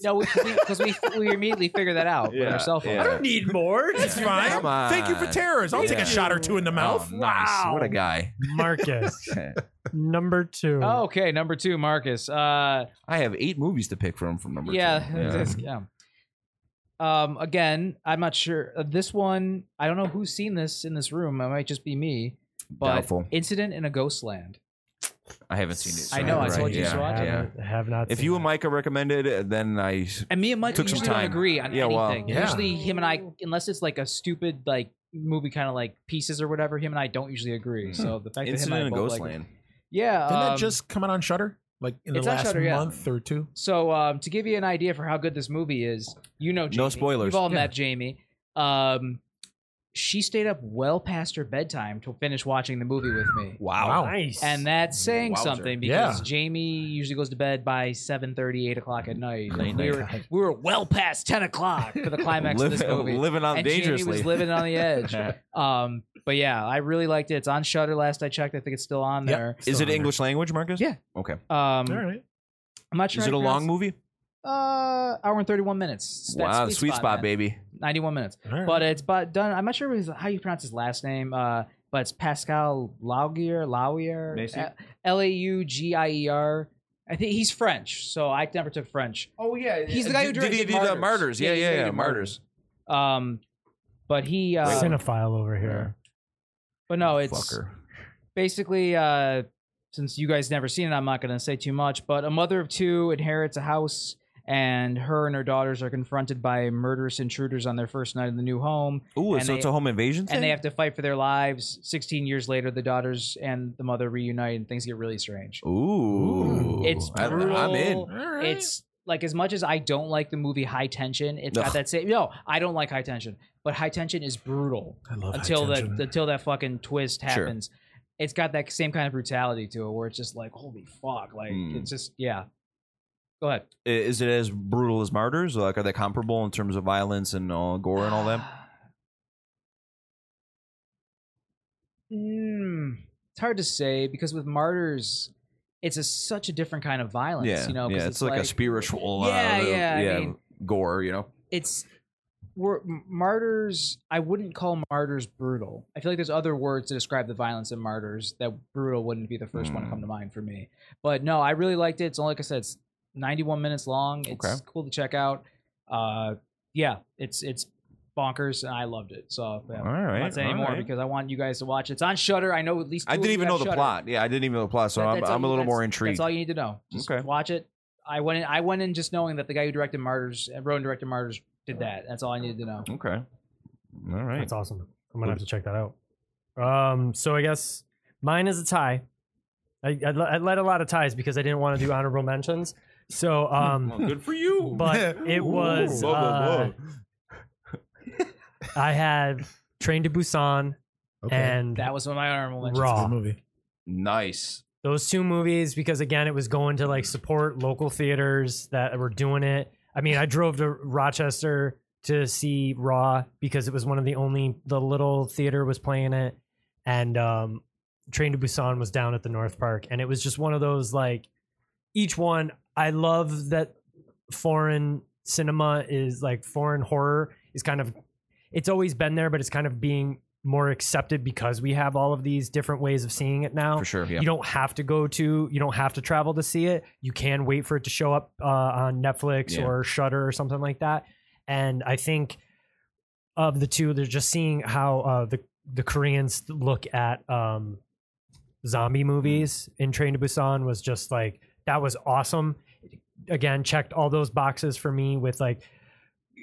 D: No, because we, we, immediately figured that out with
B: Yeah,
D: our cell phone.
B: yeah.
D: Yeah.
B: I
F: I don't need more.
C: It's fine.
B: Come on.
C: Thank you for terrors. I'll take
B: Yeah.
C: a shot or two in the mouth.
B: nice. What a guy.
E: Marcus
B: I
E: number two.
D: Oh,
B: Oh,
D: Okay, number two, Marcus. Uh,
B: have eight movies to pick from from number
D: yeah,
B: two.
D: this- yeah. Um, again, I'm not sure. Uh, This one, I don't know who's seen this in this room. It might just be me. But
B: Doubtful.
D: incident in a ghost land.
B: I haven't seen it. so
D: I know, I
B: right,
D: told you
B: yeah,
D: so I
E: I
D: did.
B: Yeah.
E: haven't- have not.
B: If
E: seen
B: you and
E: it.
B: Micah recommended, it, then I.
D: And me and Mike
B: Took some
D: usually don't
B: time.
D: agree on
B: Yeah, well,
D: anything.
C: yeah.
D: Usually, him and I, unless it's like a stupid like movie kind of like pieces or whatever, him and I don't usually agree.
B: Hmm.
D: So the fact that him
B: Incident
D: and I
B: in
D: both
B: Ghostland.
D: like, yeah,
C: Didn't
D: um,
C: that just come out on Shutter? Like in the
D: It's on
C: last
D: Shudder, yeah.
C: month or two?
D: So um, to give you an idea for how good this movie is, you know, Jamie.
B: No spoilers.
D: We've all
C: Yeah.
D: met Jamie. Um, she stayed up well past her bedtime to finish watching the movie with me,
C: Wow.
E: nice
D: and that's saying
B: Wowzer.
D: something
C: Yeah.
D: because Jamie usually goes to bed by 7.30, 8 o'clock at
B: Oh
D: night. Like, we were
C: God.
D: we were well past ten o'clock for the climax of
B: Liv-
D: this movie.
B: Living on
D: and Jamie
B: dangerously.
D: was living on the edge. Um, but yeah, I really liked it. It's on Shutter. Last I checked, I think it's still on
C: Yep.
D: there.
B: Is it English language, Marcus?
D: Yeah.
B: Okay.
D: Um,
C: All right.
D: I'm not sure.
B: Is
D: how
B: it a
D: to
B: long
D: pronounce-
B: movie?
D: Uh, hour and thirty-one minutes. It's that
B: Wow, sweet spot,
D: man.
B: baby.
D: Ninety-one minutes.
C: All right.
D: But it's but done. I'm not sure his, how you pronounce his last name. Uh, but it's Pascal Laugier.
F: Macy?
D: Laugier. L a u g i e r. I think he's French, so I never took French.
F: Oh yeah,
D: He's the guy who
B: Did he
D: directed
B: do
D: Martyrs.
B: the martyrs? Yeah,
D: he's the
B: yeah,
D: guy who
B: yeah.
D: did
B: Martyrs.
D: Um, but he. Uh,
E: cinephile over here.
D: But no, it's
B: Fucker.
D: basically uh, since you guys never seen it, I'm not going to say too much. But a mother of two inherits a house, and her and her daughters are confronted by murderous intruders on their first night in the new home,
B: Ooh,
D: and
B: so
D: they-
B: it's a home invasion thing.
D: and they have to fight for their lives. 16 years later, the daughters and the mother reunite, and things get really strange.
B: Ooh,
D: It's
B: I-
D: brutal.
B: I'm in.
D: It's like as much as I don't like the movie High Tension, it's
B: Ugh.
D: got that same. No, I don't like High Tension, but High Tension is brutal
C: I love
D: until
C: high
D: that
C: tension.
D: until that fucking twist
B: Sure.
D: happens. It's got that same kind of brutality to it, where it's just like, holy fuck, like
B: Mm.
D: it's just yeah. Go ahead.
B: I- Is it as brutal as Martyrs? Like, are they comparable in terms of violence and uh, gore and all that?
D: Mm, it's hard to say because with martyrs, it's a, such a different kind of violence.
B: yeah,
D: you know, 'cause
B: yeah, it's, like, a spiritual, uh,
D: Yeah, yeah, I
B: yeah,
D: mean-
B: gore. You know,
D: it's we're m- martyrs i wouldn't call martyrs brutal i feel like there's other words to describe the violence in martyrs that brutal wouldn't be the first one to
B: Mm.
D: come to mind for me but no i really liked it it's only like i said it's 91 minutes long it's
B: Okay.
D: cool to check out uh yeah it's it's bonkers and i loved it so yeah.
B: all right.
D: i'm not saying
B: all
D: anymore
B: right.
D: because i want you guys to watch it it's on shutter i know at least
B: I
D: two
B: didn't
D: of
B: even
D: you
B: know
D: have
B: the
D: Shudder.
B: plot. Yeah, I didn't even know the plot, so
D: That-
B: I'm,
D: that's
B: I'm a
D: all-
B: little more
D: that's-
B: intrigued.
D: That's all you need to know. Just
B: Okay.
D: watch it. I went in, I went in just knowing that the guy who directed Martyrs and wrote and directed Martyrs did that. That's all I needed to know.
E: Mm-hmm.
B: okay, all right.
E: That's awesome. I'm gonna have to check that out. Um, so I guess mine is a tie. I, I, le- I led a lot of ties because I didn't want to do honorable mentions. So, um,
F: good for you.
E: but it was
B: Whoa, whoa,
E: uh, I had Train to Busan and
D: That was one of my honorable mentions.
E: Raw.
C: Good movie.
B: nice.
E: those two movies because again it was going to like support local theaters that were doing it i mean i drove to rochester to see raw because it was one of the only the little theater was playing it and um train to busan was down at the north park and it was just one of those like each one i love that foreign cinema is like foreign horror is kind of it's always been there but it's kind of being more accepted because we have all of these different ways of seeing it now
B: For sure. Yeah.
E: you don't have to go to, you don't have to travel to see it. You can wait for it to show up uh, on Netflix
B: Yeah.
E: or Shutter or something like that. And I think of the two, they're just seeing how uh, the the Koreans look at um,
B: Mm.
E: zombie movies. In Train to Busan was just like that was awesome. Again, checked all those boxes for me with like.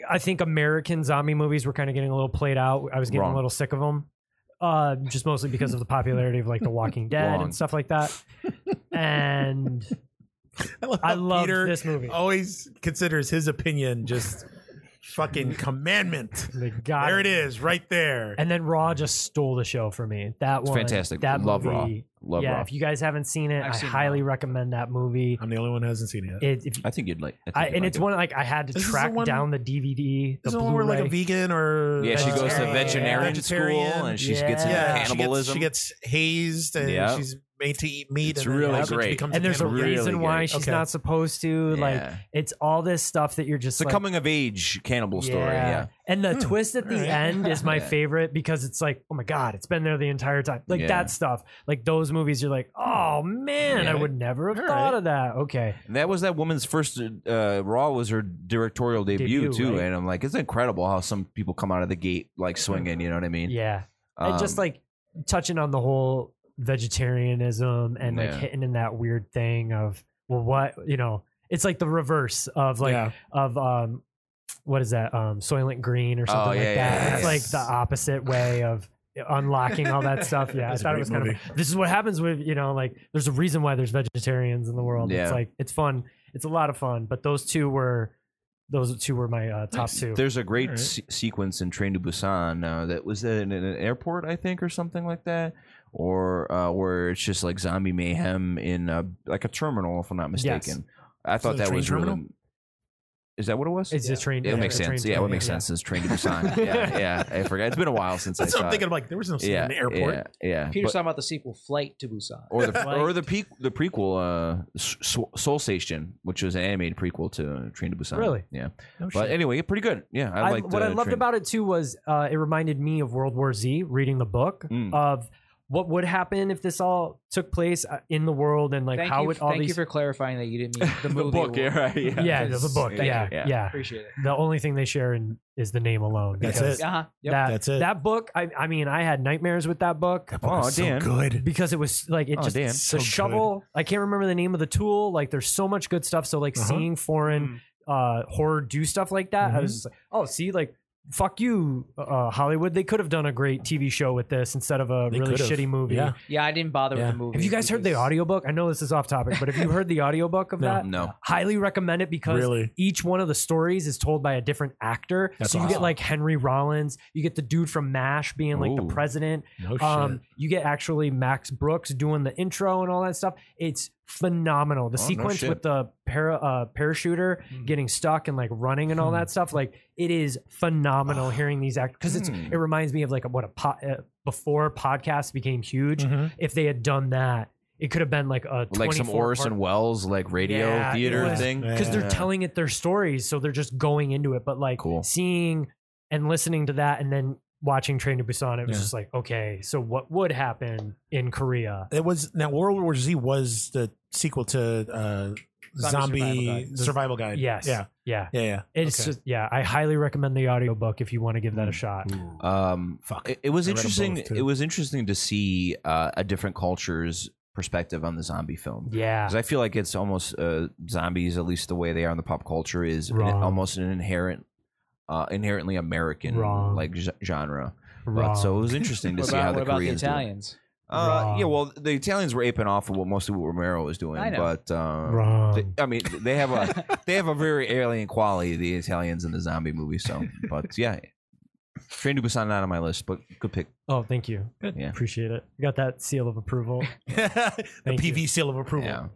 E: I think American zombie movies were kind of getting a little played out. I was getting
B: Wrong.
E: a little sick of them uh, just mostly because of the popularity of like The Walking Dead
B: Wrong.
E: and stuff like that. And
C: I love,
E: I
B: Oh,
C: how
E: love
C: Peter
E: this movie.
C: always considers his opinion just fucking commandment.
E: They got
C: There it is, right there.
E: And then Raw just stole the show for me. That one,
B: fantastic.
E: That
B: Love Raw.
E: movie
B: Love
E: yeah,
B: Rob.
E: if you guys haven't seen it,
D: I've
E: I
D: seen
E: highly
D: Rob.
E: recommend that movie.
C: I'm the only one who hasn't seen it. Yet.
E: It, if,
B: I think you'd like. I think
E: I,
B: you'd
E: and
B: like
E: it's
B: it.
E: one like I had to
C: This is the
E: track
C: one-
E: down the DVD. The
C: Is it one where like a
E: Blu-ray.
C: vegan or
B: Yeah, she goes to
E: vegetarian.
B: veterinarian school and she gets into
E: Yeah,
C: Uh, she gets-
B: cannibalism.
C: She gets, hazed and
B: Yeah.
C: she's made to eat meat.
B: It's
C: and then
B: really
C: that's when
B: great.
C: She becomes
E: and there's a
C: cannibal.
B: really
E: reason
B: good.
E: why she's
C: Okay.
E: not supposed to. Like
B: Yeah.
E: it's all this stuff that you're just
B: it's a
E: like,
B: coming of age cannibal story. Yeah,
E: And the
C: Hmm,
E: twist at the
C: alright.
E: end is my
B: Yeah.
E: favorite because it's like, oh my God, it's been there the entire time. Like
B: Yeah.
E: that stuff. Like those movies, you're like, oh man, I
B: Yeah.
E: would never have
C: Alright.
E: thought of that. Okay.
B: that was that woman's first. Uh, Raw was her directorial debut,
E: Debut,
B: too,
E: right.
B: and I'm like, it's incredible how some people come out of the gate like swinging. You know what I mean?
E: Yeah. and just
B: Um,
E: like touching on the whole vegetarianism and like
B: Yeah.
E: hitting in that weird thing of, well, what, you know, it's like the reverse of like,
C: yeah.
E: of, um, what is that? Um, Soylent Green or
B: Oh,
E: something
B: yeah,
E: like that.
B: yeah,
E: it's
B: yeah,
E: like
B: yeah.
E: the opposite way of unlocking all that stuff. Yeah, I
C: That's a
E: thought it
C: great
E: was kind of
C: movie.
E: this is what happens with you know like there's a reason why there's vegetarians in the world
B: Yeah.
E: it's like it's fun it's a lot of fun but those two were those two were my uh, top two
B: There's a great
C: Alright.
B: se- sequence in Train to Busan uh, that was in an airport, I think, or something like that, or uh, where it's just like zombie mayhem in uh, like a terminal, if I'm not mistaken. I thought
C: it a
B: that
C: train
B: was really.
C: terminal?
B: Is that what it was?
E: it's a train
B: it
E: yeah,
B: makes
E: a train
B: sense. Yeah,
E: to-
B: what makes sense is Train to Busan. yeah, yeah. I forgot. It's been a while since
C: That's
B: I
C: what
B: saw.
C: I'm
B: it.
C: thinking. I'm like, there was no scene
B: yeah,
C: in the airport.
B: Yeah, yeah.
D: Peter's
B: But-
D: talking about the sequel, Flight to Busan.
B: or the
E: Right.
B: or the pe- the prequel, uh, S- Soul Station, which was an animated prequel to Train to Busan.
E: Really?
B: Yeah.
C: No
B: But
C: shit.
B: anyway, pretty good. Yeah, I
E: I-
B: liked
E: what
B: uh,
E: i loved
B: Train-
E: about it too was uh, it reminded me of world war z reading the book
B: Mm.
E: of what would happen if this all took place uh, in the world and like
D: thank
E: how
D: you,
E: would all
D: thank
E: these
D: you for clarifying that you didn't mean the,
B: the
D: movie
B: book,
D: will-
B: yeah, right, yeah.
E: yeah the, the
D: Because-
E: book
D: Thank
E: yeah,
D: you.
E: yeah
B: Yeah.
D: Appreciate it.
E: the only thing they share in, is the name alone
C: That's
E: because
C: it.
D: Uh huh. Yep.
E: that,
C: That's it.
E: that book I, I mean i had nightmares with that book
C: That book
B: Oh,
C: is so
B: Dan.
C: good.
E: because it was like it
B: Oh,
E: just
B: damn.
E: the
C: So good.
E: shovel. I can't remember the name of the tool. Like there's so much good stuff. So like
C: Uh-huh. Mm-hmm.
E: seeing foreign uh horror do stuff like that, I was just like, oh, see, like fuck you, uh, Hollywood. They could have done a great TV show with this instead of a
C: They
E: really
C: could've.
E: shitty movie.
C: Yeah.
D: Yeah, I didn't bother
C: Yeah.
D: with the movie.
E: Have you guys heard the
D: because-
E: audiobook? I know this is off topic, but have you heard the audiobook of
C: No.
E: that?
B: No.
E: Highly recommend it because
C: Really.
E: each one of the stories is told by a different actor.
C: That's
E: so you get
C: awesome.
E: like Henry Rollins, you get the dude from MASH being like
B: Ooh. Oh,
E: the president.
C: No
E: Um, you get actually Max Brooks doing the intro and all that stuff. It's phenomenal. The
B: Oh, no
E: sequence
B: shit.
E: with the para, uh, parachuter getting stuck and like running and all
B: Hmm.
E: that stuff, like it is phenomenal hearing these actors because it's
B: Ah. Hmm.
E: it reminds me of like what a po- uh, before podcasts became huge.
C: Mm-hmm.
E: If they had done that, it could have been like a
B: Hmm. Like some Orson Welles like radio
E: Yeah,
B: theater
E: yeah.
B: thing.
E: because
C: Yeah.
E: they're telling it their stories, so they're just going into it. But like
B: Cool.
E: seeing and listening to that, and then watching Train to Busan, it was
C: Yeah.
E: just like, okay, so what would happen in Korea?
C: It was now World War Z was the sequel to uh, Zombie,
D: Zombie Survival
C: Survival,
D: Guide.
C: Guide.
E: Yes.
C: Yeah.
E: Yeah.
C: Yeah. Yeah.
E: It's
C: Okay. Mm.
E: just yeah, I highly recommend the audiobook if you want to give that a shot.
B: Um,
C: Fuck.
B: it, it was
C: I read 'em
B: interesting.
C: both, too.
B: It was interesting to see uh, a different culture's perspective on the zombie film.
E: Yeah.
B: Because I feel like it's almost uh, zombies, at least the way they are in the pop culture, is an-
E: Wrong.
B: almost an inherent, uh, inherently American
E: Wrong.
B: like g- genre. But,
E: Wrong.
B: so it was interesting to
D: What
B: see how
D: about,
B: the
D: what about the
B: Koreans. do it.
D: Italians?
B: Uh, yeah,
E: Wrong.
B: well, the Italians were aping off of what mostly what Romero was doing,
D: I know.
B: but
C: uh,
B: um,
E: Wrong.
B: They, I mean, they have a they have a very alien quality, the Italians in the zombie movie. So, but yeah, Train to Busan not on my list, but good pick.
E: oh, thank you.
B: Yeah.
E: Appreciate it. You got that seal of approval.
C: the
E: Thank you.
C: PV seal of approval.
B: Yeah.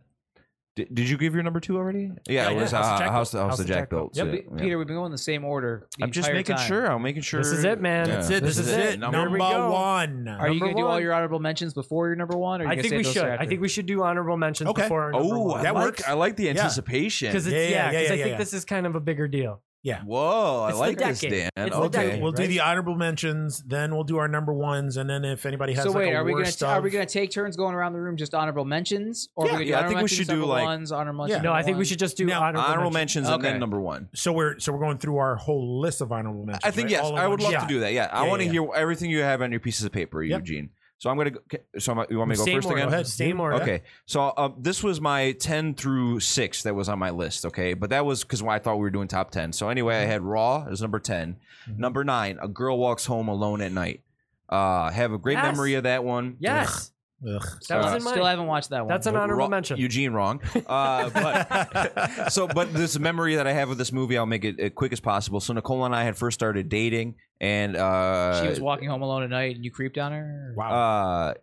B: Did, did you give your number two already? Yeah,
C: I
B: it
C: did.
B: was
C: House of
B: uh,
C: Jack
B: House, House,
C: Built.
B: of Jack Built.
D: Yep,
B: so,
D: Pe-
B: yeah.
D: Peter, we've been going the same order. the
B: I'm just
D: entire
B: making
D: time.
B: sure. I'm making sure.
E: is it, man.
B: Yeah.
C: That's it. This,
E: This
C: is,
E: is
C: it.
E: it.
B: Number
C: Number,
E: Here we go.
C: one.
D: Are you
E: Number
D: going to do all
E: one.
D: your honorable mentions before your number one? Or are you
E: I
D: gonna
E: think
D: save
E: we
D: those
E: should.
D: for After?
E: I think we should do honorable mentions
C: Okay.
E: before our number
B: Oh,
E: one.
B: that
C: That
B: works.
C: works.
B: I like the
C: Yeah.
B: anticipation.
E: because it's
C: Yeah,
E: yeah,
C: yeah, yeah,
E: 'cause
C: yeah,
E: I think
C: yeah.
E: this is kind of a bigger deal.
B: Whoa, I
E: It's the
B: like this, Dan.
E: decade. It's the
B: okay.
E: decade.
C: We'll do
E: right?
C: the honorable mentions, then we'll do our number ones, and then if anybody has
D: So
C: like
D: wait,
C: a
D: are we gonna
C: worst
D: t- are
C: of-
D: we gonna take turns going around the room just honorable mentions, or
B: Yeah,
D: are we gonna do
B: yeah, I
D: honorable
B: think we
D: mentions,
B: should do,
D: honorable
B: like-
D: ones, honorable
C: Yeah.
D: mentions?
E: No, I
D: honorable
E: think we
D: ones?
E: should just do
C: Now,
E: honorable,
B: Honorable
E: mentions.
B: mentions and
D: Okay.
B: then number one.
C: So we're so we're going through our whole list of honorable mentions.
B: I think
C: right?
B: yes.
C: All in
B: I
C: one
B: would love
C: shot.
B: to do that. Yeah, I
C: Yeah,
B: want to
C: yeah,
B: hear everything you have on your pieces of paper,
C: Yep.
B: Eugene. So I'm gonna. Go, okay, so I'm, you want me to go
E: Same
B: first
E: order.
B: again?
C: Go ahead.
E: Same order.
B: Okay, so uh, this was my ten through six that was on my list. Okay, but that was because I thought we were doing top ten. So anyway,
E: Mm-hmm.
B: I had Raw as number 10
C: Mhm.
B: Number nine, A Girl Walks Home Alone at Night. Uh, have a great
E: Yes.
B: memory of that one.
E: Yes,
C: Ugh.
E: that was
B: Uh,
E: in mine.
D: Still haven't watched that one.
E: That's an honorable
B: Ra-
E: mention.
B: Eugene wrong. Uh, but so, but this memory that I have of this movie, I'll make it as quick as possible. So Nicole and I had first started dating, and uh,
D: she was walking home alone at night, and you creeped on her.
C: Wow.
B: uh,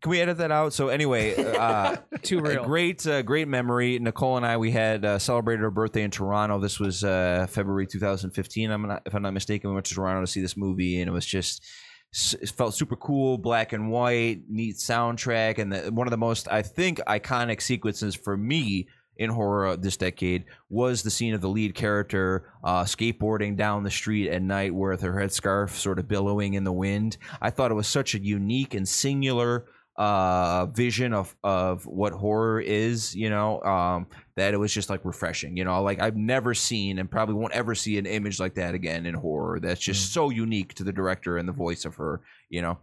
B: Can we edit that out? So anyway, uh,
D: Too
B: a
D: real.
B: great, uh, great memory. Nicole and I we had uh, celebrated her birthday in Toronto. This was uh, February 2015. I'm not, if I'm not mistaken, we went to Toronto to see this movie, and it was just s- it felt super cool, black and white, neat soundtrack, and the, one of the most I think iconic sequences for me in horror this decade was the scene of the lead character uh, skateboarding down the street at night with her headscarf sort of billowing in the wind. I thought it was such a unique and singular uh, vision of, of what horror is, you know, um, that it was just like refreshing, you know, like I've never seen and probably won't ever see an image like that again in horror. That's
E: Mm.
B: just so unique to the director and the voice of her, you know.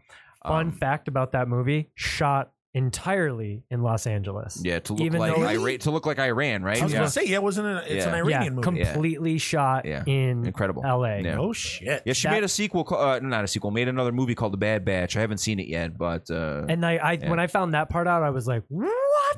E: Fun
B: Um,
E: fact about that movie: shot entirely in Los Angeles.
B: Yeah, to look
E: Even
B: like
E: though-
B: Iran, to look like Iran, right?
C: I was
B: yeah.
C: gonna say, yeah, wasn't it? It's an
B: Yeah.
E: Yeah,
C: Iranian movie.
E: completely shot
B: Yeah.
E: in
B: Incredible.
E: L.A.
B: Yeah.
C: oh shit!
B: Yeah, she
E: That-
B: made a sequel, ca- uh, not a sequel, made another movie called The Bad Batch. I haven't seen it yet, but uh,
E: And I, I
B: Yeah.
E: when I found that part out, I was like, "What?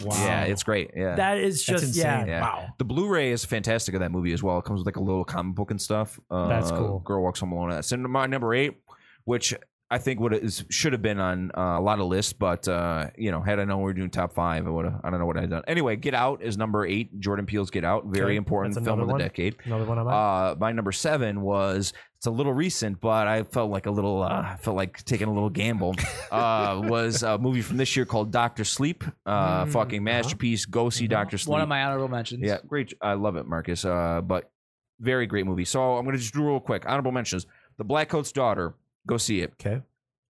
B: yeah, it's great. Yeah.
E: That is
C: That's
E: just yeah."
C: insane.
B: yeah.
C: Wow.
B: the Blu-ray is fantastic of that movie as well. It comes with like a little comic book and stuff. Uh,
E: That's cool.
B: Girl Walks Home Alone. That's in my number eight, which I think would is should have been on uh, a lot of lists, but uh, you know, had I known we were doing top five, I would have. I don't know what I'd done. Anyway, Get Out is number eight. Jordan Peele's Get Out, very
E: Okay,
B: important
E: that's
B: film
E: another
B: of the
E: one.
B: decade.
E: Another one on my
B: Uh, my number seven was it's a little recent, but I felt like a little, uh, I felt like taking a little gamble. Uh, was a movie from this year called Doctor Sleep, uh,
E: Mm,
B: fucking
E: uh-huh.
B: masterpiece. Go see Doctor Sleep.
D: One of my honorable mentions.
B: yeah, great. I love it, Marcus. Uh, but very great movie. So I'm gonna just do real quick honorable mentions. The Black Coat's Daughter. Go see it.
C: Okay.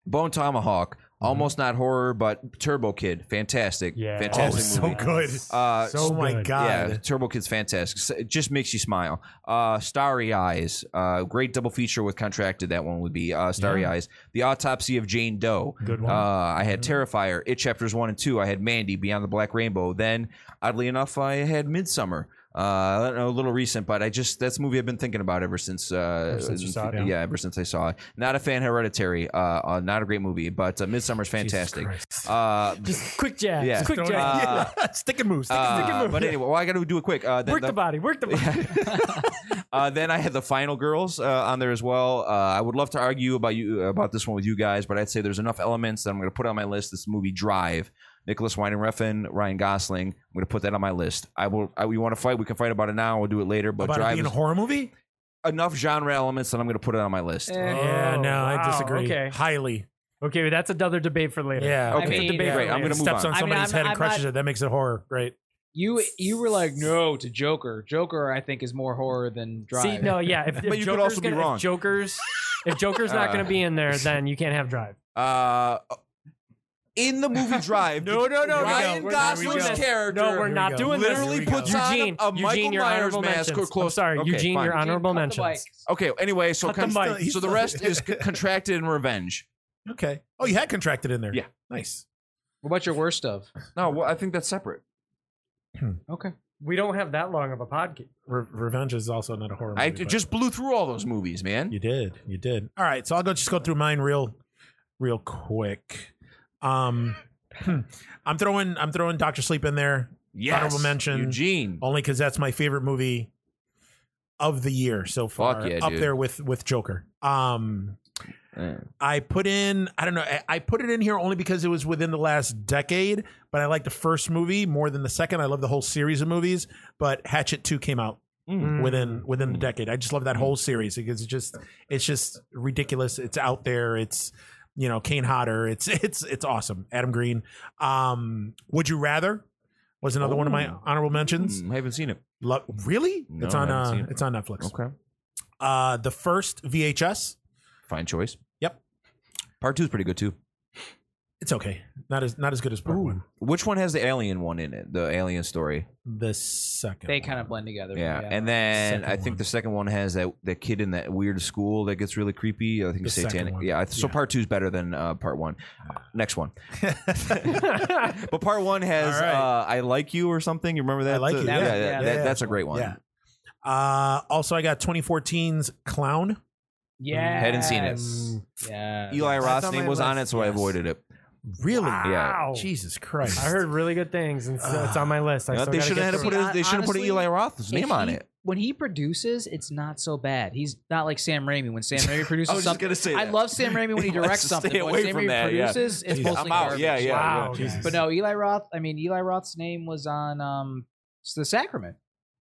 B: Bone Tomahawk.
C: Mm-hmm.
B: Almost not horror, but Turbo Kid. Fantastic.
E: Yeah.
C: Oh,
B: Fantastic
C: so
B: movie.
C: good.
B: Uh,
C: oh my
E: good.
C: god.
B: yeah, Turbo Kid's fantastic. S- It just makes you smile. Uh, Starry Eyes, uh, great double feature with Contracted. That one would be uh, Starry Eyes. The Autopsy of Jane Doe.
E: Good
B: Uh,
E: one.
B: I had Terrifier, It Chapters One and Two. I had Mandy, Beyond the Black Rainbow. Then, oddly enough, I had Midsummer. Uh, I don't know, a little recent, but I just that's a movie I've been thinking about ever since. Uh,
E: Ever since you saw it,
B: yeah.
E: yeah.
B: ever since I saw it. Not a fan, of Hereditary. Uh, uh, not a great movie, but uh, Midsummer's fantastic. Uh,
E: just quick jab.
B: yeah.
E: Quick
C: Don't-
E: jab.
B: Uh,
C: yeah. stick and move. Stick and, stick and
B: uh,
C: move.
B: but anyway, well, I got to do it quick. Uh, then
E: work the,
B: the-
E: body. Work the body.
B: uh, then I had the final girls uh, on there as well. Uh, I would love to argue about you uh, about this one with you guys, but I'd say there's enough elements that I'm going to put on my list. This movie Drive, Nicholas Winding Refn, Ryan Gosling. I'm going to put that on my list. I will. I, we want to fight? We can fight about it now. We'll do it later. But
C: About it
B: Drive
C: being a
B: is
C: horror movie?
B: enough genre elements that I'm going to put it on my list.
D: Eh,
C: yeah,
E: Oh,
C: no, I
E: wow,
C: disagree.
E: okay.
C: Highly.
E: Okay, well, that's another debate for later.
C: Yeah.
B: okay,
D: I mean,
E: debate
B: great.
E: for
B: I'm going
E: later.
B: to move
C: Steps
B: on.
C: on
D: I mean,
C: somebody's
D: I'm-
C: head and
D: I'm
C: crushes
D: not-
C: it. That makes it horror. Great.
D: You you were like no to Joker. Joker, I think, is more horror than Drive.
E: See, no, yeah. If, if
B: But you could
E: Joker's
B: also be
E: gonna,
B: wrong.
E: If Joker's, if Joker's not going
B: Uh,
E: to be in there, then you can't have Drive.
B: Uh, in the movie Drive,
E: No, no, no, no,
B: Ryan
E: no, we're not-
B: Gosling's
E: we're not-
B: character.
E: No, we're not
C: go.
E: doing this.
B: Literally
C: Here we go.
B: puts on
E: Eugene,
B: a Michael
E: Eugene, your
B: Myers
E: honorable
B: mask or
E: mentions. I'm
B: close-
E: sorry,
B: Okay,
E: Eugene, your
B: fine.
E: honorable
D: Cut the
E: mentions.
D: mics.
B: Okay. Anyway, so
E: Cut the
B: con-
E: mic.
B: so the rest is c- contracted and revenge.
C: Okay. Oh, you had contracted in there.
B: Yeah.
C: Nice.
D: What about your worst of?
B: No, well, I think that's separate.
D: Okay.
E: We don't have that long of a podcast.
C: Re- Revenge is also not a horror movie.
B: I
C: but-
B: just blew through all those movies, man.
C: You did. You did. All right. So I'll go just go through mine real real quick. Um I'm throwing I'm throwing Doctor Sleep in there
B: Yes,
C: Honorable mention.
B: Eugene.
C: only cuz that's my favorite movie of the year so far.
B: Fuck yeah,
C: Up
B: dude.
C: there with with Joker. Um
B: Yeah.
C: I put in I don't know I, I put it in here only because it was within the last decade, but I like the first movie more than the second. I love the whole series of movies, but Hatchet 2 came out
B: Mm.
C: within within the decade. I just love that whole series because it's just it's just ridiculous. It's out there. It's you know Kane Hodder. It's it's it's awesome. Adam Green. Um, Would you rather was another one of my
B: Ooh.
C: honorable mentions.
B: Oh. Mm, I haven't seen it.
C: Lo- really?
B: No,
C: it's
B: I
C: on
B: haven't
C: uh,
B: seen it.
C: it's on Netflix.
B: Okay,
C: Uh, the first VHS.
B: fine choice.
C: Yep.
B: Part two is pretty good too.
C: It's okay. Not as not as good as part one.
B: Which one has the alien one in it? The alien story.
C: The second.
D: They
C: one.
D: kind of blend together.
B: Yeah, and then
C: Second
B: I think
C: one.
B: the second one has that that kid in that weird school that gets really creepy. I think
C: The second
B: satanic.
C: one.
B: Yeah, I- so
C: Yeah.
B: part two is better than uh, part one. Next one, but part one has
C: All right.
B: uh, "I like you" or something. You remember that? Uh,
C: I Like You,
B: Yeah,
D: yeah.
B: that-
D: Yeah.
B: that-
C: Yeah.
B: that's a great one.
C: Yeah. Uh, also, I got 2014's Clown.
D: yeah,
B: Hadn't seen it.
D: Yeah,
B: Eli
C: That's
B: Roth's
C: on
B: name
C: my
B: was on it,
C: list,
B: so I
C: yes.
B: avoided it.
C: Really?
E: Wow.
C: Jesus Christ!
E: I heard really good things, and so it's on my list. I
B: You know,
E: still
B: they
E: gotta
B: should have
E: get
B: had to
E: through
B: put
E: it.
B: his, they should have put
D: honestly,
B: Eli Roth's name
D: if
B: on
D: he-
B: it.
D: when he produces, it's not so bad. He's not like Sam Raimi. When Sam Raimi produces
B: was just
D: something,
B: gonna say
D: Oh, I
B: that.
D: love Sam Raimi when he,
B: He wants
D: directs
B: to
D: something.
B: stay
D: When
B: away
D: Sam
B: from
D: Raimi
B: that, yeah.
D: produces, it's
C: Yeah.
D: mostly
B: I'm out.
D: garbage.
B: Yeah, yeah.
E: Wow,
C: yeah.
E: guys.
D: But no, Eli Roth. I mean, Eli Roth's name was on um the Sacrament.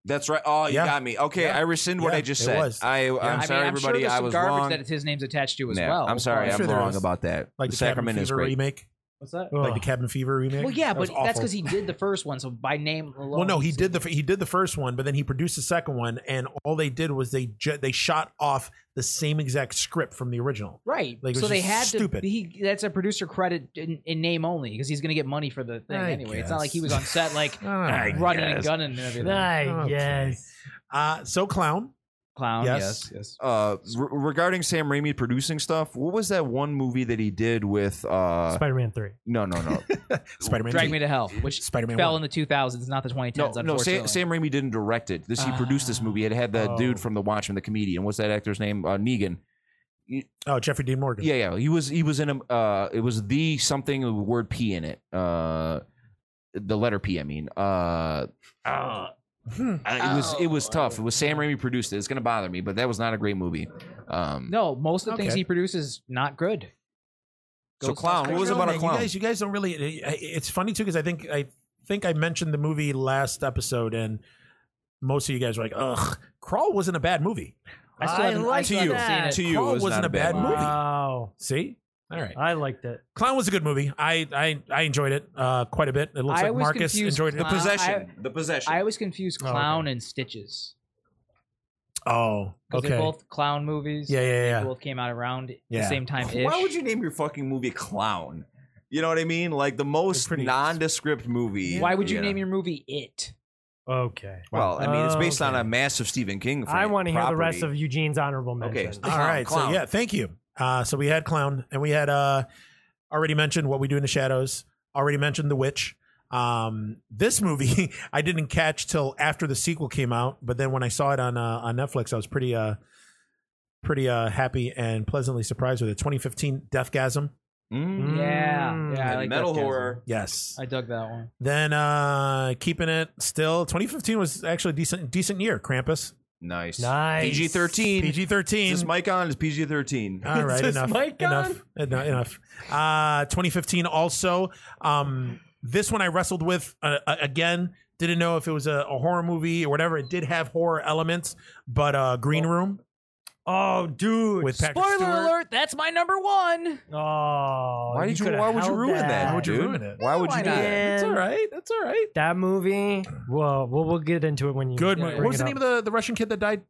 B: That's right. Oh, you
C: Yeah.
B: got me. Okay,
C: Yeah.
B: I rescind what
C: Yeah,
B: I just
C: it
B: said.
C: was.
B: I, I'm
C: I
D: I mean,
B: sorry,
D: I'm
B: everybody.
D: Sure there's
B: I
D: some
B: was
D: garbage
B: wrong.
D: that his name's attached to as
B: Yeah,
D: well.
B: I'm sorry.
C: I'm
B: I'm,
C: sure there
B: wrong
C: is.
B: about that.
C: like the
B: Sacrament
C: Cabin
B: is
C: Fever
B: great.
C: remake,
D: What's that?
E: Ugh.
C: like the Cabin Fever remake.
D: Well, yeah,
C: That was
D: but that's
C: awful.
D: because he did the first one. So by name alone.
C: Well, no, he
D: it's-
C: did the he did the first one, but then he produced the second one, and all they did was they ju- they shot off the same exact script from the original.
D: Right.
C: Like, it was
D: so they
C: just
D: had
C: stupid.
D: to. He, that's a producer credit in, in name only because he's going to get money for the thing
C: I
D: anyway. It's not like he was on set like
C: I
D: running and gunning and everything.
E: I
C: Okay.
E: guess.
C: Uh, so clown.
D: Clown.
C: Yes.
D: Yes. Yes.
B: Uh, re- regarding Sam Raimi producing stuff, what was that one movie that he did with? Uh,
E: Spider-Man Three.
B: no, no, no,
C: Spider-Man.
D: Drag
C: two.
D: Me to Hell, which
C: Spider-Man
D: fell
C: one.
D: in the 2000s, not the 2010s.
B: no, no. Sam,
D: unfortunately.
B: Sam Raimi didn't direct it. This he produced this
D: Ah.
B: movie. It had the
E: Oh.
B: dude from The Watchmen, the comedian. What's that actor's name? Uh, Negan.
C: Oh, Jeffrey Dean Morgan.
B: Yeah, yeah. He was he was in a. Uh, it was the something with the word P in it. Uh, the letter P. I mean. Uh, uh,
C: Hmm.
B: it was it was
D: Oh.
B: tough. It was Sam Raimi produced it. It's gonna bother me, but that was not a great movie. Um,
D: No, most of the things
C: Okay.
D: he produces not good.
B: So
D: Ghost
B: Clown,
D: House
B: what was
C: I don't
B: about
C: know,
B: a
C: man.
B: clown?
C: You guys, you guys don't really. I- I- It's funny too because I think I think I mentioned the movie last episode, and most of you guys were like, "Ugh, Crawl wasn't a bad movie."
D: I still haven't- I
E: like
D: still haven't
E: that.
D: seen it.
B: to you, it
C: Crawl
B: was
C: wasn't
B: not
C: a bad
B: movie.
C: movie.
E: Wow,
C: See, all
D: Uh,
C: right,
E: I liked it.
C: Clown was a good movie. I I, I enjoyed it uh, quite a bit. It looks
D: I
C: like
D: was
C: Marcus
D: confused
C: enjoyed it.
D: Clown-
B: Possession. the possession.
D: I always confuse
C: Oh, okay.
D: Clown and Stitches
C: Oh,
D: because
C: okay.
D: they're both clown movies.
C: yeah, yeah, yeah.
D: Both came out around
C: Yeah.
D: the same time.
B: Why would you name your fucking movie Clown? You know what I mean? Like the most
C: pretty-
B: nondescript movie.
D: Why would you
B: Yeah.
D: name your movie It?
E: Okay.
B: Well, I mean, it's based on
E: Okay.
B: a massive Stephen King.
E: I want to hear the
B: property.
E: rest of Eugene's honorable
B: Okay,
E: mention.
B: so-
C: All
B: Clown,
C: right, so
B: clown.
C: yeah, thank you. Uh, so we had clown, and we had uh, already mentioned what we do in the shadows. Already mentioned the witch. Um, this movie I didn't catch till after the sequel came out, but then when I saw it on uh, on Netflix, I was pretty uh, pretty uh, happy and pleasantly surprised with it. 2015 Deathgasm.
B: Mm.
D: Yeah,
E: Mm.
D: yeah, I
B: And
D: like
B: metal
D: that, Kevin.
B: horror.
C: Yes.
D: I dug that one.
C: Then uh, keeping it still. 2015 was actually a decent decent year. Krampus.
B: Nice.
E: Nice.
B: PG thirteen.
C: PG
B: Is this
C: 13.
B: mic on? Is PG thirteen?
C: All right,
D: Is this
C: enough,
D: mic
C: enough, enough, enough. Uh, 2015 also. Um, this one I wrestled with uh, uh, again. Didn't know if it was a, a horror movie or whatever. It did have horror elements, but uh, Green Room
E: Oh, dude.
C: with Patrick
D: Spoiler
C: Stewart.
D: alert! That's my number one.
E: oh,
B: Why did you?
E: coulda
B: Why would you
E: held
B: ruin that?
C: Why would you
B: dude?
C: ruin it?
B: Why would
D: Why
B: you do
D: not?
B: that?
E: Man,
C: That's all right. That's all right.
E: That movie. Well, well, we'll get into it when you.
C: Good.
D: Yeah,
C: movie.
D: yeah.
C: what was the name of the, the Russian kid that died?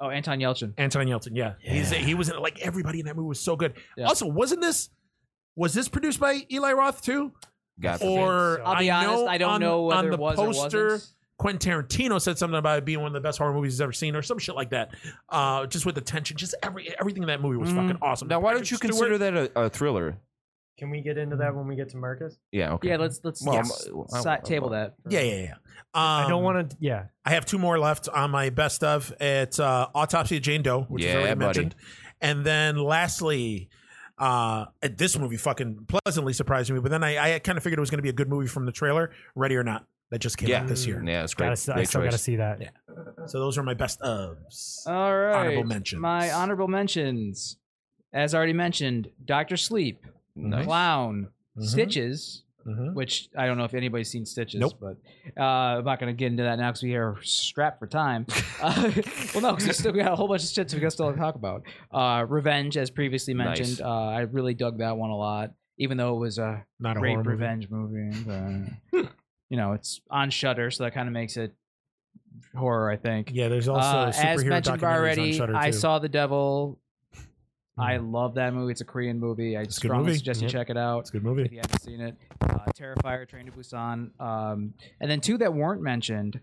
D: Oh, Anton Yelchin.
C: Anton Yelchin. Yeah, He's, he was in it. Like everybody in that movie was so good.
D: Yeah.
C: Also, wasn't this? Was this produced by Eli Roth too?
B: God forbid.
C: Or
E: so.
D: I'll be
C: I know
D: honest, I don't
C: on-
D: know
C: on
D: whether
C: the
D: it was
C: poster,
D: or wasn't.
C: Quentin Tarantino said something about it being one of the best horror movies he's ever seen, or some shit like that. Uh, just with the tension, just every everything in that movie was
E: Mm.
C: fucking awesome.
B: now, why
C: Patrick
B: don't you
C: Stewart-
B: consider that a, a thriller?
E: Can we get into that when we get to Marcus?
B: Yeah. Okay.
D: Yeah, let's let's
B: Well,
D: yes,
B: I'm-
D: si-
B: I'm-
D: table that.
C: Yeah, yeah, yeah. Um,
E: I don't want to. Yeah.
C: I have two more left on my best of. It's uh, Autopsy of Jane Doe, which is
B: Yeah,
C: already
B: buddy.
C: mentioned, and then lastly. Uh, this movie fucking pleasantly surprised me, but then I, I kind of figured it was going to be a good movie from the trailer, Ready or Not, that just came
B: Yeah.
C: out this year.
B: Yeah, it's great.
E: Gotta, s- I
B: great
E: still got to
B: choice.
E: see that.
C: Yeah. So those are my best ofs.
D: All right.
C: Honorable mentions.
D: My honorable mentions, as already mentioned, Doctor Sleep,
B: Nice.
D: Clown,
C: Mhm.
D: Stitches,
C: Mhm.
D: which I don't know if anybody's seen Stitches,
C: Nope.
D: but uh, I'm not going to get into that now because we are strapped for time. Uh, well, no, because we still got a whole bunch of shit we got still to talk about. Uh, Revenge, as previously
B: Nice.
D: mentioned, uh, I really dug that one a lot, even though it was a
C: Not a
D: great
C: horror movie. Hmm.
D: revenge movie. but, you know, it's on Shutter, so that kind of makes it horror, I think.
C: Yeah, there's also
D: Uh,
C: superhero
D: as mentioned
C: documentaries on
D: already,
C: Shudder
D: I
C: too. Mm-hmm. Mm.
D: saw The Devil. I love that movie. It's a Korean movie. I
C: It's a good
D: strongly
C: movie.
D: suggest you
C: Yep.
D: check it out
C: It's a good
D: if
C: movie.
D: you haven't seen it. Uh, Terrifier, Train to Busan, um, and then two that weren't mentioned.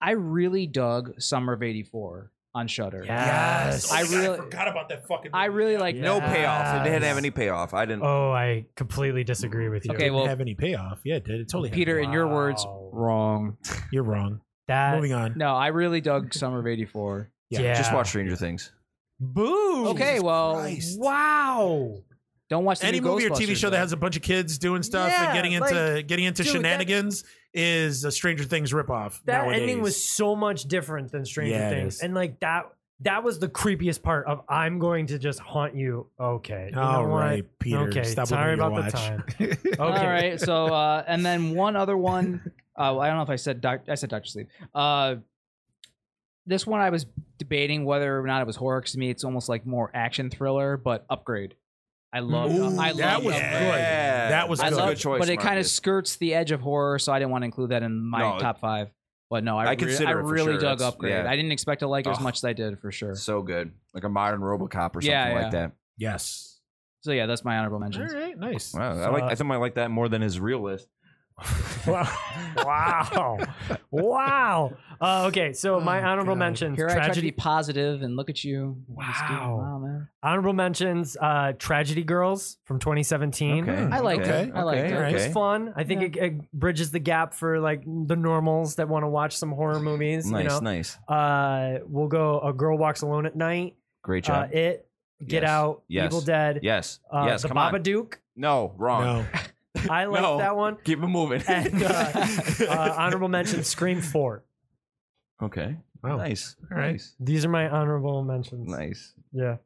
D: I really dug Summer of '84 on Shudder.
E: Yes.
C: my
D: I
C: Oh, God,
D: really-
C: forgot about that fucking.
D: I
C: movie.
D: really like
B: No payoff. It didn't
E: Yes.
B: have any payoff. I didn't.
E: Oh, I completely disagree with you.
D: Okay,
C: didn't
D: well-
C: have any payoff. Yeah, it did. It totally. had
D: Peter. In your
E: Wow.
D: words, wrong.
C: payoff. you're wrong.
E: that.
C: Moving on.
D: No, I really dug Summer of '84.
E: yeah.
C: Yeah,
B: Just watch Stranger Things.
E: Boo.
D: Okay, well,
C: Christ.
E: Wow.
D: Don't watch the
C: Any
D: new
C: movie or TV
D: Ghostbusters,
C: show
D: though.
C: that has a bunch of kids doing stuff and
E: Yeah,
C: getting into
E: like,
C: getting into
E: dude, that-
C: shenanigans is a Stranger Things ripoff.
E: that
C: nowadays.
E: ending was so much different than Stranger
C: Yeah, it
E: Things,
C: is.
E: and like that that was the creepiest part of I'm going to just haunt you. Okay, you
C: All
E: know what?
C: right, Peter.
E: okay,
C: stop looking
E: sorry
C: at your
E: about
C: watch. Oh,
E: the time. Okay,
D: All right. So uh, and then one other one. Uh, I don't know if I said doc- I said Doctor Sleep. Uh, this one I was debating whether or not it was horror. 'cause to me, it's almost like more action thriller, but Upgrade. I love.
C: Ooh,
D: I
C: that
D: love
C: was
D: Upgrade.
C: good. That was
D: I
C: good.
D: love,
B: good choice,
D: but it kind of
B: Marcus.
D: skirts the edge of horror, so I didn't want to include that in my
B: No, it-
D: top five. But no, I,
B: I
D: re-
B: consider
D: I
B: it for
D: really
B: sure.
D: dug
B: That's-
D: Upgrade.
B: yeah.
D: I didn't expect to like it as
B: Ugh.
D: much as I did for sure.
B: so good, like a modern RoboCop or something
D: Yeah,
B: like that.
C: Yes.
D: So yeah, that's my honorable
C: All
D: mentions.
C: right. Nice.
B: Wow, I like.
C: uh,
B: I think I like that more than his real list.
E: wow, wow. Uh, okay, so my
C: Oh,
E: honorable
C: God.
E: mentions:
D: Here I try to be
E: tragedy,
D: positive and look at you.
E: Wow.
D: Just keep- wow, man.
E: honorable mentions: uh, tragedy girls from 2017.
B: Okay.
D: I like
B: Okay,
D: it. I like
B: okay,
D: it.
C: all
E: It was
B: Okay.
E: fun. I think
D: Yeah.
E: it, it bridges the gap for like the normals that want to watch some horror movies.
B: Nice,
E: you know?
B: nice,
E: Uh, we'll go. A girl walks alone at night.
B: great
E: Uh,
B: job.
E: it. Get
B: Yes.
E: out.
B: Yes.
E: Evil Dead.
B: yes,
E: Uh,
B: yes.
E: the
B: Come on.
E: Babadook.
B: No, wrong.
C: No.
E: I like
B: No.
E: that one.
B: Keep it moving.
E: And uh, uh, honorable mention: Scream Four.
B: okay.
E: Oh.
C: Wow.
B: Nice.
C: All right.
B: Nice.
E: These are my honorable mentions.
B: Nice.
E: Yeah.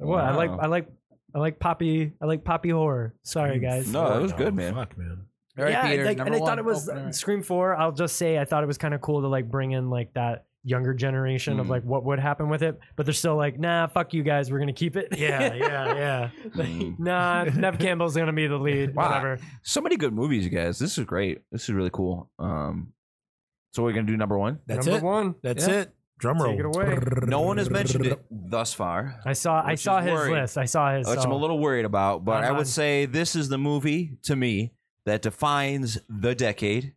E: Well, I like
B: Wow.
E: I like I like poppy I like poppy horror. Sorry guys.
B: No, that was
C: Oh,
B: good, man.
C: Fuck, man.
D: All right,
E: yeah,
D: Peter,
E: like, and
D: number
E: I thought
D: one, Oh,
E: it was
D: opener.
E: Scream Four. I'll just say I thought it was kind of cool to like bring in like that younger generation of
B: Mm.
E: like what would happen with it, but they're still like, nah, fuck you guys, we're gonna keep it.
C: Yeah. Yeah. Yeah.
B: Mm.
E: nah, Nev Campbell's gonna be the lead.
B: Wow.
E: Whatever.
B: So many good movies, you guys. This is great. This is really cool. Um, so we're gonna do number one.
C: That's
E: Number
C: it.
E: one.
C: That's
B: Yeah.
C: it. Drum roll.
E: Take it away.
B: No one has mentioned it thus far.
E: I saw I
B: Which
E: saw
B: is
E: his
B: worried.
E: list. I saw his.
B: which
E: so-
B: I'm a little worried about, but
E: I'm
B: I would
E: on-
B: say this is the movie to me that defines the decade.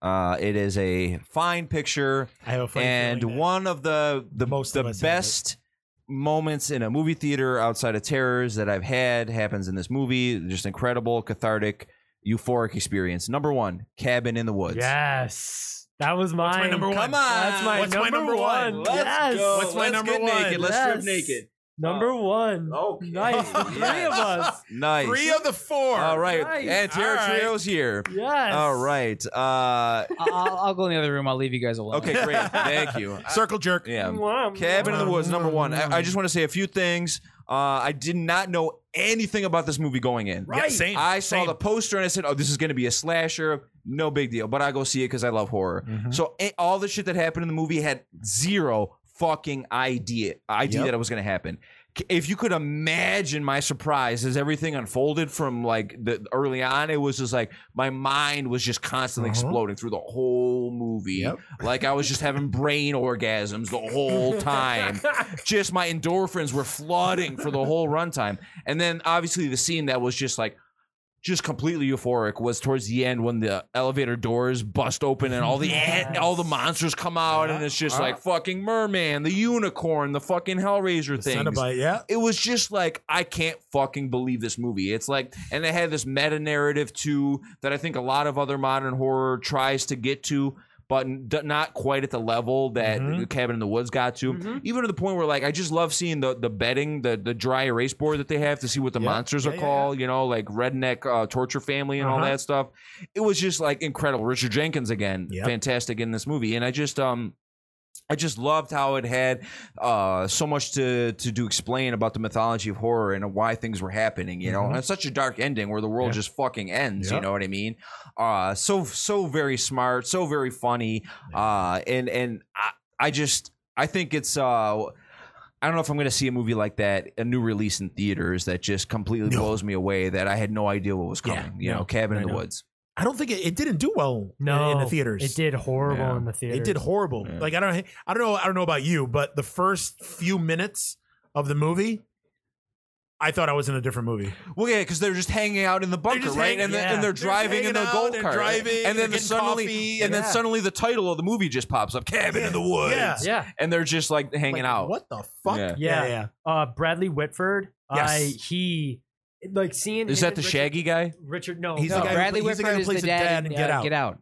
B: Uh, it is a fine picture
C: I have a funny
B: and
C: feeling that-
B: one of the the
C: Most
B: the
C: of us have it.
B: best moments in a movie theater outside of terrors that I've had happens in this movie. Just incredible, cathartic, euphoric experience. Number one, Cabin in the Woods.
E: Yes. That was mine.
C: my number one?
B: Come on,
E: That's my
C: What's my
E: number,
C: number one?
E: one.
B: Let's
E: yes.
B: go.
C: What's my
B: Let's
C: number
B: get
C: one?
B: Naked. Let's strip
E: Yes.
B: naked.
E: Number one.
B: Okay.
E: Nice. Three of us.
B: Nice.
C: Three of the four.
B: All right.
E: Nice.
B: And Terror
C: All right.
B: Trio's here.
E: Yes.
B: All right. Uh,
D: I- I'll, I'll go in the other room. I'll leave you guys alone.
B: okay, great. Thank you.
C: Circle jerk.
B: Yeah.
E: Mwah,
B: Cabin in the
E: mwah.
B: Woods, number one. I, I just want to say a few things. Uh, I did not know anything about this movie going in.
C: Yeah, same.
B: I saw
C: same.
B: the poster and I said, "Oh, this is going to be a slasher." No big deal, but I go see it because I love
C: Mm-hmm.
B: horror. So a- all the shit that happened in the movie had zero fucking idea idea
C: Yep.
B: that it was going to happen. C- If you could imagine my surprise as everything unfolded from like the early on, it was just like my mind was just constantly
C: Uh-huh.
B: exploding through the whole movie.
C: Yep.
B: Like I was just having brain orgasms the whole time. just my endorphins were flooding for the whole runtime. And then obviously the scene that was just like just completely euphoric was towards the end when the elevator doors bust open and all the
E: Yes.
B: all the monsters come out and it's just like fucking merman, the unicorn, the fucking hellraiser thing.
C: Cenobite, yeah.
B: It was just like I can't fucking believe this movie. It's like and they had this meta narrative too that I think a lot of other modern horror tries to get to but n- d- not quite at the level that
C: Mhm.
B: Cabin in the Woods got to. Even to the point where like I just love seeing the the bedding, the the dry erase board that they have to see what the
C: Yeah.
B: monsters
C: Yeah,
B: are
C: yeah,
B: called, you know, like redneck uh, torture family and all
C: Uh-huh.
B: that stuff. It was just like incredible. Richard Jenkins again,
C: Yep.
B: fantastic in this movie. And I just um I just loved how it had uh, so much to to do explain about the mythology of horror and why things were happening, you know.
C: Mhm.
B: And it's such a dark ending where the world
C: Yeah.
B: just fucking ends,
C: Yeah.
B: you know what I mean? Uh so so very smart, so very funny. Uh and and I, I just I think it's uh I don't know if I'm going to see a movie like that, a new release in theaters that just completely
C: No.
B: blows me away that I had no idea what was
C: Yeah,
B: coming. you
C: no,
B: know, Cabin in
C: no,
B: the
C: no.
B: Woods.
C: I don't think it, it didn't do well in-
E: No,
C: in the theaters.
E: It did horrible
B: Yeah.
E: in the theater.
C: It did horrible.
B: Yeah.
C: Like I don't I don't know I don't know about you, but the first few minutes of the movie I thought I was in a different movie.
B: Well, yeah, because they're just hanging out in the bunker,
C: just
B: right?
C: hang-
B: and, then
E: yeah.
B: and they're
C: They're
B: driving in
C: hanging
B: the
C: out,
B: golf
C: they're
B: cart,
C: driving,
B: and
C: they're
B: then the
C: getting
B: suddenly,
C: coffee,
B: and then
C: yeah.
B: suddenly the title of the movie just pops up: Cabin in the Woods.
C: Yeah.
E: Yeah.
B: And they're just like hanging
C: Like,
B: out.
C: What the fuck?
B: Yeah.
E: Yeah. Uh, Bradley Whitford.
C: Yes.
E: I he like seeing
B: Is
E: him
B: that
E: and
B: the
E: Richard,
B: Shaggy guy?
E: Richard? No,
C: He's
E: no.
C: the guy who-
D: Bradley
C: he's the
D: Whitford
C: guy who
D: is
C: plays
D: the
C: the
D: dad.
C: dad
D: in,
C: in Get
D: uh,
C: Out.
D: Get out.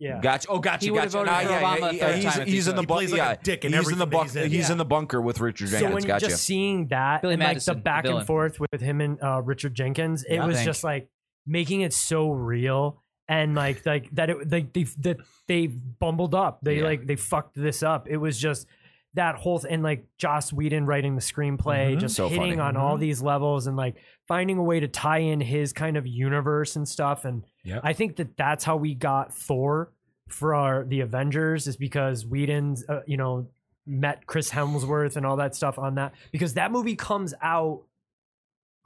E: Yeah.
B: Gotcha. Oh, gotcha.
D: He would've
B: gotcha.
D: voted
B: Nah,
D: for
B: yeah,
D: Obama
B: yeah,
D: a
B: yeah,
D: third
B: he's,
D: time if
B: he's
D: he
B: in the
D: could.
B: bu-
C: He plays like a
B: yeah,
C: dick in
B: he's in the
C: everything
B: bu-
C: he's in.
B: in the bunker with Richard
E: So
B: Jenkins.
E: when
B: gotcha.
E: just seeing that
D: Billy
E: and
D: Madison,
E: like
D: the
E: the back
D: villain.
E: and forth with him and uh, Richard Jenkins, it
D: Yeah.
E: was
D: Thank
E: just like making it so real and like like that it like they that they bumbled up. They
B: Yeah.
E: like they fucked this up. It was just that whole th- and like Joss Whedon writing the screenplay,
D: Mm-hmm.
C: Mhm.
E: just
B: So
E: hitting
B: funny.
E: on all
C: Mhm.
E: these levels and like finding a way to tie in his kind of universe and stuff. And
C: Yeah.
E: I think that that's how we got Thor for our, the Avengers is because Whedon's uh, you know met Chris Hemsworth and all that stuff on that because that movie comes out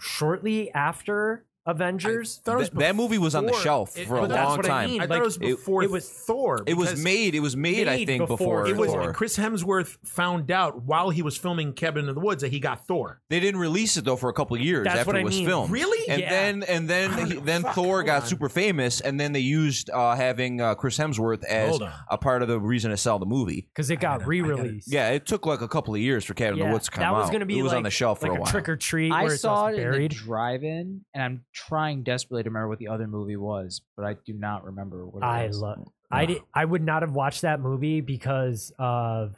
E: shortly after Avengers.
C: thought it was
B: Th- that movie was on the
C: before-
B: shelf
C: it-
B: for a
C: but that's
B: long
C: what
B: time.
C: I, mean. I
E: Like,
C: thought it was
B: it-
C: before
E: it was-
C: Thor.
B: it was
C: because
B: made. It was made. I
E: Made
B: think before,
E: before
C: It was
B: Thor.
C: and Chris Hemsworth found out while he was filming Cabin in the Woods that he got Thor.
B: They didn't release it though for a couple of years
E: That's
B: after
E: what
B: it
E: I
B: was
E: mean.
B: filmed.
C: Really?
B: And
E: Yeah.
B: then and then he, then
C: Fuck,
B: Thor
C: hold
B: got
C: on.
B: super famous, and then they used uh, having uh, Chris Hemsworth as
C: Hold on.
B: a part of the reason to sell the movie.
E: Because it got re-released.
B: Yeah, it took like a couple of years for Cat in
E: Yeah,
B: the Woods to come
E: that was
B: out.
E: gonna be
B: it was on
E: like-
B: the shelf for
E: like
B: a
E: a,
B: while.
E: trick or treat.
D: I
E: where it's
D: saw
E: also
D: it in
E: buried.
D: the drive-in, and I'm trying desperately to remember what the other movie was, but I do not remember what it
E: I
D: was.
E: love. I did, I would not have watched that movie because of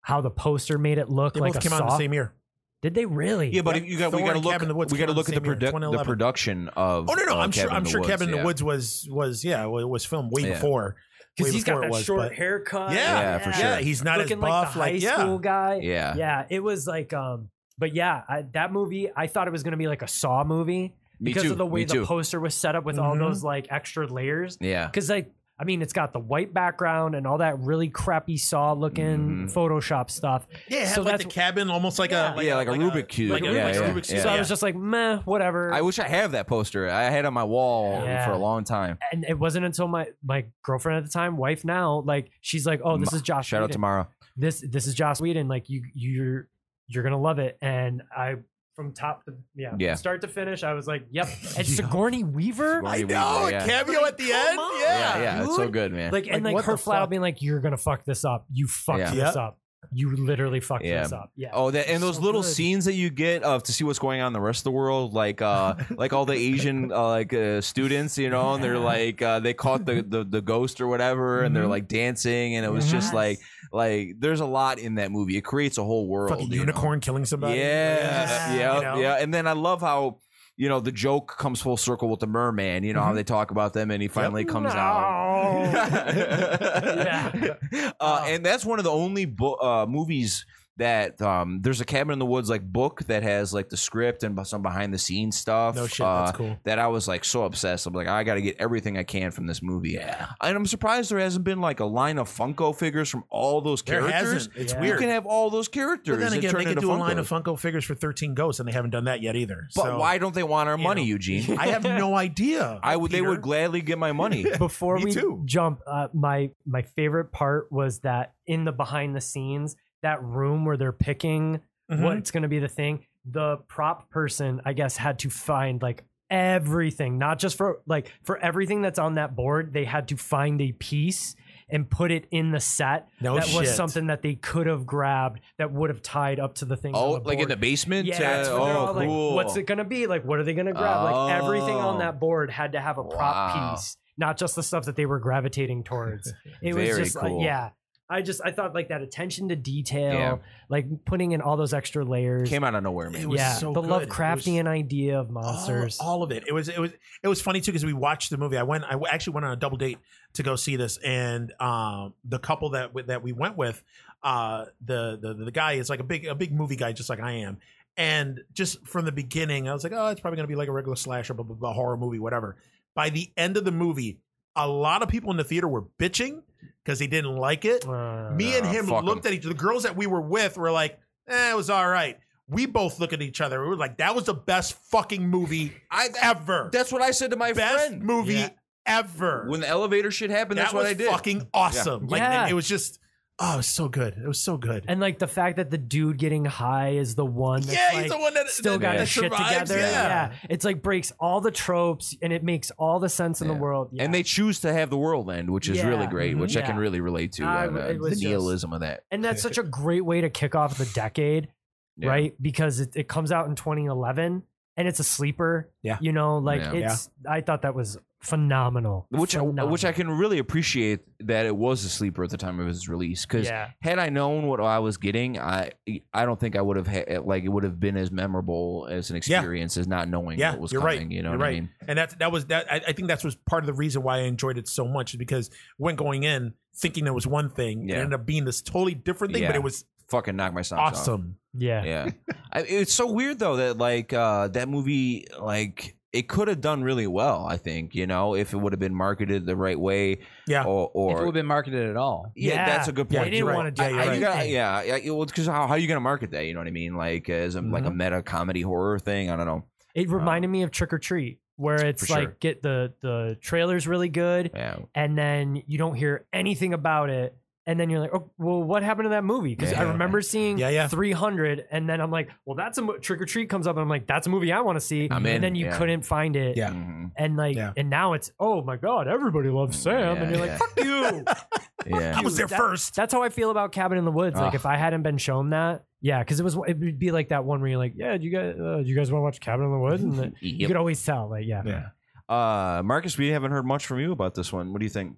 E: how the poster made it look
C: They
E: like
C: both
E: a
C: came out in
E: saw.
C: the same year.
E: Did they really?
B: Yeah, but
C: Yep.
B: you got
C: Thor
B: we got to
C: and
B: look.
C: Cabin in the Woods
B: we got to
C: came out
B: look at
C: the
B: the,
C: same year,
B: produ- the
C: 2011.
B: production of.
C: Oh no, no,
B: of
C: I'm sure.
B: Cabin
C: I'm
B: the
C: sure
B: Woods,
C: Cabin in
B: yeah.
C: the Woods was was yeah wa- was filmed way
B: Yeah.
C: before. way
E: because he's got
C: before
E: that
C: it was,
E: short
C: but-
E: haircut.
C: Yeah,
B: Yeah, for sure.
C: yeah, he's not as
E: Looking
C: buff.
E: like
C: Like,
E: the high school
C: yeah,
E: guy.
B: Yeah.
E: yeah, it was like um. But yeah, I, that movie, I thought it was gonna be like a Saw movie
B: Me
E: because
B: too.
E: of the way
B: me
E: the
B: too.
E: poster was set up with all
C: Mhm.
E: those like extra layers.
B: yeah.
E: Because like, I mean, it's got the white background and all that really crappy Saw looking
B: Mhm.
E: Photoshop stuff.
C: yeah. It had
E: So
C: like
E: that's-
C: the cabin, almost like
E: Yeah.
C: a like
B: Yeah, like a Rubik's cube.
C: like a
B: Yeah,
C: Rubik's
B: yeah,
C: Rubik's
B: yeah.
C: cube.
E: so I was just like, meh, whatever.
B: I wish I have that poster. I had it on my wall
E: Yeah.
B: for a long time.
E: and it wasn't until my my girlfriend at the time, wife now, like she's like, oh, this is Josh.
B: Shout out to
E: Whedon.
B: Mara.
E: this this is Joss Whedon. Like you you're you're gonna love it. And I from top to yeah, from
B: Yeah.
E: start to finish, I was like, yep. And Sigourney Weaver,
B: Sigourney
C: I
B: Weaver,
C: know
B: yeah.
C: a cameo at the end.
E: on.
B: Yeah,
C: Yeah,
B: yeah, it's so
E: dude.
B: good, man.
E: like and
C: Like,
E: like,
C: what
E: her
C: the
E: flat
C: fuck?
E: out being like, you're gonna fuck this up. You fucked
B: Yeah.
E: this
C: Yeah.
E: up. You literally fucked
B: Yeah.
E: this up. Yeah.
B: Oh, that and those
E: So
B: little
E: good.
B: scenes that you get of to see what's going on in the rest of the world, like uh, like all the Asian uh, like uh, students, you know, and they're like uh, they caught the, the the ghost or whatever, and they're
C: Mhm.
B: like dancing, and it was just
E: Yes.
B: like like there's a lot in that movie. It creates a whole world.
C: fucking
B: you know?
C: unicorn killing somebody.
B: Yeah,
E: Yes.
B: yeah,
C: you know?
B: yeah. And then I love how you know the joke comes full circle with the merman. You know how they talk about them, and he finally comes out.
E: No.
B: yeah. uh,
E: Oh.
B: and that's one of the only bo- uh, movies that um, there's a cabin in the woods like book that has like the script and some behind the scenes stuff.
C: No shit,
B: uh,
C: that's cool.
B: That I was like so obsessed. I'm like, I got to get everything I can from this movie. Yeah, and I'm surprised there hasn't been like a line of Funko figures from all those
C: There
B: characters.
C: hasn't. It's
E: Yeah.
B: You
C: weird.
B: can have all those characters.
C: But then
B: and
C: again,
B: turn
C: they could
B: into
C: do a
B: Funkos.
C: line of Funko figures for 13 ghosts, and they haven't done that yet either.
B: But
C: so
B: why don't they want our money, Eugene?
C: I have no idea.
B: I would. They
C: Peter.
B: would gladly get my money.
E: Before
C: Me
E: we
C: too.
E: jump, uh, my my favorite part was that in the behind the scenes, that room where they're picking
C: Mhm.
B: Mm-hmm.
E: what's going to be the thing. The prop person, I guess, had to find like everything, not just for like for everything that's on that board. They had to find a piece and put it in the set.
B: Oh,
C: No
E: that was
C: shit.
E: something that they could have grabbed that would have tied up to the thing.
B: Oh,
E: on the
B: like in the
E: board.
B: basement.
E: Yeah,
B: Uh,
E: it's where they're
B: oh,
E: all like,
B: cool.
E: what's it gonna be? Like, what are they gonna grab? Like everything
B: Oh.
E: on that board had to have a prop
B: Wow.
E: piece, not just the stuff that they were gravitating towards. It was
B: Very
E: just
B: cool.
E: like, yeah. I just I thought like that attention to detail,
B: Yeah.
E: like putting in all those extra layers.
B: Came out of nowhere, man.
C: It was
E: yeah,
C: so
E: the
C: good. It was-
E: Lovecraftian idea of
C: All-
E: monsters.
C: All, of it. It was it was it was funny too because we watched the movie. I went. I actually went on a double date to go see this, and um, the couple that w- that we went with, uh, the the the guy is like a big a big movie guy, just like I am. And just from the beginning, I was like, oh, it's probably gonna be like a regular slasher, blah blah blah, horror movie, whatever. By the end of the movie, a lot of people in the theater were bitching because they didn't like it.
E: Uh,
C: Me and
B: Nah,
C: him
B: fuck 'em.
C: looked at each other. The girls that we were with were like, eh, it was all right. We both look at each other. We were like, that was the best fucking movie I ever.
B: That's what I said to my
C: best
B: friend.
C: movie
E: Yeah.
C: ever.
B: When the elevator shit happened,
C: that
B: that's
C: was
B: what I did.
C: fucking awesome. Like
E: Yeah.
C: it was just oh, it was so good. It was so good.
E: and like the fact that the dude getting high is the one. That's
C: yeah,
E: like,
C: he's the one that
E: still
C: that,
E: got
C: that
E: his shit
C: survives.
E: together.
C: Yeah.
E: it's like breaks all the tropes and it makes all the sense in
B: Yeah.
E: the world. Yeah.
B: And they choose to have the world end, which is
E: Yeah.
B: really
C: Mm-hmm.
B: great, which I
E: Yeah.
B: can really relate to.
E: I-
B: and, uh,
E: it was
B: the
E: just-
B: nihilism of that.
E: and that's such a great way to kick off the decade,
B: Yeah.
E: right? Because it, it comes out in 2011 and it's a sleeper.
C: Yeah.
E: you know, like
B: Yeah.
E: it's. I thought that was phenomenal.
B: which I,
E: phenomenal.
B: which I can really appreciate that it was a sleeper at the time of his release because
E: yeah,
B: had I known what I was getting, I I don't think I would have had like it would have been as memorable as an
C: Yeah.
B: experience as not knowing
C: Yeah,
B: what was
C: you're right.
B: coming. You know
C: You're
B: what
C: right.
B: I mean?
C: and that's that was that. I, I think that was part of the reason why I enjoyed it so much is because when going in thinking it was one thing,
B: Yeah.
C: it ended up being this totally different thing, but
B: Yeah.
C: it was
B: Fucking knock my socks off.
C: awesome.
E: yeah,
B: yeah I, it's so weird though that like uh that movie like it could have done really well i think you know if it would have been marketed the right way
C: Yeah.
B: or,
D: if it
B: or
D: would have been marketed at all.
B: yeah,
E: Yeah.
B: that's a good
C: Yeah,
B: point
E: they
C: you're
E: didn't
C: right.
E: want to
B: I,
E: do
B: I- you
E: anything.
B: gotta- yeah, yeah, it- well, because how, how are you gonna market that? You know what I mean? Like as a, like a meta comedy horror thing? I don't know.
E: It reminded me of Trick or Treat, where it's
B: Um, For sure.
E: like get the the trailer's really good,
B: Yeah,
E: and then you don't hear anything about it. And then you're like, oh, well, what happened to that movie? Because I
B: Yeah.
E: remember seeing
C: Yeah, yeah.
E: 300, and then I'm like, well, that's a mo- Trick or Treat comes up, and I'm like, that's a movie I want to see.
B: I'm in,
E: And then you
B: yeah.
E: couldn't find it.
C: Yeah.
B: Mhm.
E: And like,
C: Yeah.
E: and now it's, oh my God, everybody loves Sam. and
B: Mm, Yeah,
E: you're
B: yeah.
E: like, fuck you.
B: yeah.
C: I was there
E: That-
C: first.
E: That's how I feel about Cabin in the Woods. Like
B: Ugh.
E: if I hadn't been shown that, yeah, because it was it would be like that one where you're like, yeah, do you guys uh, do you guys want to watch Cabin in the Woods? And then you
B: Mm-hmm. Yep.
E: could always tell, like, yeah,
C: Yeah.
B: Uh, Marcus, we haven't heard much from you about this one. What do you think?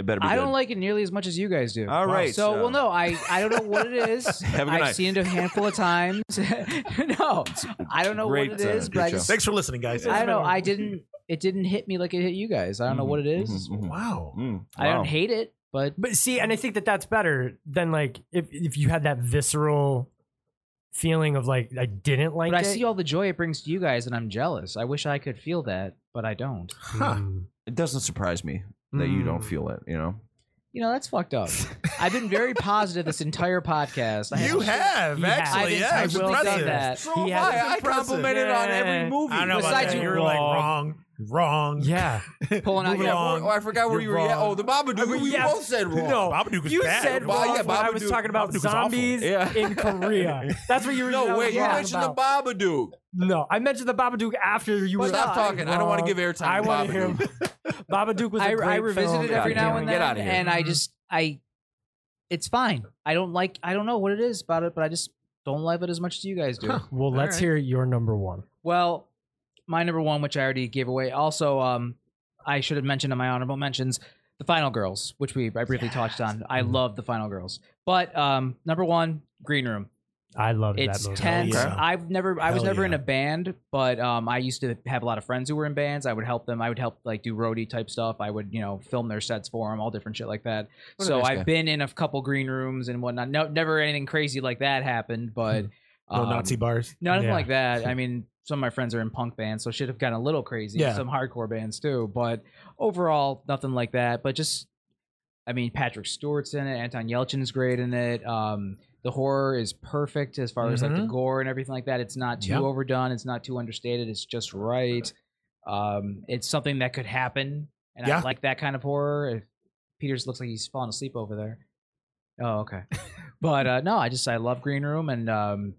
B: It better be.
D: I
B: good.
D: don't like it nearly as much as you guys do.
B: All right,
D: So,
B: so-
D: well, no, I, I don't know what it is.
B: Have a good
D: I've
B: night.
D: seen it a handful of times. no, I don't know
B: Great,
D: what it is,
B: uh,
D: but I
B: good
D: just,
C: Thanks for listening, guys.
D: I don't know. I didn't. It didn't hit me like it hit you guys. I don't know what it is.
B: Mhm, mhm,
C: Wow.
B: mhm.
D: I
B: Wow.
D: don't hate it, but
E: But see, and I think that that's better than like if if you had that visceral feeling of like I didn't like uh,
D: but I
E: it.
D: see all the joy it brings to you guys, and I'm jealous. I wish I could feel that, but I don't.
C: Huh.
E: Mm.
B: It doesn't surprise me that you don't
E: Mm.
B: feel it. You know.
D: You know that's fucked up. I've been very positive this entire podcast. I
C: You have
E: He
C: actually,
D: has.
C: yeah.
D: I
C: It's
D: will say
C: impressive.
D: that.
B: So
E: He
B: am
E: has-
B: I. I complimented on every
E: Yeah.
B: movie.
C: I don't know
D: Besides
C: about that.
D: you-
C: You're like wrong, wrong.
E: Yeah,
D: pulling out
C: Moving
D: your.
C: on.
B: Oh, I forgot where
E: You're
B: you were. at.
E: wrong.
B: Oh, the Babadook.
E: I mean,
B: we
E: yeah.
B: both said wrong.
C: No, Babadook is
E: oh, you
C: bad.
E: said
B: Well,
E: wrong
B: yeah,
E: when I was
B: Babadook-
E: talking about
C: Babadook was awful.
E: zombies
B: Yeah.
E: in Korea. That's what you were. I
B: No,
E: was
B: wait. You
E: wrong
B: mentioned
E: about.
B: the Babadook.
E: No, I mentioned the Babadook after you were.
B: Stop
E: I
B: talking. I don't want to
E: wrong.
B: give airtime.
E: I
B: to
E: want to
B: Babadook.
E: hear. Babadook was. a
D: I,
E: great
D: I revisit
E: film.
D: it
B: Get
D: every
B: outta
D: now
B: here.
D: and
B: Get
D: then,
B: outta here.
D: and I just I, it's fine. I don't like. I don't know what it is about it, but I just don't love it as much as you guys do.
E: Well, let's
D: Alright.
E: hear your number one.
D: Well, my number one, which I already gave away. Also, um, I should have mentioned in my honorable mentions the Final Girls, which we I briefly touched on. I
C: Mm-hmm.
E: Mhm.
D: love the Final Girls, but um, number one, Green Room.
E: I loved
D: It's
E: that movie.
D: tense.
C: yeah.
D: I've never, I was
C: Hell
D: never
C: yeah.
D: in a band, but um, I used to have a lot of friends who were in bands. I would help them. I would help like do roadie type stuff. I would, you know, film their sets for them, all different shit like that.
B: What a
D: so
B: nice
D: I've
B: guy.
D: been in a couple green rooms and whatnot. No, never anything crazy like that happened, but
C: Hmm. No
D: um,
C: Nazi bars.
D: no, nothing
E: Yeah.
D: like that. I mean, some of my friends are in punk bands, so shit have gotten a little crazy.
C: Yeah.
D: Some hardcore bands too, but overall, nothing like that. But just, I mean, Patrick Stewart's in it. Anton Yelchin's great in it. Um, the horror is perfect as far as like the
C: Mhm.
D: gore and everything like that. It's not too
C: Yep.
D: overdone. It's not too understated. It's just right. Um, it's something that could happen, and
C: Yeah.
D: I like that kind of horror. If- Peters looks like he's falling asleep over there. Oh, okay. but uh, no, I just I love Green Room, and um,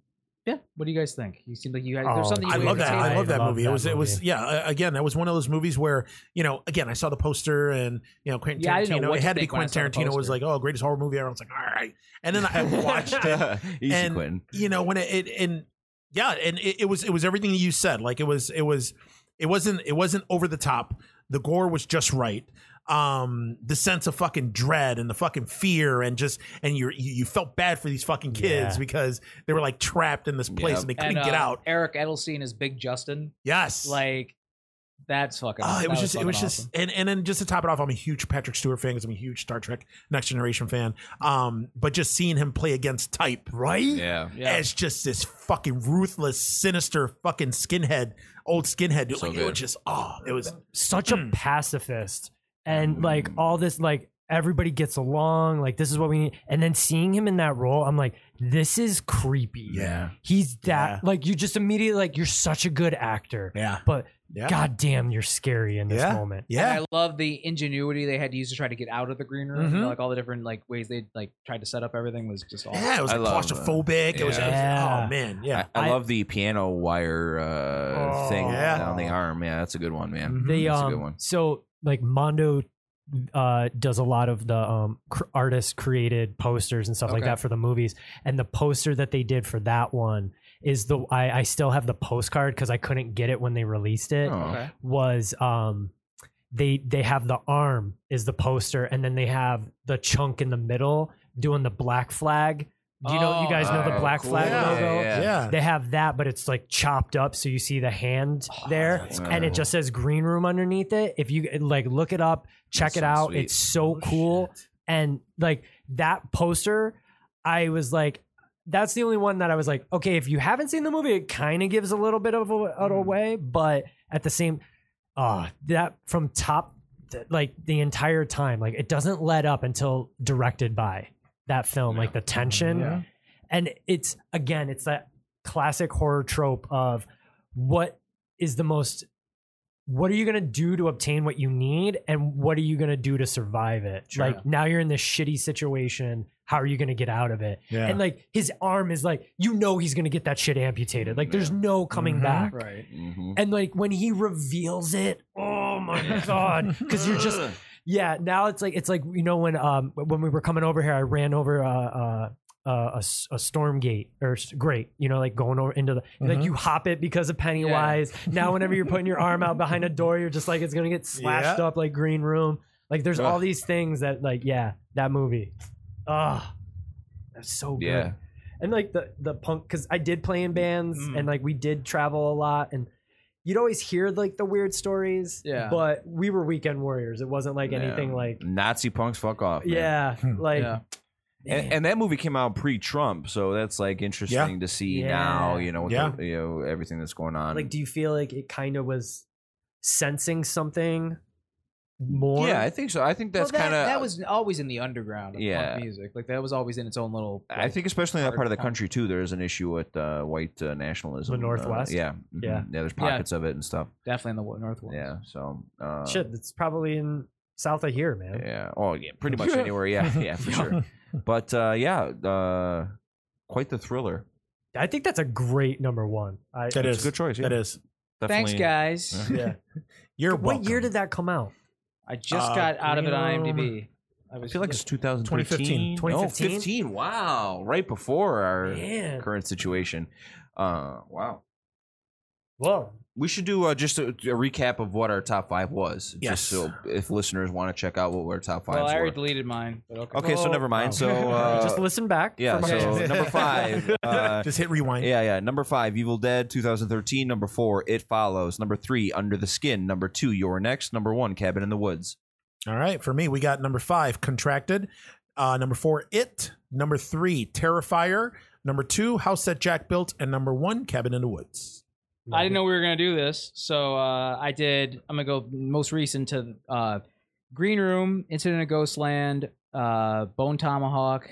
D: yeah. What do you guys think? You seem like you guys.
E: Oh,
D: there's something you
C: I
E: Yeah,
C: love
E: it's
C: that.
E: a-
C: I
E: I
C: love that
E: love
C: movie. It
E: that
C: was. It was.
E: movie.
C: Yeah. uh, Again, that was one of those movies where you know. Again, I saw the poster, and you know, Quentin
D: Yeah, I didn't know
C: Tarantino.
D: what
C: It
D: to
C: had to be
D: think when I
C: Quentin
D: saw the
C: Tarantino. Was
D: poster.
C: like, oh, greatest horror movie ever. I was like, all right. And then I watched it.
B: Easy,
C: And-
B: Quinn.
C: You know, when it, it and yeah, and it, it was it was everything that you said. Like it was it was it wasn't it wasn't over the top. The gore was just right. Um, the sense of fucking dread and the fucking fear and just and you you you felt bad for these fucking kids
E: Yeah.
C: because they were like trapped in this place
B: Yeah.
C: and they couldn't
D: And,
C: get
D: uh,
C: out.
D: Eric Edelstein is Big Justin.
C: Yes,
D: Like that's fucking.
C: Oh,
D: that
C: it was just, it
D: fucking
C: was just,
D: awesome.
C: and, and then just to top it off, I'm a huge Patrick Stewart fan because I'm a huge Star Trek Next Generation fan. Um, but just seeing him play against type, right?
B: Yeah.
D: Yeah.
C: As just this fucking ruthless, sinister fucking skinhead, old skinhead dude.
B: So
C: like, it
B: good.
C: was just, oh, it was,
E: such a
C: Mm.
E: pacifist
C: Hmm.
E: and like
B: Mm.
E: all this like everybody gets along like this is what we need and then seeing him in that role i'm like this is creepy
C: yeah,
E: he's that
C: Yeah.
E: like you just immediately like you're such a good actor
C: yeah,
E: but
C: yeah,
E: god damn you're scary in this
C: Yeah.
E: moment
C: yeah.
D: And I love the ingenuity they had to use to try to get out of the green room. You
C: Mhm.
D: know, like all the different like ways they like tried to set up everything was just all.
C: yeah, it was
B: I
C: like,
B: love that.
C: claustrophobic. It was, it was-
E: Yeah.
C: oh man, yeah.
B: I, I
E: I-
B: love the piano wire uh,
E: Oh.
B: thing
C: Yeah.
B: on the arm. Yeah, that's a good one, man.
C: Mm-hmm.
E: they
B: That's
E: um
B: a good one.
E: so like mondo uh does a lot of the um cr- artist created posters and stuff like
D: Okay.
E: that for the movies and the poster that they did for that one is the i i still have the postcard because i couldn't get it when they released it
B: Oh.
D: Okay.
E: was um they they have the arm is the poster, and then they have the chunk in the middle doing the black flag. Do you know? You
D: Oh,
E: guys know the
B: oh,
E: black
B: cool.
E: flag
C: Yeah,
E: logo.
B: Yeah.
C: yeah.
E: They have that, but it's like chopped up, so you see the hand there,
B: Oh, that's
E: and it
B: cool.
E: just says green room underneath it. If you like, look it up, check it
B: sounds
E: out.
B: sweet. Oh,
E: It's so cool, and like that poster, I was like, that's the only one that I was like, okay, if you haven't seen the movie, it kind of gives a little bit of a, of
B: Hmm.
E: a way, but at the same, uh that from top, th- like the entire time, like it doesn't let up until directed by that film, like the tension,
A: Yeah.
E: and it's again, it's that classic horror trope of what is the most what are you going to do to obtain what you need and what are you going to do to survive it
A: Sure.
E: like now you're in this shitty situation how are you going to get out of it
C: Yeah.
E: and like his arm is like you know he's going to get that shit amputated like there's
B: Yeah.
E: no coming
A: Mm-hmm.
C: Mhm.
E: back
A: Right.
B: Mhm.
E: and like when he reveals it oh my god because you're just yeah now it's like it's like you know when um when we were coming over here i ran over uh uh uh, a, s- a storm gate or s- grate, you know, like going over into the like
C: Mhm.
B: Mm-hmm.
E: you hop it because of Pennywise. Now, whenever you're putting your arm out behind a door, you're just like it's gonna get slashed
C: Yeah.
E: up like Green Room. Like there's all
B: Ugh.
E: these things that like yeah, that movie, ah, that's so good
B: yeah.
E: and like the the punk because i did play in bands
D: Mm.
E: and like we did travel a lot and you'd always hear like the weird stories
D: Yeah.
E: but we were weekend warriors it wasn't like
B: Yeah.
E: anything like
B: Nazi punks, fuck off. man.
E: yeah
C: Hmm.
E: like
D: Yeah.
B: And, and that movie came out pre-Trump, so that's like interesting to see
E: Yeah.
B: now. You know, with
C: Yeah.
B: the, you know everything that's going on.
E: like do you feel like it kind of was sensing something more
B: yeah, I think so. I think that's
D: well, that,
B: kind of
C: uh
D: that was always in the underground. Of
B: Yeah.
D: punk music like that was always in its own little.
B: I
D: like,
B: think, especially in that
D: hard
B: part of the
D: punk.
B: country too, there is an issue with uh, white uh, nationalism.
E: The Northwest?
B: Uh, yeah, Mhm.
E: Yeah.
B: There's
D: Yeah.
B: pockets of it and stuff.
D: definitely in the wo- north one.
B: Yeah. So. Uh,
E: shit it's probably in south of here man
B: Yeah. Oh, yeah. Pretty much anywhere. Yeah. Yeah, for sure. But uh, yeah, uh, quite the thriller.
E: i think that's a great number one i
C: That
B: It's
C: is.
B: a good choice. Yeah.
C: That is.
D: Thanks,
B: Definitely-
D: guys.
C: Uh-huh.
B: Yeah.
E: yeah
C: You're
E: what year did that come out
D: I just
C: Uh,
D: got out of it on
E: Green Room.
D: IMDb.
B: I feel like it's 2013.
C: 2015.
E: 2015?
B: No, 15. Wow. Right before our
E: man
B: current situation. Uh, wow.
E: whoa
B: We should do uh, just a, a recap of what our top five was.
C: Yes.
B: Just so if listeners want to check out what our top five
D: well, I already
B: were.
D: deleted mine. But okay.
B: Okay, so
E: Oh,
B: never mind.
E: wow.
B: So uh,
E: just listen back
B: yeah,
E: from our-
B: so
C: Yeah.
B: number five. Uh,
C: Just hit rewind.
B: yeah, yeah. Number five, Evil Dead 2013. Number four, It Follows. Number three, Under the Skin. Number two, Your Next. Number one, Cabin in the Woods.
C: All right. For me, we got number five, Contracted. Uh, number four, It. Number three, Terrifier. Number two, House That Jack Built. And number one, Cabin in the Woods.
D: I didn't know we were gonna do this, so uh, I did. I'm gonna go most recent to uh, Green Room, Incident of Ghostland, uh, Bone Tomahawk.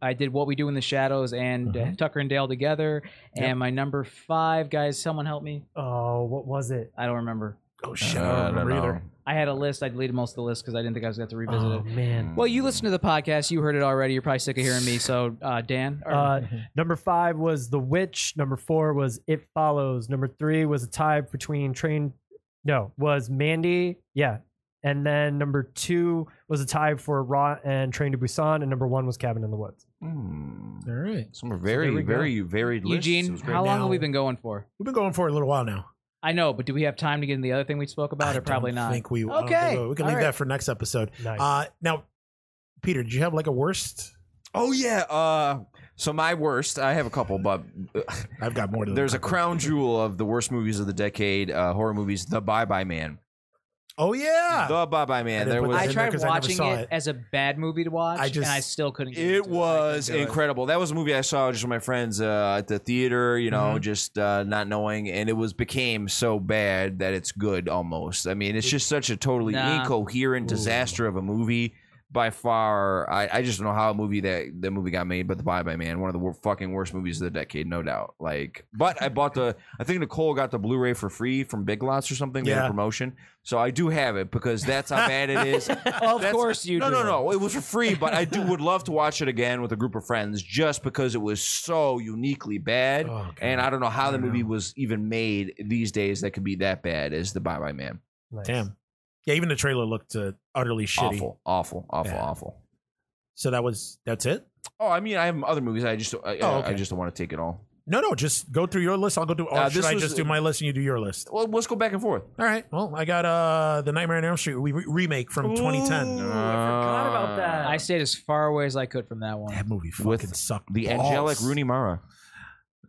D: I did What We Do in the Shadows and uh,
C: Mhm.
D: Tucker and Dale together.
C: Yep.
D: And my number five, guys, someone help me.
E: oh what was it
D: I don't remember.
C: Oh, shit.
B: Uh, I
C: I don't
B: don't
C: remember
B: know.
C: either.
D: I had a list. I deleted most of the list because I didn't think I was going to revisit
E: oh
D: it.
E: man
D: Well, you listen to the podcast. You heard it already. You're probably sick of hearing me. So, uh, Dan, or-
E: Uh, number five was The Witch. Number four was It Follows. Number three was a tie between Train. No, was Mandy. Yeah. And then number two was a tie for Raw and Train to Busan. And number one was Cabin in the Woods.
B: Hmm.
C: All right.
B: Some are
E: there
B: very,
E: we go.
B: very varied lists. It
D: Eugene,
B: was great.
D: how long
C: Now-
D: have we been going for?
C: We've been going for a little while now.
D: I know, but do we have time to get in the other thing we spoke about,
C: I
D: or probably
C: don't
D: not?
C: Think we, I don't
D: Okay.
C: think we, we can
D: All
C: leave
D: right.
C: that for next episode.
E: Nice.
B: Ah,
C: Uh, now, Peter, did you have like a worst?
B: Oh yeah. Uh, so my worst, I have a couple, but uh,
C: I've got more to
B: there's a crown jewel of the worst movies of the decade, uh, horror movies, The Bye Bye Man.
C: Oh, yeah.
B: The Bye Bye Man.
C: didn't
B: There
C: put
B: was
C: that
D: I
C: in
D: tried
C: because I never
D: watching
C: saw
D: it,
C: it.
D: as a bad movie to watch,
C: I just-
D: and I still couldn't. Get
B: It
D: into
B: was
D: I couldn't do it.
B: incredible. That was a movie I saw just with my friends uh, at the theater, you know,
D: Mm-hmm.
C: Mhm.
B: just uh, not knowing, and it was became so bad that it's good almost. I mean, it's just such a totally
D: Nah.
B: incoherent disaster of a movie. By far, I, I just don't know how a movie that that movie got made, but The Bye Bye Man, one of the wor- fucking worst movies of the decade, no doubt. Like, but I bought the, I think Nicole got the Blu-ray for free from Big Lots or something, they had
C: Yeah.
B: a promotion. So I do have it because that's how bad it is.
D: Of
B: That's-
D: course you
B: no,
D: do.
B: No, no, Oh, It was for free, but I do would love to watch it again with a group of friends just because it was so uniquely bad.
C: Oh, God.
B: and I don't know how the
C: I know.
B: movie was even made these days that could be that bad as the Bye Bye Man.
E: Nice.
C: Damn. Yeah, even the trailer looked uh, utterly shitty.
B: Awful, awful, awful,
C: Yeah.
B: awful.
C: So that was, that's it?
B: Oh, I mean, I have other movies. I just, I,
C: Oh,
B: I-
C: okay.
B: I just don't want to take it all.
C: No, no, just go through your list. I'll go do. Or
B: Uh,
C: should
B: this
C: I
B: was-
C: just do my list and you do your list?
B: Well, let's go back and forth.
C: All right. Well, I got uh the Nightmare on Elm Street re- remake from
B: Uh,
C: 2010.
E: Ooh, I forgot about that.
D: I stayed as far away as I could from that one.
C: That movie fucking
B: With
C: sucked.
B: The
C: balls.
B: angelic Rooney Mara.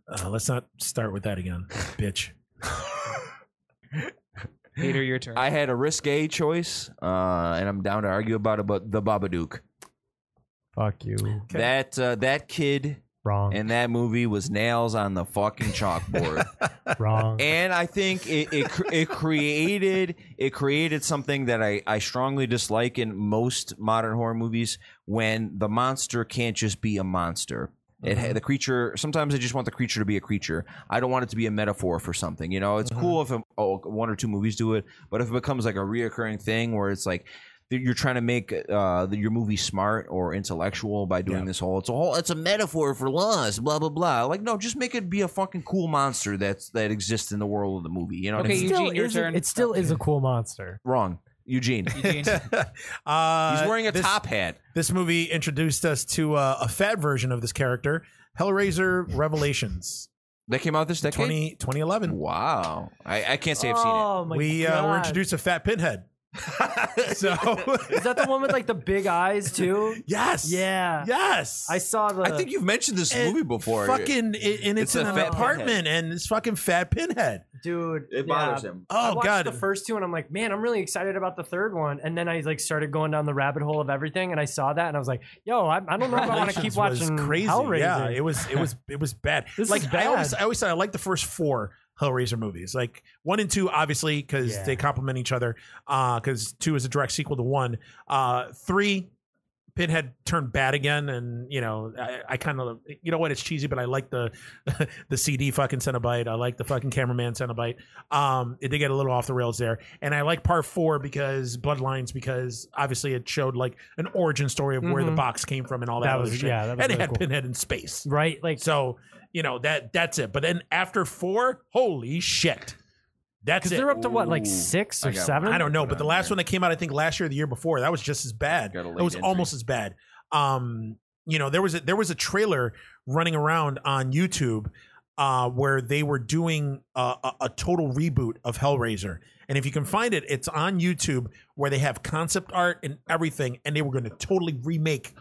C: Uh, let's not start with that again, bitch.
D: Peter, your turn.
B: I had a risque choice, uh, and I'm down to argue about it, but the Babadook.
E: Fuck you.
C: Okay.
B: That uh, that kid
E: Wrong.
B: in that movie was nails on the fucking chalkboard.
E: wrong.
B: and I think it it, cr- it created it created something that I, I strongly dislike in most modern horror movies when the monster can't just be a monster. It ha- the creature. Sometimes I just want the creature to be a creature. I don't want it to be a metaphor for something. You know, it's cool if um, oh, one or two movies do it, but if it becomes like a reoccurring thing where it's like that you're trying to make uh, the- your movie smart or intellectual by doing this whole it's a whole it's a metaphor for loss blah blah blah like no just make it be a fucking cool monster that's that exists in the world of the movie you know what I
D: Okay,
B: mean?
D: Eugene, your
E: isn't-
D: turn.
E: It still is a cool monster.
B: wrong Eugene he's
D: Eugene.
C: Uh,
B: wearing a
C: this,
B: top hat
C: This movie introduced us to uh, a fat version of this character, Hellraiser Revelations,
B: that came out this decade
C: 20, 2011.
B: wow I, I can't say I've seen it
E: Oh my
C: we
E: god.
C: uh, were introduced to Fat Pinhead. so
E: Is that the one with like the big eyes too?
C: yes,
E: Yeah.
C: yes.
E: I saw the.
B: I think you've mentioned this
C: And
B: movie before
C: Fucking, it, and it's,
B: It's
C: in
B: a
C: an
B: fat
C: apartment, and it's fucking Fat Pinhead.
E: dude.
B: it bothers him
E: I
C: Oh
E: watched
C: god,
E: the first two, and I'm like, man, I'm really excited about the third one. And then I like started going down the rabbit hole of everything, and I saw that, and I was like, yo, I, I don't know if I want to keep
C: Revelations was
E: watching
C: crazy.
E: Hellraiser.
C: Yeah, it was it was it was bad.
E: This
C: like
E: is
C: I always
E: bad.
C: I always said I like the first four Hellraiser movies. Like one and two, obviously, because
E: Yeah.
C: they complement each other. Uh because two is a direct sequel to one. Uh three Pinhead turned bad again, and you know I, I kind of you know what it's cheesy, but I like the the CD fucking Cenobite. I like the fucking cameraman Cenobite. Um, it did get a little off the rails there, and I like part four because Bloodlines because obviously it showed like an origin story of where the
E: Mhm.
C: box came from and all that,
E: That
C: other
E: was-
C: shit.
E: yeah, that was
C: and it
E: really
C: had
E: cool.
C: Pinhead in space.
E: right. Like
C: So you know that that's it. But then after four, holy shit, that's
E: because
C: it.
E: they're up to what, like
B: Ooh.
E: six
B: I
E: or
B: got one.
E: seven?
C: I don't know, but the last
B: Yeah.
C: one that came out, I think last year, or the year before, that was just as bad. It
B: Got a late
C: was
B: entry.
C: almost as bad. Um, you know, there was a, there was a trailer running around on YouTube uh, where they were doing a, a, a total reboot of Hellraiser, and if you can find it, it's on YouTube where they have concept art and everything, and they were going to totally remake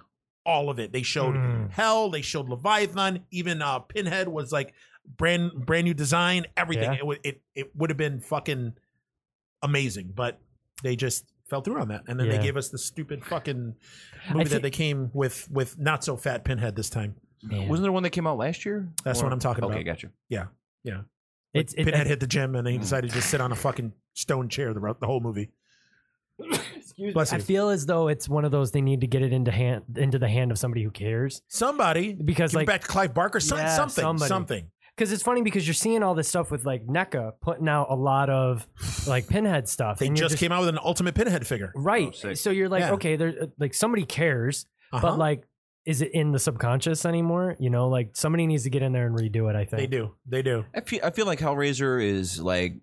C: all of it. They showed
E: Mm.
C: Hell, they showed Leviathan, even uh, Pinhead was like brand brand new design, everything.
E: Yeah.
C: It would it it would have been fucking amazing, but they just fell through on that. And then they
E: Yeah.
C: gave us the stupid fucking movie that
E: thi-
C: they came with with not so fat Pinhead this time.
E: Man.
B: wasn't there one that came out last year
C: That's what I'm talking
B: okay
C: about.
B: gotcha
E: It's it,
C: Pinhead
E: it,
C: hit the gym and he
B: Mm.
C: decided to just sit on a fucking stone chair the, the whole movie.
E: excuse
C: Bless
E: me. I
C: you.
E: feel as though it's one of those they need to get it into hand into the hand of somebody who cares
C: Somebody
E: because
C: give
E: like
C: it back to Clive Barker. Some,
E: Yeah,
C: something.
E: somebody.
C: Something.
E: because it's funny because you're seeing all this stuff with like NECA putting out a lot of like pinhead stuff.
C: They
E: and you're
C: just, came out with an ultimate pinhead figure.
B: Oh,
E: right.
B: sick.
E: so you're like,
C: Yeah.
E: okay, there like somebody cares,
C: Uh-huh.
E: but like, is it in the subconscious anymore? You know, like somebody needs to get in there and redo it. I think
C: they do. They do.
B: I feel, I feel like Hellraiser is like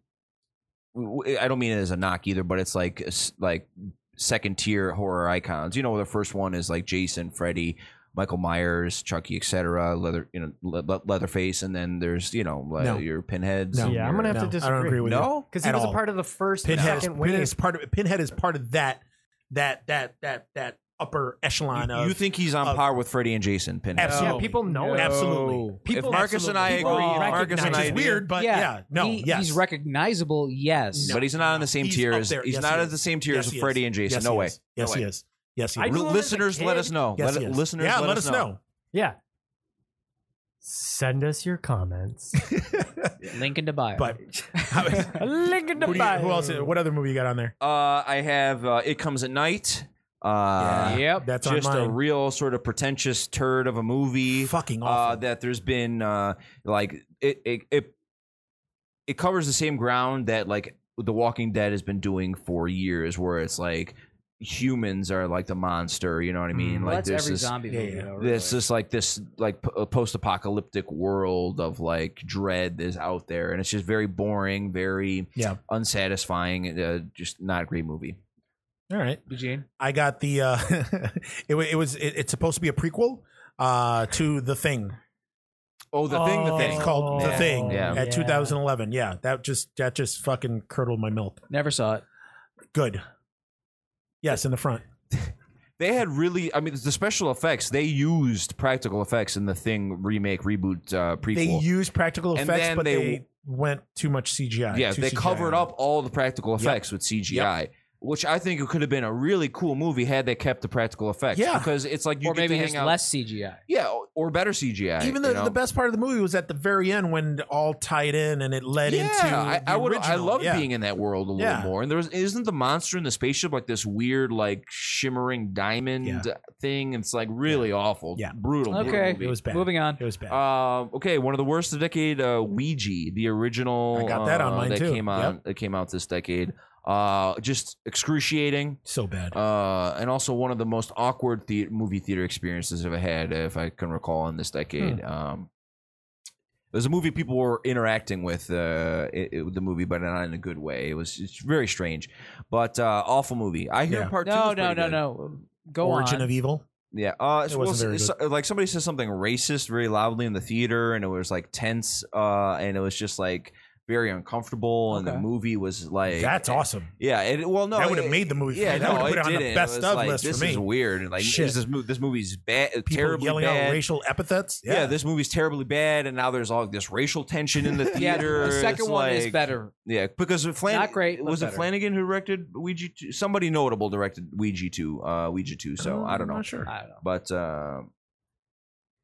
B: w- w- I don't mean it as a knock either, but it's like s- like second tier horror icons. You know, the first one is like Jason, Freddy, Michael Myers, Chucky, etc. Leather, you know, le- le- Leatherface, and then there's you know like
C: No.
B: your Pinheads.
C: No.
B: and
E: Yeah, I'm
B: your-
E: gonna have
C: No,
E: to
C: I don't
E: disagree.
C: agree with you.
B: no.
E: because he
C: At
E: was
C: all.
E: a part of the first and
C: Pinhead, is,
E: second
C: Pinhead
E: wave.
C: is part of Pinhead is part of that that that that that upper echelon
B: You,
C: of
B: you think he's on
C: of-
B: par with Freddy and Jason? Pinhead.
C: Absolutely.
E: yeah, people know it.
C: Absolutely.
E: People
B: if Marcus and I agree,
E: absolutely-
D: People
B: if Marcus
E: recognize
B: and
C: Which
B: I
C: is
E: it.
B: do,
C: weird, but
D: Yeah,
C: yeah, no,
D: he,
C: yes.
D: He's recognizable, yes.
B: but he's not on the same
C: He's
B: tier
C: up
B: as
C: there.
B: he's
C: Yes,
B: not
C: he
B: at the same tier
C: Yes,
B: as
C: he
B: Freddy
C: is.
B: and Jason.
C: Yes,
B: no
C: he
B: way.
C: is. Yes,
B: No
C: he
B: way.
C: is. Yes, he
E: I
C: is.
E: knew him as a
B: listeners, let
E: kid.
B: us know.
C: Yes,
B: let,
C: he is.
B: Listeners,
C: yeah,
B: let,
C: let us know.
E: Yeah. Send us your comments.
D: Link in the bio.
C: But
E: A link in the
C: who, do you,
E: bio.
C: who else? What other movie you got on there?
B: Uh, I have uh, It Comes at Night. Uh,
D: yep.
C: That's
B: Just
C: on
B: a
C: mine.
B: real sort of pretentious turd of a movie.
C: fucking
B: Uh,
C: awful.
B: that there's been uh, like it, it it it covers the same ground that like The Walking Dead has been doing for years, where it's like humans are like the monster. You know what I mean?
C: Mm-hmm.
E: Mm,
D: Well,
B: like
D: that's
B: there's
D: every
B: this,
D: zombie
C: yeah,
D: movie,
C: yeah.
D: though,
B: It's
D: really.
B: just like this like p- uh, post-apocalyptic world of like dread is out there, and it's just very boring, very
C: Yeah.
B: unsatisfying. Uh, just not a great movie.
C: All right,
D: Eugene.
C: I got the. Uh, it, wa- it was. It, it's supposed to be a prequel uh, to The Thing.
B: Oh, the thing, the
E: Oh,
B: thing.
C: It's called The
B: yeah.
C: Thing
B: Yeah.
C: at 2011. Yeah, that just that just fucking curdled my milk.
D: Never saw it.
C: Good. Yes, in the front.
B: They had really, I mean, the special effects they used practical effects in the thing remake reboot uh, prequel.
C: They used practical
B: And
C: effects,
B: then
C: but they,
B: they-
C: went too much CGI.
B: yeah,
C: too
B: they
C: CGI.
B: covered up all the practical effects with CGI. Which I think it could have been a really cool movie had they kept the practical effects.
C: Yeah.
B: because it's like you
D: Or
B: get
D: maybe
B: to
D: just
B: hang out.
D: less CGI.
B: yeah, or- or better CGI.
C: Even
B: you
C: the,
B: know?
C: the best part of the movie was at the very end when all tied in and it led
B: yeah,
C: into.
B: I,
C: the
B: I would. I
C: original.
B: love
C: Yeah.
B: being in that world a little
C: Yeah.
B: more. And there's isn't the monster in the spaceship like this weird, like shimmering diamond
C: Yeah.
B: thing. It's like really awful.
C: Yeah.
B: brutal. brutal
D: Okay.
B: movie.
C: It was bad.
D: Moving on.
C: It was bad.
B: Um, okay, one of the worst of the decade, uh, Ouija, the original.
C: I got that on
B: uh,
C: mine
B: that
C: too.
B: Came out. That came out this decade. Uh, just excruciating.
C: so bad.
B: Uh, and also one of the most awkward the- movie theater experiences I've ever had, if I can recall, in this decade.
C: Hmm.
B: Um, it was a movie people were interacting with uh, it, it- the movie, but not in a good way. It was it's very strange, but uh, awful movie. I hear
C: Yeah.
B: part two.
D: No,
B: is
D: no,
B: pretty
D: no,
B: good.
D: no. Go
C: Origin
D: on.
C: of Evil.
B: Yeah, uh,
C: It
B: well,
C: wasn't very
B: s- s- like somebody says something racist very loudly in the theater, and it was like tense, uh, and it was just like very uncomfortable, and the
D: Okay.
B: movie was like
C: That's awesome.
B: Yeah, it, well, no,
C: that would have
B: it-
C: made the movie. for
B: Yeah,
C: me. that
B: no,
C: would
B: it
C: have put it on
B: didn't.
C: the
B: It
C: best
B: was
C: of
B: like,
C: list
B: this
C: for me.
B: is weird. And like,
C: Shit.
B: Is this, mo- this movie's bad,
C: People
B: terribly
C: yelling
B: bad.
C: out racial epithets.
B: yeah. this movie's terribly bad, and now there's all this racial tension in the
D: Yeah,
B: theater.
D: the second
B: It's
D: one is
B: like-
D: better.
B: Yeah, because Flanagan
D: Not great, but
B: Was it
D: better.
B: Flanagan who directed Ouija? 2? Somebody notable directed Ouija two, uh, Ouija two. So I don't know,
C: Not sure.
D: I don't know.
B: but uh,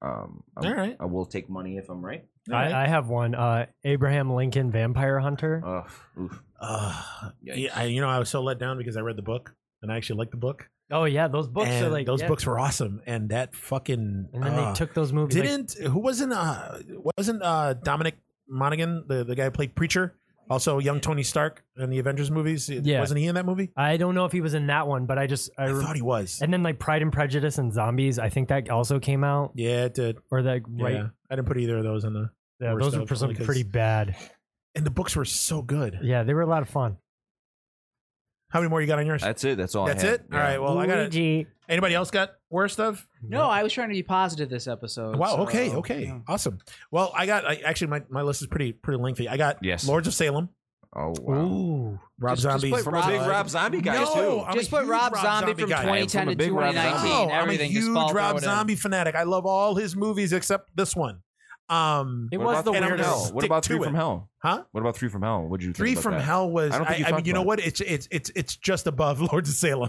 B: um, I-
C: All right.
B: I will take money if I'm right.
E: I, I have one. Uh, Abraham Lincoln Vampire Hunter.
B: Ugh, oof.
C: Uh,
B: Yikes.
C: yeah, I, you know, I was so let down because I read the book and I actually liked the book.
E: oh yeah, those books
C: and
E: are like
C: those
E: yeah.
C: books were awesome. And that fucking
E: And then
C: uh,
E: they took those movies. like-
C: didn't who wasn't uh wasn't uh Dominic Monaghan the the guy who played Preacher also young Tony Stark in the Avengers movies.
E: Yeah.
C: wasn't he in that movie?
E: I don't know if he was in that one, but I just I,
C: I
E: re-
C: thought he was.
E: and then like Pride and Prejudice and Zombies. I think that also came out
C: Yeah, it did.
E: or like right.
C: Yeah. I didn't put either of those in the.
E: Yeah,
C: Worst
E: those were
C: of,
E: some
C: only 'cause-
E: pretty bad.
C: And the books were so good.
E: Yeah, they were a lot of fun.
C: How many more you got on yours?
B: that's it. That's all.
C: That's
B: I had.
C: it. All right. Well, I got it.
E: Luigi.
C: Anybody else got worse stuff?
D: No, I was trying to be positive this episode.
C: Wow.
D: so,
C: okay. Okay.
D: yeah.
C: Awesome. Well, I got I, actually my, my list is pretty pretty lengthy. I got
B: Yes.
C: Lords of Salem,
B: Oh wow.
E: Ooh.
C: Rob
D: Just- just
C: Zombie.
D: put
B: From a big
D: Rob-
B: Rob Zombie guy
C: No,
B: too.
C: I'm a
D: just put
C: huge
D: Rob, Zombie, from
C: guy.
D: 2010
B: I'm
D: to
B: a big Rob
D: 2019.
B: Zombie.
C: No, I'm a
D: Everything
C: huge
D: just falls
C: Rob
D: over to-
C: Zombie fanatic. I love all his movies except this one. Um,
E: It
B: What
E: was
B: about
E: the
B: Three from
C: weirdest.
B: Hell?
E: weirdest.
B: What
C: Stick
B: about
C: to
B: Three from
C: it.
B: Hell?
C: Huh?
B: What about Three from Hell? What did you think
C: Three
B: about
C: from
B: that?
C: Hell was.
B: I
C: I,
B: don't think you
C: I, mean,
B: talked
C: you know
B: about
C: what? It's it's it's it's just above Lords of Salem.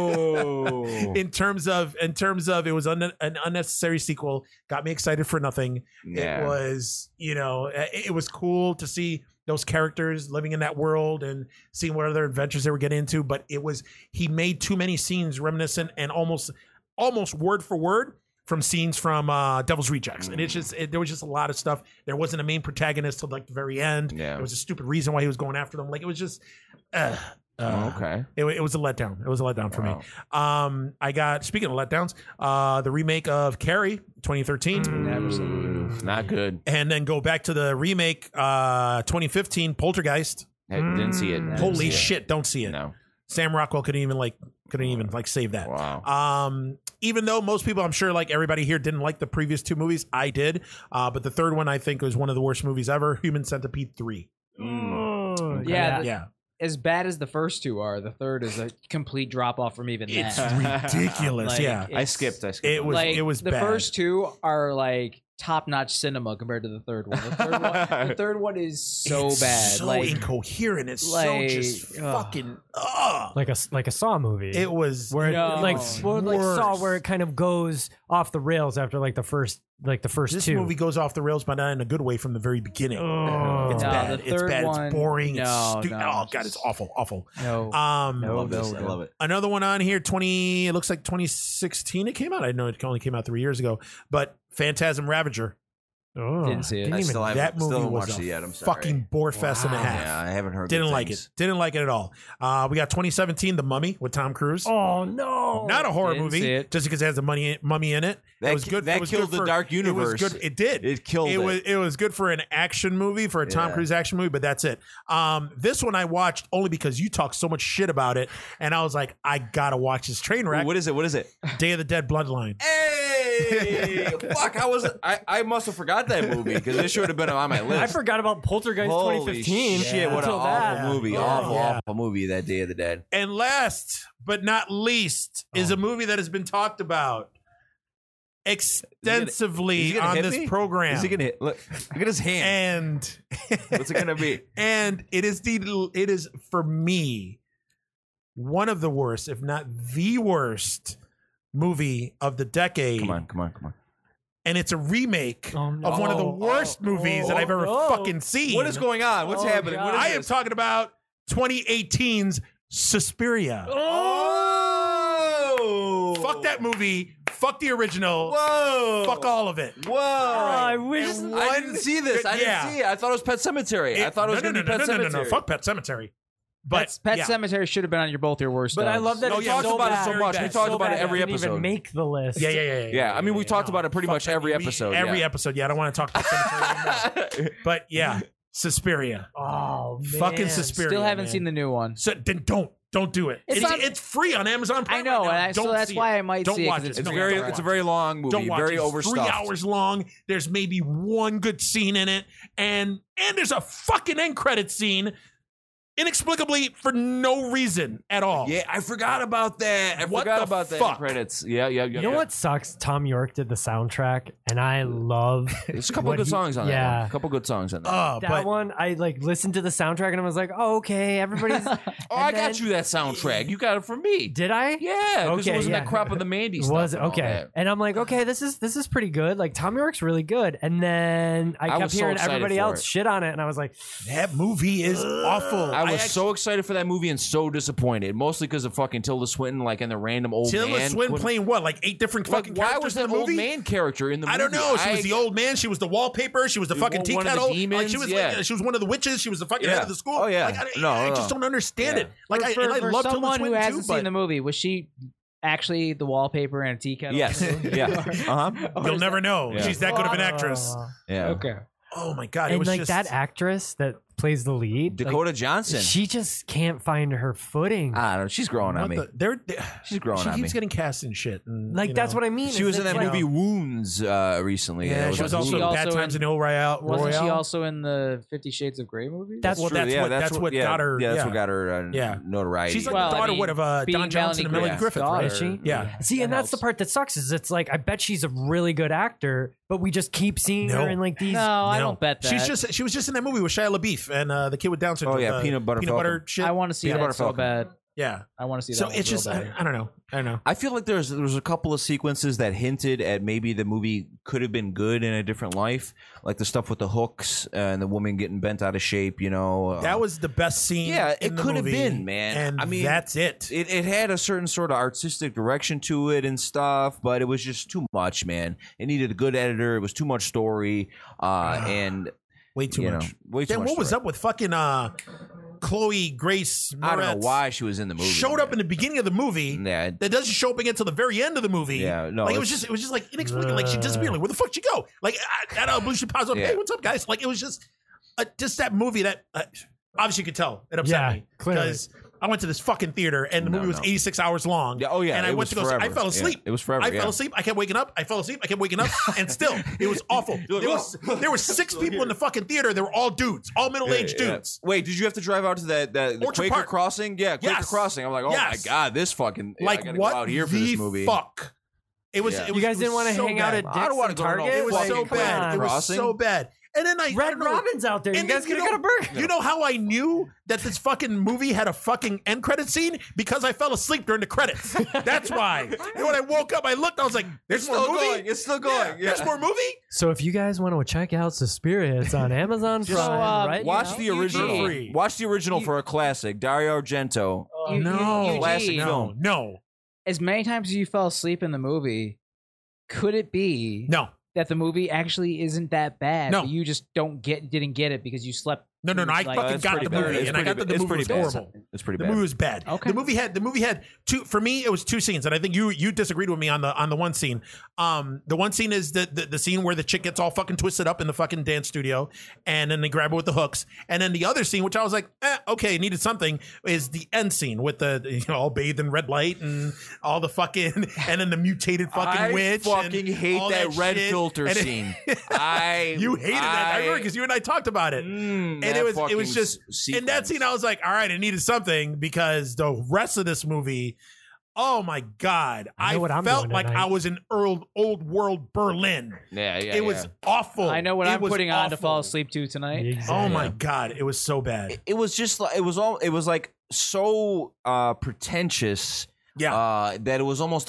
B: Whoa!
C: In terms of in terms of it was un, an unnecessary sequel. Got me excited for nothing.
B: yeah.
C: It was you know it, it was cool to see those characters living in that world and seeing what other adventures they were getting into. But it was he made too many scenes reminiscent and almost almost word for word from scenes from uh, Devil's Rejects. And it's
B: Mm.
C: just it, there was just a lot of stuff. There wasn't a main protagonist till like the very end.
B: Yeah.
C: It was a stupid reason why he was going after them. Like it was just, uh, uh,
B: Oh, okay.
C: It, wa- it was a letdown. It was a letdown for
B: Wow.
C: me. Um, I got speaking of letdowns, uh, the remake of Carrie 2013,
B: Absolutely not good.
C: and then go back to the remake uh 2015 Poltergeist.
B: I didn't see it. Didn't
C: Holy
B: see it.
C: shit! Don't see it.
B: No.
C: Sam Rockwell couldn't even like couldn't even like save that.
B: Wow.
C: Um, even though most people, I'm sure, like everybody here, didn't like the previous two movies, I did. Uh, but the third one, I think, was one of the worst movies ever. Human Centipede three.
B: Mm.
D: Yeah,
C: Yeah,
D: as bad as the first two are, the third is a complete drop off from even
C: it's
D: that.
C: ridiculous.
D: Like,
C: yeah,
B: I
D: it's-
B: skipped. I skipped.
C: it was-
D: like
C: it was
D: the
C: bad.
D: first two are like top notch cinema compared to the third one. The third one, the third one is so
C: It's
D: bad.
C: so
D: like
C: incoherent. It's
D: like,
C: so just
D: ugh.
C: fucking. Ugh.
E: Like a s- like a Saw movie.
C: It was
E: where it,
D: No.
E: like well, like Saw
C: worse.
E: where it kind of goes off the rails after like the first like the first
C: This
E: two.
C: movie goes off the rails, but not in a good way from the very beginning.
E: Oh.
C: It's
D: No,
C: bad.
D: the
C: It's
D: third
C: bad.
D: one-
C: it's boring.
D: no,
C: it's stupid.
D: no,
C: oh god, it's awful. Awful.
D: no,
C: Um,
B: I love this. I love it.
C: another one on here 20 it looks like 2016 it came out i know it only came out three years ago but phantasm ravager
E: Oh,
D: Didn't see it.
E: didn't
B: I
E: even-
B: still haven't,
C: that movie
B: still haven't
C: was
B: watched
C: a
B: it yet. I'm sorry.
C: fucking bore fest and a
E: Wow.
B: Yeah,
C: half
B: I haven't heard. good
C: didn't like it
B: things.
C: didn't like it at all uh we got 2017 the mummy with tom cruise
E: oh no!
C: no, not a horror
A: Didn't
C: movie.
A: see it.
C: Just because it has a money, mummy in it,
B: That
C: it was
B: ki-
C: good.
B: that
C: it was
B: killed
C: good
B: the
C: for-
B: Dark Universe.
C: It was good. It did.
B: It killed it.
C: was. It was good for an action movie for a Tom
B: Yeah.
C: Cruise action movie, but that's it. Um, this one I watched only because you talked so much shit about it, and I was like, I gotta watch this train wreck.
B: What is it? What is it?
C: Day of the Dead Bloodline.
B: Hey, fuck! I was I, I must have forgot that movie because this should have been on my list.
E: I forgot about Poltergeist
B: Holy
E: 2015.
B: Shit, what an
E: Until
B: awful
E: that.
B: movie!
E: Yeah.
B: Awful,
C: Yeah.
B: awful movie. That Day of the Dead.
C: And last but not least is
B: Oh.
C: a movie that has been talked about
B: Is
C: extensively
B: he gonna
C: on
B: hit
C: this
B: me?
C: program.
B: Is he gonna hit? Look, look at his hand.
C: and
B: What's it gonna be?
C: and it is the it is for me one of the worst, if not the worst movie of the decade.
B: Come on, come on, come on.
C: And it's a remake
E: Oh, no.
C: of one of the
E: Oh,
C: worst
E: oh,
C: movies that
E: oh,
C: I've ever
E: no.
C: fucking seen.
B: What is going on? What's
E: Oh,
B: happening? What is
C: I am
B: this?
C: talking about 2018's Suspiria.
B: Oh!
C: Fuck that movie. Fuck the original.
B: Whoa!
C: Fuck all of it.
B: Whoa!
E: Oh, I wish
C: And
B: I
C: one-
B: didn't see this. I didn't
C: yeah.
B: see it. I thought it was Pet Cemetery. I
C: It-
B: thought it was
C: no,
B: gonna
C: no,
B: be
C: no,
B: Pet
C: no,
B: Cemetery.
C: No, no, no, fuck Pet Cemetery. But
D: Pet, Pet
C: yeah.
D: Cemetery should have been on your both your worst.
E: But I
D: dubs.
E: love that
C: No,
E: it's
C: yeah, we
E: so
C: talked about it
E: bad.
C: so much. We
B: talked
E: so
B: about
E: bad
B: it every
E: didn't even
B: episode.
E: make the list.
C: Yeah, yeah, yeah, yeah.
B: Yeah, I mean, we talked about it pretty
C: Fuck
B: much
C: that.
B: every
C: We-
B: episode.
C: Every
B: yeah.
C: episode. Yeah, I don't want to talk about Cemetery anymore. But yeah, Suspiria.
E: Oh, man.
C: Fucking Suspiria.
D: Still haven't
C: man.
D: seen the new one.
C: So then don't don't do it.
D: It's
C: It's,
D: on-
C: it's free on Amazon Prime.
D: I know,
C: right now.
D: and I, so
C: Don't
D: that's
C: see
D: why
C: it.
D: I might
C: Don't
D: see it.
C: watch
D: 'cause
C: it.
D: It's
B: It's
C: No,
B: very,
C: don't watch
B: it's a
C: it.
B: very long movie.
C: Don't watch
B: very
C: it. It's
B: overstuffed.
C: Three hours long. There's maybe one good scene in it, and and there's a fucking end credit scene, inexplicably for no reason at all.
B: Yeah, I forgot about that. I
C: What
B: forgot
C: the
B: about that in
C: fuck?
B: credits. Yeah, yeah, yeah.
E: You know
B: yeah.
E: what sucks? Tom York did the soundtrack, and I love
B: There's a couple
E: what
B: good
E: he-
B: songs on that.
E: yeah.
B: One. A couple good songs on that.
C: Uh,
E: that
C: but
E: one. I like listened to the soundtrack, and I was like, "Oh, okay, everybody's."
B: oh, I
E: and
B: got
E: then-
B: you that soundtrack. You got it from me.
E: did I?
B: Yeah, because it
E: Okay,
B: wasn't
E: yeah.
B: that crap of the Mandy stuff.
E: was
B: and all
E: okay,
B: that.
E: and I'm like, okay, this is this is pretty good. Like Tom York's really good, and then I
B: I
E: kept
B: was so
E: hearing
B: excited
E: everybody
B: for
E: else
B: it.
E: shit on it, and I was like,
C: that movie is awful.
B: I was
C: actually-
B: so excited for that movie and so disappointed, mostly because of fucking Tilda Swinton, like in the random old
C: Tilda
B: man.
C: Swinton
B: What-
C: playing what, like eight different
B: like,
C: fucking
B: why
C: characters
B: was
C: in
B: that
C: the
B: old
C: movie?
B: man character in the
C: I
B: movie?
C: don't know. She
B: I-
C: was the old man. She was the wallpaper. She was the
B: Dude,
C: fucking
B: one-
C: tea
B: one of the
C: kettle. like
B: demons,
C: she was,
B: yeah.
C: like, she was one of the witches. She was the fucking head
B: Yeah.
C: of the school.
B: Oh, yeah.
C: Like, I,
B: No,
C: I
B: no,
C: just
B: no.
C: don't understand
B: Yeah.
C: it. Like I,
D: for,
C: and I
D: for
C: love Tilda
D: someone who
C: Swinton
D: hasn't
C: too,
D: seen the
C: but
D: movie, was she actually the wallpaper and a tea kettle?
B: Yes. yeah.
C: Uh-huh.
B: Uh huh.
D: Oh,
C: you'll never know.
B: Yeah.
C: She's that good of an actress.
E: "Oh."
B: Yeah.
D: Okay.
C: Oh my god! it
E: and
C: was
E: like
C: just,
E: that actress that plays the lead, like,
B: Dakota Johnson.
E: she just can't find her footing.
B: I don't know. She's growing on
C: What
B: me.
C: the, they're, they-
B: She's growing
C: she
B: on
C: keeps
B: me.
C: getting cast in shit. And,
E: like
C: you
E: that's
C: know.
E: what I mean. It's
B: She was in
E: just
B: that
E: like-
B: movie Wounds uh, recently.
C: Yeah, she was
B: on
C: also
B: Hulu.
D: She
C: bad
D: also
C: times in
D: in-
C: El Royale.
D: Wasn't she
C: Royale.
D: also in the Fifty Shades of Grey movie?
E: That's
C: well,
B: True,
C: that's
B: yeah,
C: what that's, what
B: yeah,
C: got her.
B: Yeah, that's
C: yeah.
B: what got her uh,
C: Yeah.
B: notoriety.
C: She's like
D: Well,
C: the
D: I
C: daughter
D: mean,
C: what, of uh,
D: being
C: Don Johnson and
D: Melanie
C: Melanie
B: Griffith's
C: Griffith,
D: daughter.
C: right?
E: Is she?
C: Yeah.
E: See, and
D: That
E: that's the
D: helps.
E: part that sucks is it's like I bet she's a really good actor, but we just keep seeing
C: No.
E: her in like these.
D: No, I
C: No.
D: don't bet that.
C: She's just she was just in that movie with Shia LaBeouf and uh, the kid with Down syndrome.
B: Oh, yeah,
C: uh,
B: Peanut Butter
C: peanut
B: Falcon.
C: butter shit.
D: I want to see
B: Peanut
D: that
B: butter
D: so
B: falcon.
D: bad.
C: yeah.
D: I want to see that.
C: So
D: one
C: it's
D: real
C: just I,
D: bad.
C: I don't know. I don't know.
B: I feel like there's there's a couple of sequences that hinted at maybe the movie could have been good in a different life, like the stuff with the hooks uh, and the woman getting bent out of shape. You know, uh,
C: That was the best scene.
B: Yeah, it
C: in the
B: could have
C: movie,
B: been, man.
C: And
B: I mean,
C: that's it.
B: it, it had a certain sort of artistic direction to it and stuff, but it was just too much, man. It needed a good editor. It was too much story, uh, and
C: Ah, Way too
B: you
C: much.
B: know, way too
C: Then
B: much
C: what was
B: story.
C: up with fucking uh, Chloe Grace? Moretz
B: I don't know why she was in the movie.
C: showed up in the beginning of the movie.
B: yeah,
C: That doesn't show up again till the very end of the movie.
B: Yeah, no,
C: like it was
B: it's-
C: just, it was just like inexplicable. like she disappeared. Like where the fuck she go? Like I, out of the blue, she pops up.
B: Yeah.
C: Hey, what's up, guys? Like it was just, uh, just that movie that uh, obviously you could tell it upset
E: Yeah,
C: me
E: clearly.
C: because I went to this fucking theater and the
B: No,
C: movie was
B: no.
C: 86 hours long.
B: Yeah, oh yeah,
C: and
B: it
C: I went
B: was
C: to go.
B: forever.
C: I fell
B: Yeah,
C: asleep.
B: it was forever.
C: I
B: yeah.
C: fell asleep. I kept waking up. I fell asleep. I kept waking up, and still it was awful.
B: You're like,
C: there, was,
B: "Oh."
C: there were six people in the fucking theater. They were all dudes, all middle aged
B: Yeah, yeah.
C: dudes.
B: Wait, did you have to drive out to that that the
C: Orchard
B: Quaker
C: Park.
B: Crossing? Yeah, Quaker
C: Yes.
B: Crossing. I'm like, oh
C: Yes.
B: my god, this fucking yeah, I
C: like
B: gotta
C: what
B: go out here for
C: the
B: this movie.
C: fuck? It was.
B: Yeah.
C: It
B: You
C: was,
E: guys
C: it
E: didn't
C: was
E: wanna
C: so
E: hang out
C: bad.
E: at
B: I don't want to
E: Dick's and
B: go to no
E: Target?
C: It was
B: fucking
C: so
E: Come
C: bad.
E: on.
C: It was
B: Crossing.
C: so bad. And then I, I
E: Red
C: don't know.
E: Robin's out there. you
C: then
E: guys could have
C: know-
E: got a burger.
C: You know how I knew that this fucking movie had a fucking end credit scene because I fell asleep during the credits. That's why. and when I woke up, I looked. I was like, "There's
B: It's
C: more
B: still
C: movie.
B: going. It's still
C: Yeah,
B: going. Yeah.
C: There's more movie."
E: So if you guys want to check out Suspiria, it's on Amazon
D: Just,
E: Prime
D: uh,
E: right
B: Watch
E: now.
B: the original.
C: For free.
B: Watch the original for a classic. Dario Argento.
D: You- you-
C: No.
B: Classic
D: Eugene,
B: film.
C: No, no,
D: As many times as you fell asleep in the movie, could it be
C: no.
D: that the movie actually isn't that bad.
C: No.
D: but you just don't get didn't get it because you slept.
C: No, no, no! I
D: Like,
B: Uh,
C: fucking
B: it's
C: got
B: pretty
C: the
B: bad.
C: movie,
B: It's
C: and I
B: pretty
C: got that
B: ba-
C: the
B: it's
C: movie was
B: pretty bad.
C: horrible.
B: It's pretty
C: The
B: bad.
C: movie was bad.
D: Okay.
C: The movie had the movie had two for me. It was two scenes, and I think you you disagreed with me on the on the one scene. Um, the one scene is the the, the scene where the chick gets all fucking twisted up in the fucking dance studio, and then they grab her with the hooks. And then the other scene, which I was like, eh, okay, needed something, is the end scene with the you know all bathed in red light and all the fucking and then the mutated fucking
B: I
C: witch.
B: fucking
C: and
B: hate
C: all
B: that, red
C: shit.
B: filter
C: And it-
B: scene. I
C: You hated it. I remember because you and I talked about it
B: and
C: and it was it was just in that scene I was like, all right, I needed something because the rest of this movie, oh my god,
E: I
C: I,
E: know what I'm
C: felt
E: doing
C: like
E: tonight.
C: I was in old old world Berlin.
B: yeah, yeah,
C: it was awful.
D: I know what
C: Oh, It
D: I'm
C: was
D: putting on to
C: awful.
D: fall asleep to tonight.
C: Oh
E: Exactly.
C: my
B: Yeah.
C: god, it was so bad.
B: It, it was just like it was all it was like so uh pretentious
C: Yeah,
B: uh that it was almost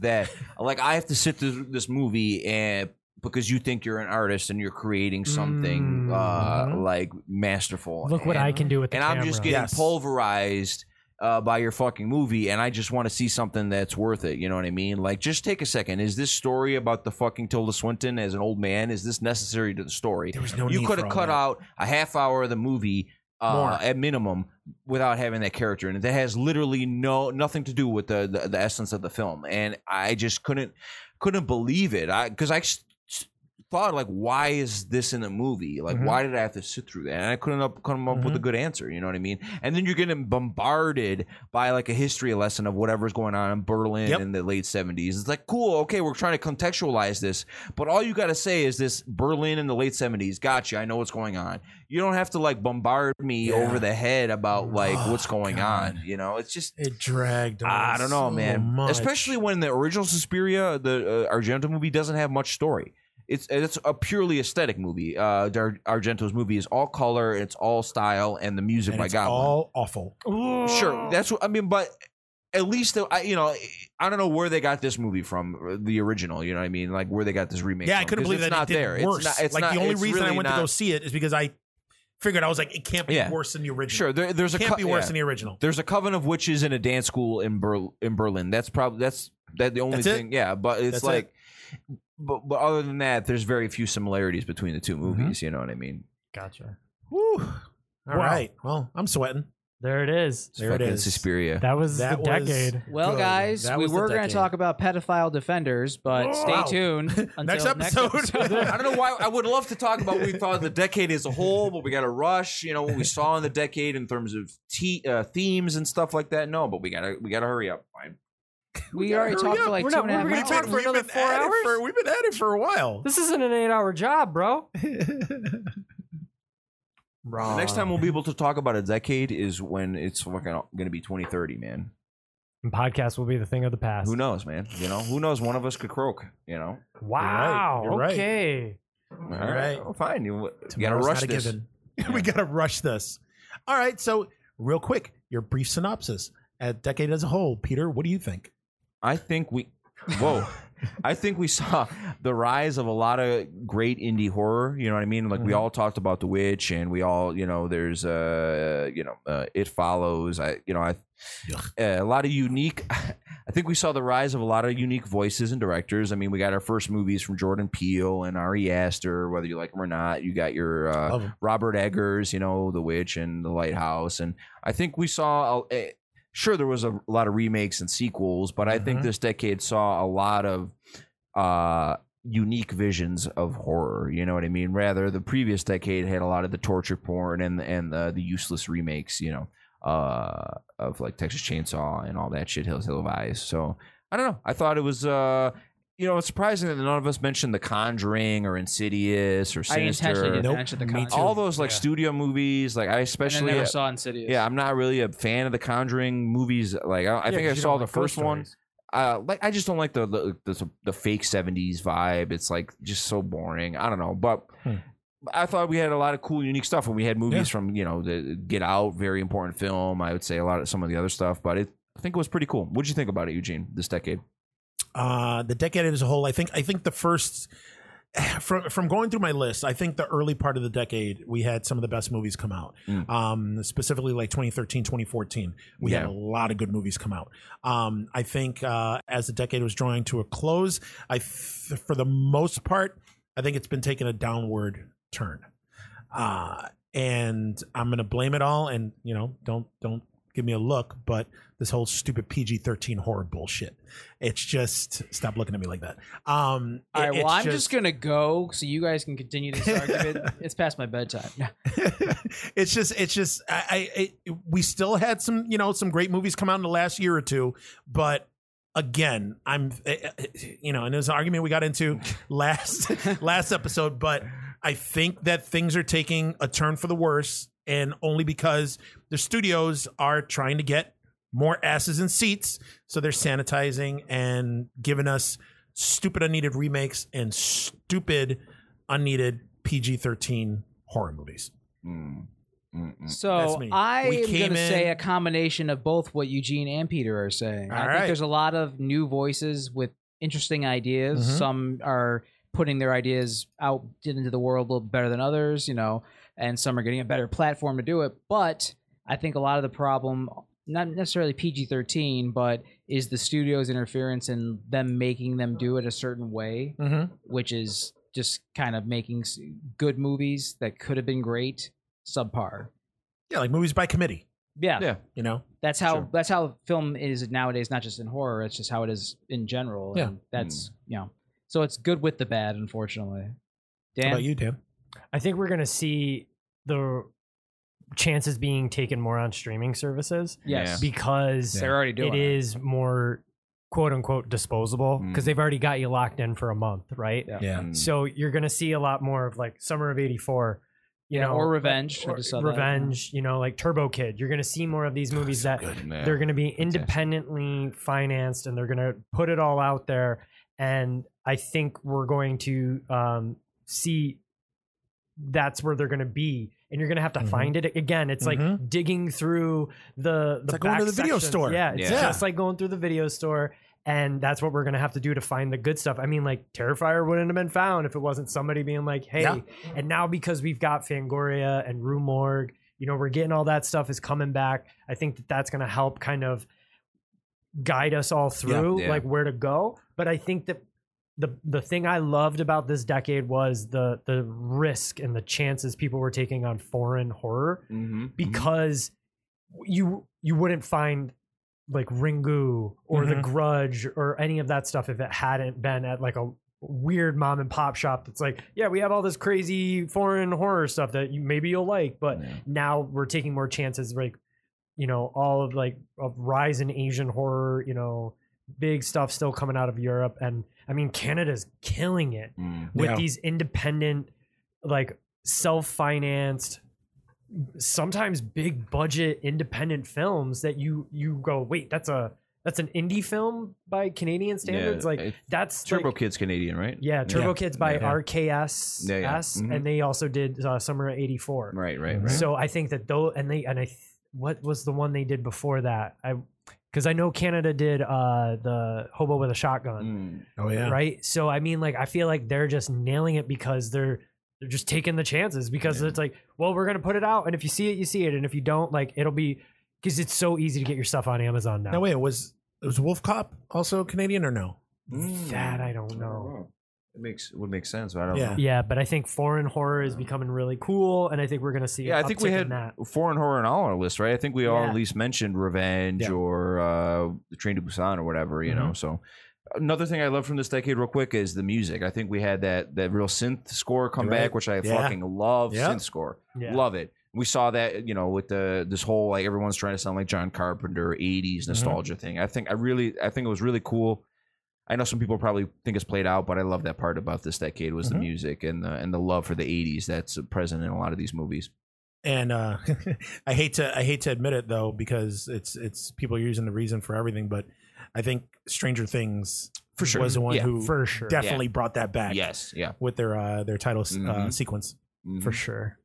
B: that like I have to sit through this movie and because you think you're an artist and you're creating something uh
E: Mhm.
B: like masterful.
E: Look what
B: and,
E: I can do with the
B: and
E: camera.
B: I'm just getting
C: Yes.
B: pulverized uh, by your fucking movie, and I just want to see something that's worth it. You know what I mean? Like, just take a second. Is this story about the fucking Tilda Swinton as an old man? Is this necessary to the story?
C: there was no.
B: you
C: need
B: could
C: for
B: have
C: all
B: cut
C: that.
B: out a half hour of the movie. Uh,
C: More.
B: at minimum, without having that character, and that has literally no nothing to do with the the, the essence of the film. And I just couldn't couldn't believe it. I because I s- s- thought like, why is this in a movie? Like,
C: Mhm.
B: why did I have to sit through that? And I couldn't up, come up
C: Mm-hmm.
B: with a good answer. You know what I mean? And then you're getting bombarded by like a history lesson of whatever's going on in Berlin
C: Yep.
B: in the late 70s. It's like, cool, okay, we're trying to contextualize this, but all you got to say is this Berlin in the late 70s. Gotcha, I know what's going on. You don't have to like bombard me
C: Yeah.
B: over the head about like
C: Oh,
B: what's going
C: God.
B: on. You know, it's just
C: It dragged. on
B: I don't know,
C: so
B: man.
C: much.
B: Especially when the original Suspiria, the uh, Argento movie, doesn't have much story. It's it's a purely aesthetic movie. Uh, Dar- Argento's movie is all color, it's all style, and the music
C: and
B: by
C: it's
B: Goblin.
C: all awful. Oh.
B: sure, that's what I mean. But at least the, I, you know, I don't know where they got this movie from, uh, the original. You know what I mean? Like where they got this remake.
C: Yeah, I
B: from,
C: couldn't
B: 'cause
C: believe
B: it's
C: that
B: not
C: it did
B: there.
C: worse.
B: It's not, it's
C: like
B: not,
C: the only
B: it's
C: reason I
B: really
C: went
B: not-
C: to go see it is because I figured I was like, it can't be
B: Yeah.
C: worse than the original.
B: Sure, there, there's a
C: it can't
B: co-
C: be worse
B: yeah.
C: than the original.
B: There's a coven of witches in a dance school in Berl- in Berlin. That's probably that's that the only
C: That's it?
B: thing. Yeah, but it's
C: That's it.
B: like, but but other than that, there's very few similarities between the two
C: Mm-hmm.
B: movies. You know what I mean?
E: Gotcha.
C: Whew. All
E: Wow.
C: right. Well, I'm sweating.
E: There it is.
B: It's
C: There it
B: fucking
C: is.
B: Suspiria.
E: That was
C: That
E: the
C: was-
E: decade.
D: Well,
C: Good.
D: guys,
C: That
D: we
C: was the
D: were going
C: decade.
D: to talk about pedophile defenders, but
C: Oh,
D: stay
C: wow.
D: tuned until
C: Next episode.
B: I don't know why. I would love to talk about what we thought of the decade as a whole, but we got to rush. You know what we saw in the decade in terms of te- uh, themes and stuff like that. No, but we gotta we gotta hurry up. Fine.
D: we
B: gotta
D: already
B: hurry
D: talked
B: up.
D: for like
E: We're
D: two
E: not-
D: and a half
E: we're
C: We've
E: not
C: been,
D: hours.
E: talking
C: we've,
E: another
C: been
E: four
C: at it
E: hours?
C: for, we've been at it for a while.
E: This isn't an eight-hour job, bro.
C: Ah.
B: The next time we'll be able to talk about a decade is when it's fucking gonna be 2030, man.
E: And podcast will be the thing of the past.
B: Who knows, man? You know, who knows? One of us could croak. You know.
E: Wow.
C: You're right.
E: Okay.
B: All
C: right.
B: well, fine. You, you gotta
C: Tomorrow's
B: rush
C: not a
B: this.
C: given. we gotta rush this. All right. So, real quick, your brief synopsis. A decade as a whole, Peter. What do you think?
B: I think we. Whoa. I think we saw the rise of a lot of great indie horror. You know what I mean? Like we
E: Mhm.
B: all talked about The Witch, and we all, you know, there's, uh, you know, uh, It Follows. I, you know, I,
C: Ugh.
B: uh, a lot of unique. I think we saw the rise of a lot of unique voices and directors. I mean, we got our first movies from Jordan Peele and Ari Aster, whether you like them or not. You got your uh,
C: Love 'em.
B: Robert Eggers, you know, The Witch and The Lighthouse. And I think we saw, a, a- sure, there was a lot of remakes and sequels, but I think
D: Mm-hmm.
C: Mhm.
B: this decade saw a lot of uh, unique visions of horror. You know what I mean? Rather, the previous decade had a lot of the torture porn and, and the, the useless remakes, you know, uh, of like Texas Chainsaw and all that shit, Hills Hill of Eyes. So I don't know. I thought it was. Uh, you know, it's surprising that none of us mentioned The Conjuring or Insidious or
D: I
B: Sinister
D: intentionally didn't
C: Nope,
D: mention the
C: me
D: concept.
C: too.
B: all those like
E: Yeah.
B: studio movies like i
D: And I
B: especially uh,
D: never saw Insidious.
B: yeah i'm not really a fan of the conjuring movies like i, I think i saw the first one uh like i just don't like the the, the the fake 70s vibe it's like just so boring i don't know but
C: Hmm.
B: I thought we had a lot of cool, unique stuff when we had movies
C: Yeah.
B: from you know the Get Out, very important film. I would say a lot of some of the other stuff, but it, I think it was pretty cool. What'd you think about it, Eugene? This decade,
C: Uh, the decade as a whole. I think. I think the first from from going through my list, I think the early part of the decade we had some of the best movies come out.
B: Mm.
C: Um, specifically like 2013, 2014, we had
B: Yeah.
C: a lot of good movies come out. Um, I think uh, as the decade was drawing to a close, I f- for the most part, I think it's been taking a downward turn. Uh, and I'm gonna blame it all, and you know, don't don't give me a look, but this whole stupid PG-13 horror bullshit. It's just stop looking at me like that. Um,
D: All
C: it-
D: right.
C: it's
D: Well, I'm just, gonna go so you guys can continue this argument. it's past my bedtime.
C: it's just it's just I, I it, we still had some you know some great movies come out in the last year or two, but again I'm eh, eh, you know and there's an argument we got into last last episode, but I think that things are taking a turn for the worse, and only because the studios are trying to get more asses in seats, so they're sanitizing and giving us stupid unneeded remakes and stupid unneeded PG thirteen horror movies.
B: Mm. Mm-mm.
D: So
C: That's me.
D: I
C: We
D: am
C: came
D: going to say
C: in-
D: a combination of both what Eugene and Peter are saying.
C: All
D: I
C: right.
D: think there's a lot of new voices with interesting ideas.
C: Mhm.
D: Some are putting their ideas out into the world a little better than others, you know, and some are getting a better platform to do it. But I think a lot of the problem, not necessarily PG 13, but is the studio's interference and them making them do it a certain way
C: Mm-hmm.
D: which is just kind of making s- good movies that could have been great subpar.
C: Yeah, like movies by committee.
D: Yeah,
B: Yeah.
C: You know,
D: that's how
B: Sure.
D: that's how film is nowadays. Not just in horror, it's just how it is in general.
C: Yeah.
D: and
B: Hmm.
D: that's you know, so it's good with the bad, unfortunately.
C: How
D: Dan,
C: about you, Dan?
E: I think we're gonna see the chances being taken more on streaming services
D: yes,
E: because
D: they're already doing
E: it is more quote unquote disposable because
B: Mm.
E: they've already got you locked in for a month, right?
D: Yeah.
B: Mm.
E: So you're gonna see a lot more of like Summer of '84, you
D: Yeah,
E: know,
D: or Revenge. I
E: or
D: just saw that.
E: Revenge, you know, like Turbo Kid. You're gonna see more of these movies that
B: Yeah.
E: they're going to be
B: fantastic.
E: independently financed and they're going to put it all out there and i think we're going to um, see that's where they're going to be and you're going to have to
C: Mhm.
E: find it again it's
C: Mhm.
E: like digging through the the
C: like going
E: back
C: to the video
E: section.
C: store.
E: yeah it's
B: Yeah.
E: just like going through the video store and that's what we're going to have to do to find the good stuff i mean like terrifier wouldn't have been found if it wasn't somebody being like hey
C: Yeah.
E: and now because we've got fangoria and rue morgue you know we're getting all that stuff is coming back i think that that's going to help kind of guide us all through
B: Yeah.
E: like where to go but i think that the the thing i loved about this decade was the the risk and the chances people were taking on foreign horror
B: Mm-hmm.
E: because you you wouldn't find like Ringu or The
B: Mm-hmm.
C: Mhm.
E: Grudge or any of that stuff if it hadn't been at like a weird mom and pop shop that's like, yeah, we have all this crazy foreign horror stuff that you, maybe you'll like, but
B: Yeah.
E: now we're taking more chances like you know all of like of rise in asian horror you know big stuff still coming out of europe and i mean canada's killing it
B: Mm.
E: with
C: Yeah.
E: these independent like self-financed sometimes big budget independent films that you you go wait that's a that's an indie film by canadian standards
B: Yeah,
E: like
B: it-
E: that's
B: Turbo
E: like,
B: Kid's Canadian, right?
E: yeah turbo kids by
B: Yeah.
E: rkss
B: Yeah, yeah. Mhm.
E: and they also did uh, summer of 84
B: Right, right, right.
E: so I think that though, and they and I, th- what was the one they did before that? I, because I know Canada did uh the Hobo with a Shotgun,
B: Mm.
C: Oh yeah,
E: right? So I mean, like I feel like they're just nailing it because they're they're just taking the chances because
B: Yeah.
E: it's like, well, we're gonna put it out, and if you see it, you see it, and if you don't, like it'll be because it's so easy to get your stuff on Amazon now.
C: Now wait, was was Wolf Cop also Canadian or no?
E: That I don't know.
B: It makes would make sense, but I don't
C: Yeah.
B: know.
E: Yeah, but I think foreign horror is becoming really cool, and I think we're gonna see.
B: Yeah,
E: an
B: I think we
E: uptick in
B: had
E: that.
B: foreign horror in all our lists, right? I think we all
E: Yeah.
B: at least mentioned Revenge
C: Yeah.
B: or uh, The Train to Busan or whatever, you
E: Mm-hmm.
B: know. So another thing I love from this decade, real quick, is the music. I think we had that that real synth score come
C: Right.
B: back, which I
C: Yeah.
B: fucking love.
C: Yeah.
B: Synth score,
E: Yeah.
B: love it. We saw that, you know, with the this whole like everyone's trying to sound like John Carpenter '80s nostalgia thing. I think I really, I think it was really cool. I know some people probably think it's played out, but I love that part about this decade was
C: Mhm.
B: the music and the and the love for the '80s that's present in a lot of these movies.
C: And uh, I hate to I hate to admit it though because it's it's people are using the reason for everything, but I think Stranger Things
B: For sure.
C: was the one
B: Yeah.
C: who
E: for sure.
C: definitely brought that back.
B: Yes, yeah.
C: with their uh, their title uh,
B: Mhm.
C: sequence
B: Mhm.
E: for sure.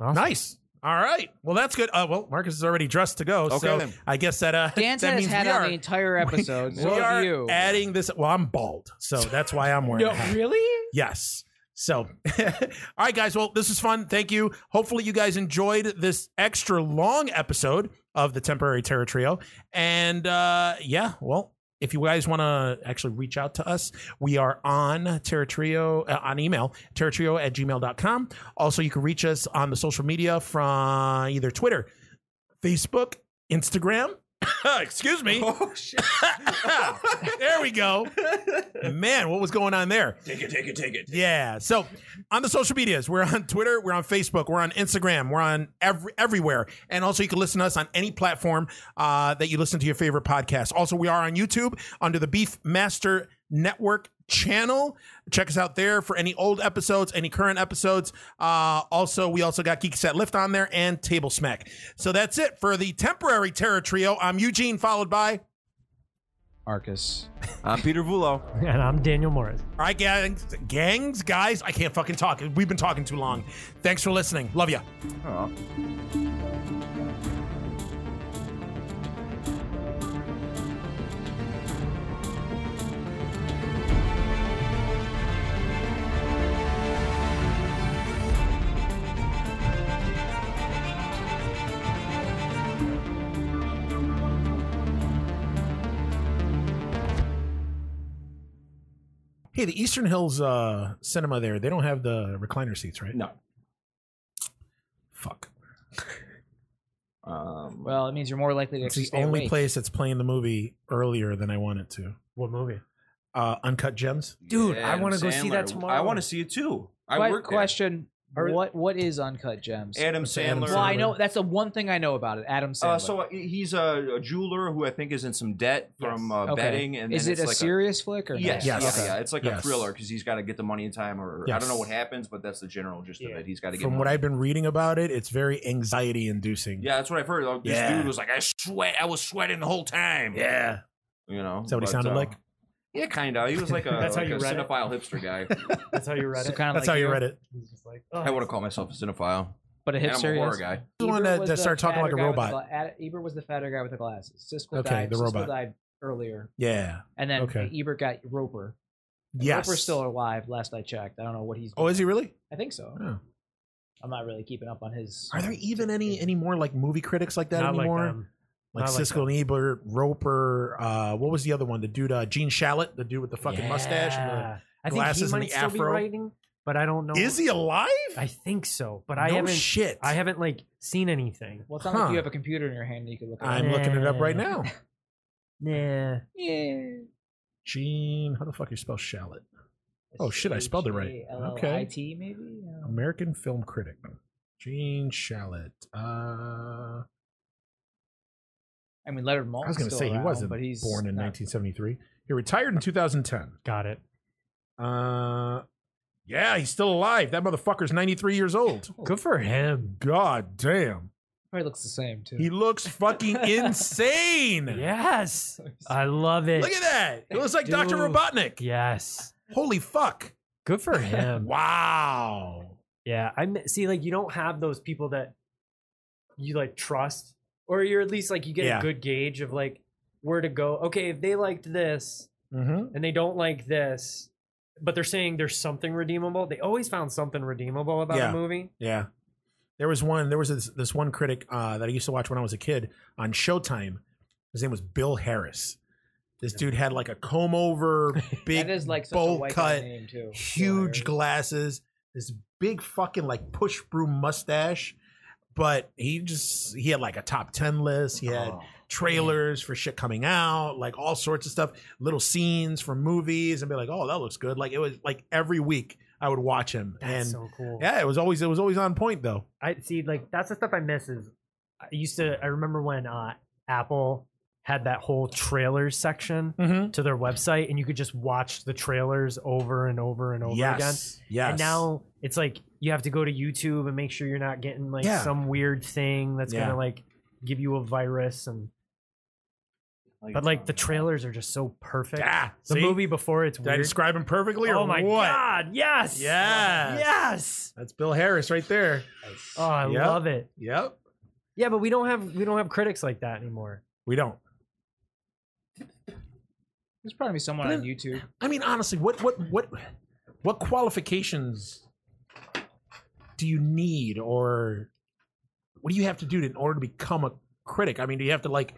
E: Awesome.
C: Nice. All right. Well, that's good. Uh, well, Marcus is already dressed to go,
B: Okay,
C: so
B: then.
C: I guess that uh,
D: Dan's
C: that
D: had his
C: means
D: hat
C: we
D: on
C: are,
D: the entire episode.
C: we
D: so
C: are
D: have you.
C: adding this. Well, I'm bald, so that's why I'm wearing. a
D: No,
C: hat.
D: really?
C: Yes. So, all right, guys. Well, this is fun. Thank you. Hopefully, you guys enjoyed this extra long episode of the Temporary Terror Trio. And uh, yeah, well, if you guys want to actually reach out to us, we are on Terror Trio uh, on email, terratrio at gmail.com. Also, you can reach us on the social media from either Twitter, Facebook, Instagram. Excuse me.
B: Oh shit!
C: there we go. Man, what was going on there?
B: Take it, take it, take it.
C: Yeah. So on the social medias, we're on Twitter, we're on Facebook, we're on Instagram, we're on every, everywhere. And also, you can listen to us on any platform uh, that you listen to your favorite podcast. Also, we are on YouTube under the Beef Master Network channel. Check us out there for any old episodes, any current episodes. Uh, also, we also got Geek Set Lift on there and Table Smack. So that's it for the temporary Terror Trio. I'm Eugene, followed by.
A: Marcus.
B: I'm Uh, Peter Vulo.
E: And I'm Daniel Morris.
C: All right, gangs, gangs, guys. I can't fucking talk. We've been talking too long. Thanks for listening. Love ya.
B: Oh.
C: Hey, the Eastern Hills uh, cinema there, they don't have the recliner seats, right?
B: No.
C: Fuck.
B: Um,
D: Well, it means you're more likely to
C: It's the
D: stay
C: only
D: awake.
C: place that's playing the movie earlier than I want it to.
E: What movie?
C: Uh, Uncut Gems.
E: Dude, I
B: and
E: wanna go see
B: Sandler.
E: that tomorrow.
B: I want to see it too. I
D: Que-
B: work there.
D: question.
E: Or-
D: What what is uncut gems?
B: Adam
C: Adam
B: Sandler.
D: well, I
C: Sandler.
D: know that's the one thing I know about it. Adam Sandler.
B: Uh, so uh, he's a, a jeweler who I think is in some debt from uh,
D: Okay.
B: betting, and
D: is
B: then
D: it
B: it's
D: a
B: like
D: serious flick or not?
B: yes,
C: Yes.
B: yeah, yeah, it's like
C: Yes.
B: a thriller because he's got to get the money in time, or I
C: Yes.
B: don't know what happens, but that's the general gist
E: Yeah.
B: of it. He's got to get
C: From
B: money.
C: what I've been reading about it, it's very anxiety inducing.
B: yeah, that's what I've heard. Like, This
C: Yeah.
B: dude was like, I sweat, I was sweating the whole time.
C: Yeah.
B: you know, uh,
C: Is that what he sounded like?
B: Yeah, kind of. He was like a,
E: That's how
B: like
E: you
B: a
E: read it?
B: cinephile hipster guy.
E: That's how you read
D: So
E: it.
D: kind of
C: That's
D: like
C: how you read it.
E: He's just like, "Oh,
B: I want to call myself a cinephile.
D: But a
B: And I'm
D: hipster
B: a horror
D: yes.
B: guy.
C: The one
D: Ebert
C: that-
D: was
C: that
D: the
C: started talking like
D: fatter
C: a
D: guy with the
C: robot.
D: gla- Ad- Ebert was the fatter guy with the glasses. Siskel
C: Okay,
D: died.
C: the
D: Siskel
C: robot.
D: died earlier,
C: Yeah.
D: and then
C: Okay.
D: Ebert got Roper. And
C: Yes.
D: Roper's still alive. Last I checked, I don't know what he's.
C: oh, is he
D: doing.
C: really?
D: I think so.
C: Oh.
D: I'm not really keeping up on his.
C: Are there even any any more like movie critics like that
E: Not like
C: anymore?
E: them.
C: Like
E: Not like
C: Siskel and Ebert, Roper. Uh, what was the other one? The dude, uh, Gene Shalit, the dude with the fucking mustache. And the,
E: Yeah. I think
C: glasses
E: he
C: and
E: might
C: the
E: still be
C: afro.
E: writing, but I don't know.
C: Is he alive?
E: I think so, but I
C: no
E: haven't.
C: Shit.
E: I haven't like seen anything.
D: Well, it's not
C: Huh.
D: like you have a computer in your hand that you could look. at.
C: I'm looking it up right
E: Uh,
C: now.
E: Nah.
D: Yeah.
C: Gene, how the fuck you spell shallot? Oh, shit, I spelled it right. Okay.
D: H-A-L-L-I-T, maybe. I don't know.
C: American film critic. Gene Shalit. Uh,
D: I mean, Leonard Maltin.
C: I was going to say he wasn't
D: but he's
C: born in
D: not-
C: 1973. He retired in 2010.
E: Got it.
C: Uh, yeah, he's still alive. That motherfucker's 93 years old.
E: Good for him.
C: God damn.
D: Probably looks the same too.
C: He looks fucking insane.
E: Yes. I love it.
C: Look at that. It looks like Dr.
E: Dude.
C: Robotnik.
E: Yes.
C: Holy fuck.
E: Good for him.
C: Wow.
E: Yeah, I mi- see. Like you don't have those people that you like trust, or you're at least like you get
C: Yeah.
E: a good gauge of like where to go. Okay, if they liked this
C: Mm-hmm.
E: and they don't like this, but they're saying there's something redeemable. They always found something redeemable about
C: Yeah.
E: a movie.
C: Yeah. There was one. There was this, this one critic uh, that I used to watch when I was a kid on Showtime. His name was Bill Harris. This dude had like a comb over, big
D: that is like such a
C: bowl
D: white guy
C: cut,
D: name too. Bill
C: huge
D: Harris.
C: glasses, this big fucking like push broom mustache. But he just he had like a top ten list. He had
B: Oh.
C: trailers for shit coming out, like all sorts of stuff, little scenes from movies, and be like, oh, that looks good. Like it was like every week I would watch him,
E: That's
C: and
E: so cool.
C: yeah, it was always it was always on point though.
E: I see. Like that's the stuff I miss. Is I used to. I remember when uh, Apple had that whole trailers section
C: Mm-hmm.
E: to their website, and you could just watch the trailers over and over and over again.
C: Yes.
E: And now it's like you have to go to YouTube and make sure you're not getting like
C: Yeah.
E: some weird thing that's
C: Yeah.
E: gonna like give you a virus and But
C: uh,
E: like the trailers are just so perfect.
C: Ah,
E: the
C: see?
E: movie before it's
C: Did I
E: weird.
C: describe him perfectly? Or
E: oh my
C: what?
E: god! Yes.
C: Yes.
E: Yes.
C: That's Bill Harris right there.
E: Oh, I
C: Yep.
E: love it.
C: Yep.
E: Yeah, but we don't have we don't have critics like that anymore.
C: We don't.
D: There's probably someone
C: But
D: on
C: it-
D: YouTube.
C: I mean, honestly, what what what what qualifications do you need, or what do you have to do to, in order to become a critic? I mean, do you have to like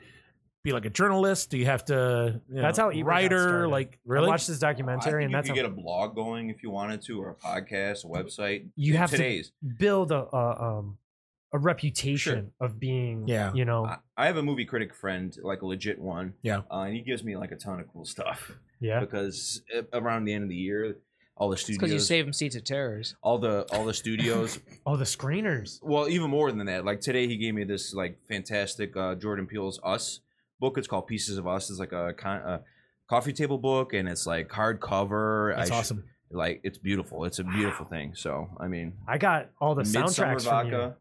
C: be like a journalist? Do you have to? You
E: That's
C: know,
E: how Ebert got
C: writer
E: started.
C: like
E: I
C: really?
E: watched this documentary, and that's
B: you
E: how,
B: could get a blog going if you wanted to, or a podcast, a website.
E: you have to
B: Today's,
E: build a, a um a reputation of being
C: Yeah.
E: you know
B: I, I have a movie critic friend, like a legit one.
C: Oh. Yeah.
B: uh, and he gives me like a ton of cool stuff
E: yeah
B: because uh, around the end of the year, all the
D: It's because you
B: studios,
D: save them seats of terrors.
B: all the all the studios
E: oh the screeners
B: Well, even more than that. Like today, he gave me this like fantastic uh, Jordan Peele's Us book. It's called Pieces of Us. It's like a, con- a coffee table book, and it's like hardcover.
C: That's
B: I sh-
C: awesome.
B: Like it's beautiful. It's a beautiful thing. So I mean,
E: i got all the
B: Midsummer
E: soundtracks from you.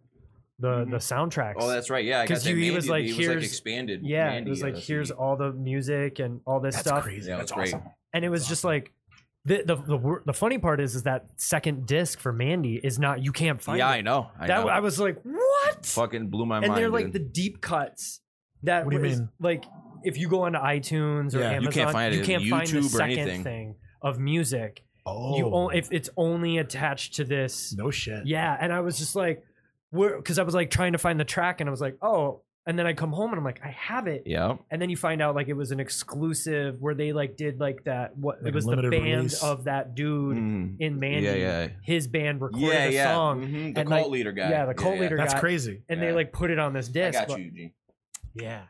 E: the
B: Mhm.
E: the soundtracks
B: Oh, that's right. Yeah, I got
E: 'Cause
B: that.
E: you- he
B: Mandy.
E: was like,
B: he was like
E: here's-
B: expanded.
E: yeah
B: Mandy,
E: it was like
B: uh,
E: here's
B: CD.
E: all the music and all this
C: That's
E: stuff
C: crazy.
B: Yeah,
C: That's
B: it's great.
C: awesome.
E: and it was just like the the, the wor- the funny part is is that second disc for mandy is not you can't find
B: Yeah,
E: it.
B: I know. I
E: that
B: know.
E: i was like what
B: fucking blew my
E: and
B: mind.
E: they're like
B: dude.
E: the deep cuts that
C: What do you
E: was-
C: mean?
E: like if you go onto iTunes or
C: Yeah.
E: Amazon,
B: You can't find it
E: you
B: on
E: can't find the
B: YouTube or
E: second
B: anything.
E: thing of music.
C: Oh,
E: You only, if it's only attached to this.
C: no shit.
E: Yeah, and I was just like, where? Because I was like trying to find the track, and I was like, oh. And then I come home and I'm like, I have it.
B: yeah.
E: And then you find out like it was an exclusive where they like did like that. What
C: Like
E: it
C: a
E: was the
C: limited
E: band
C: release.
E: of that dude
B: Mm.
E: in Mandy.
B: Yeah, yeah.
E: His band recorded
B: Yeah,
E: a
B: yeah.
E: song,
B: Mhm. The
E: and,
B: cult
E: like-
B: leader guy.
E: yeah, the cult leader
C: That's
E: got-
C: crazy.
E: and
B: Yeah.
E: they like put it on this
B: I
E: disc.
B: got
E: but-
B: you, Eugene.
C: Yeah.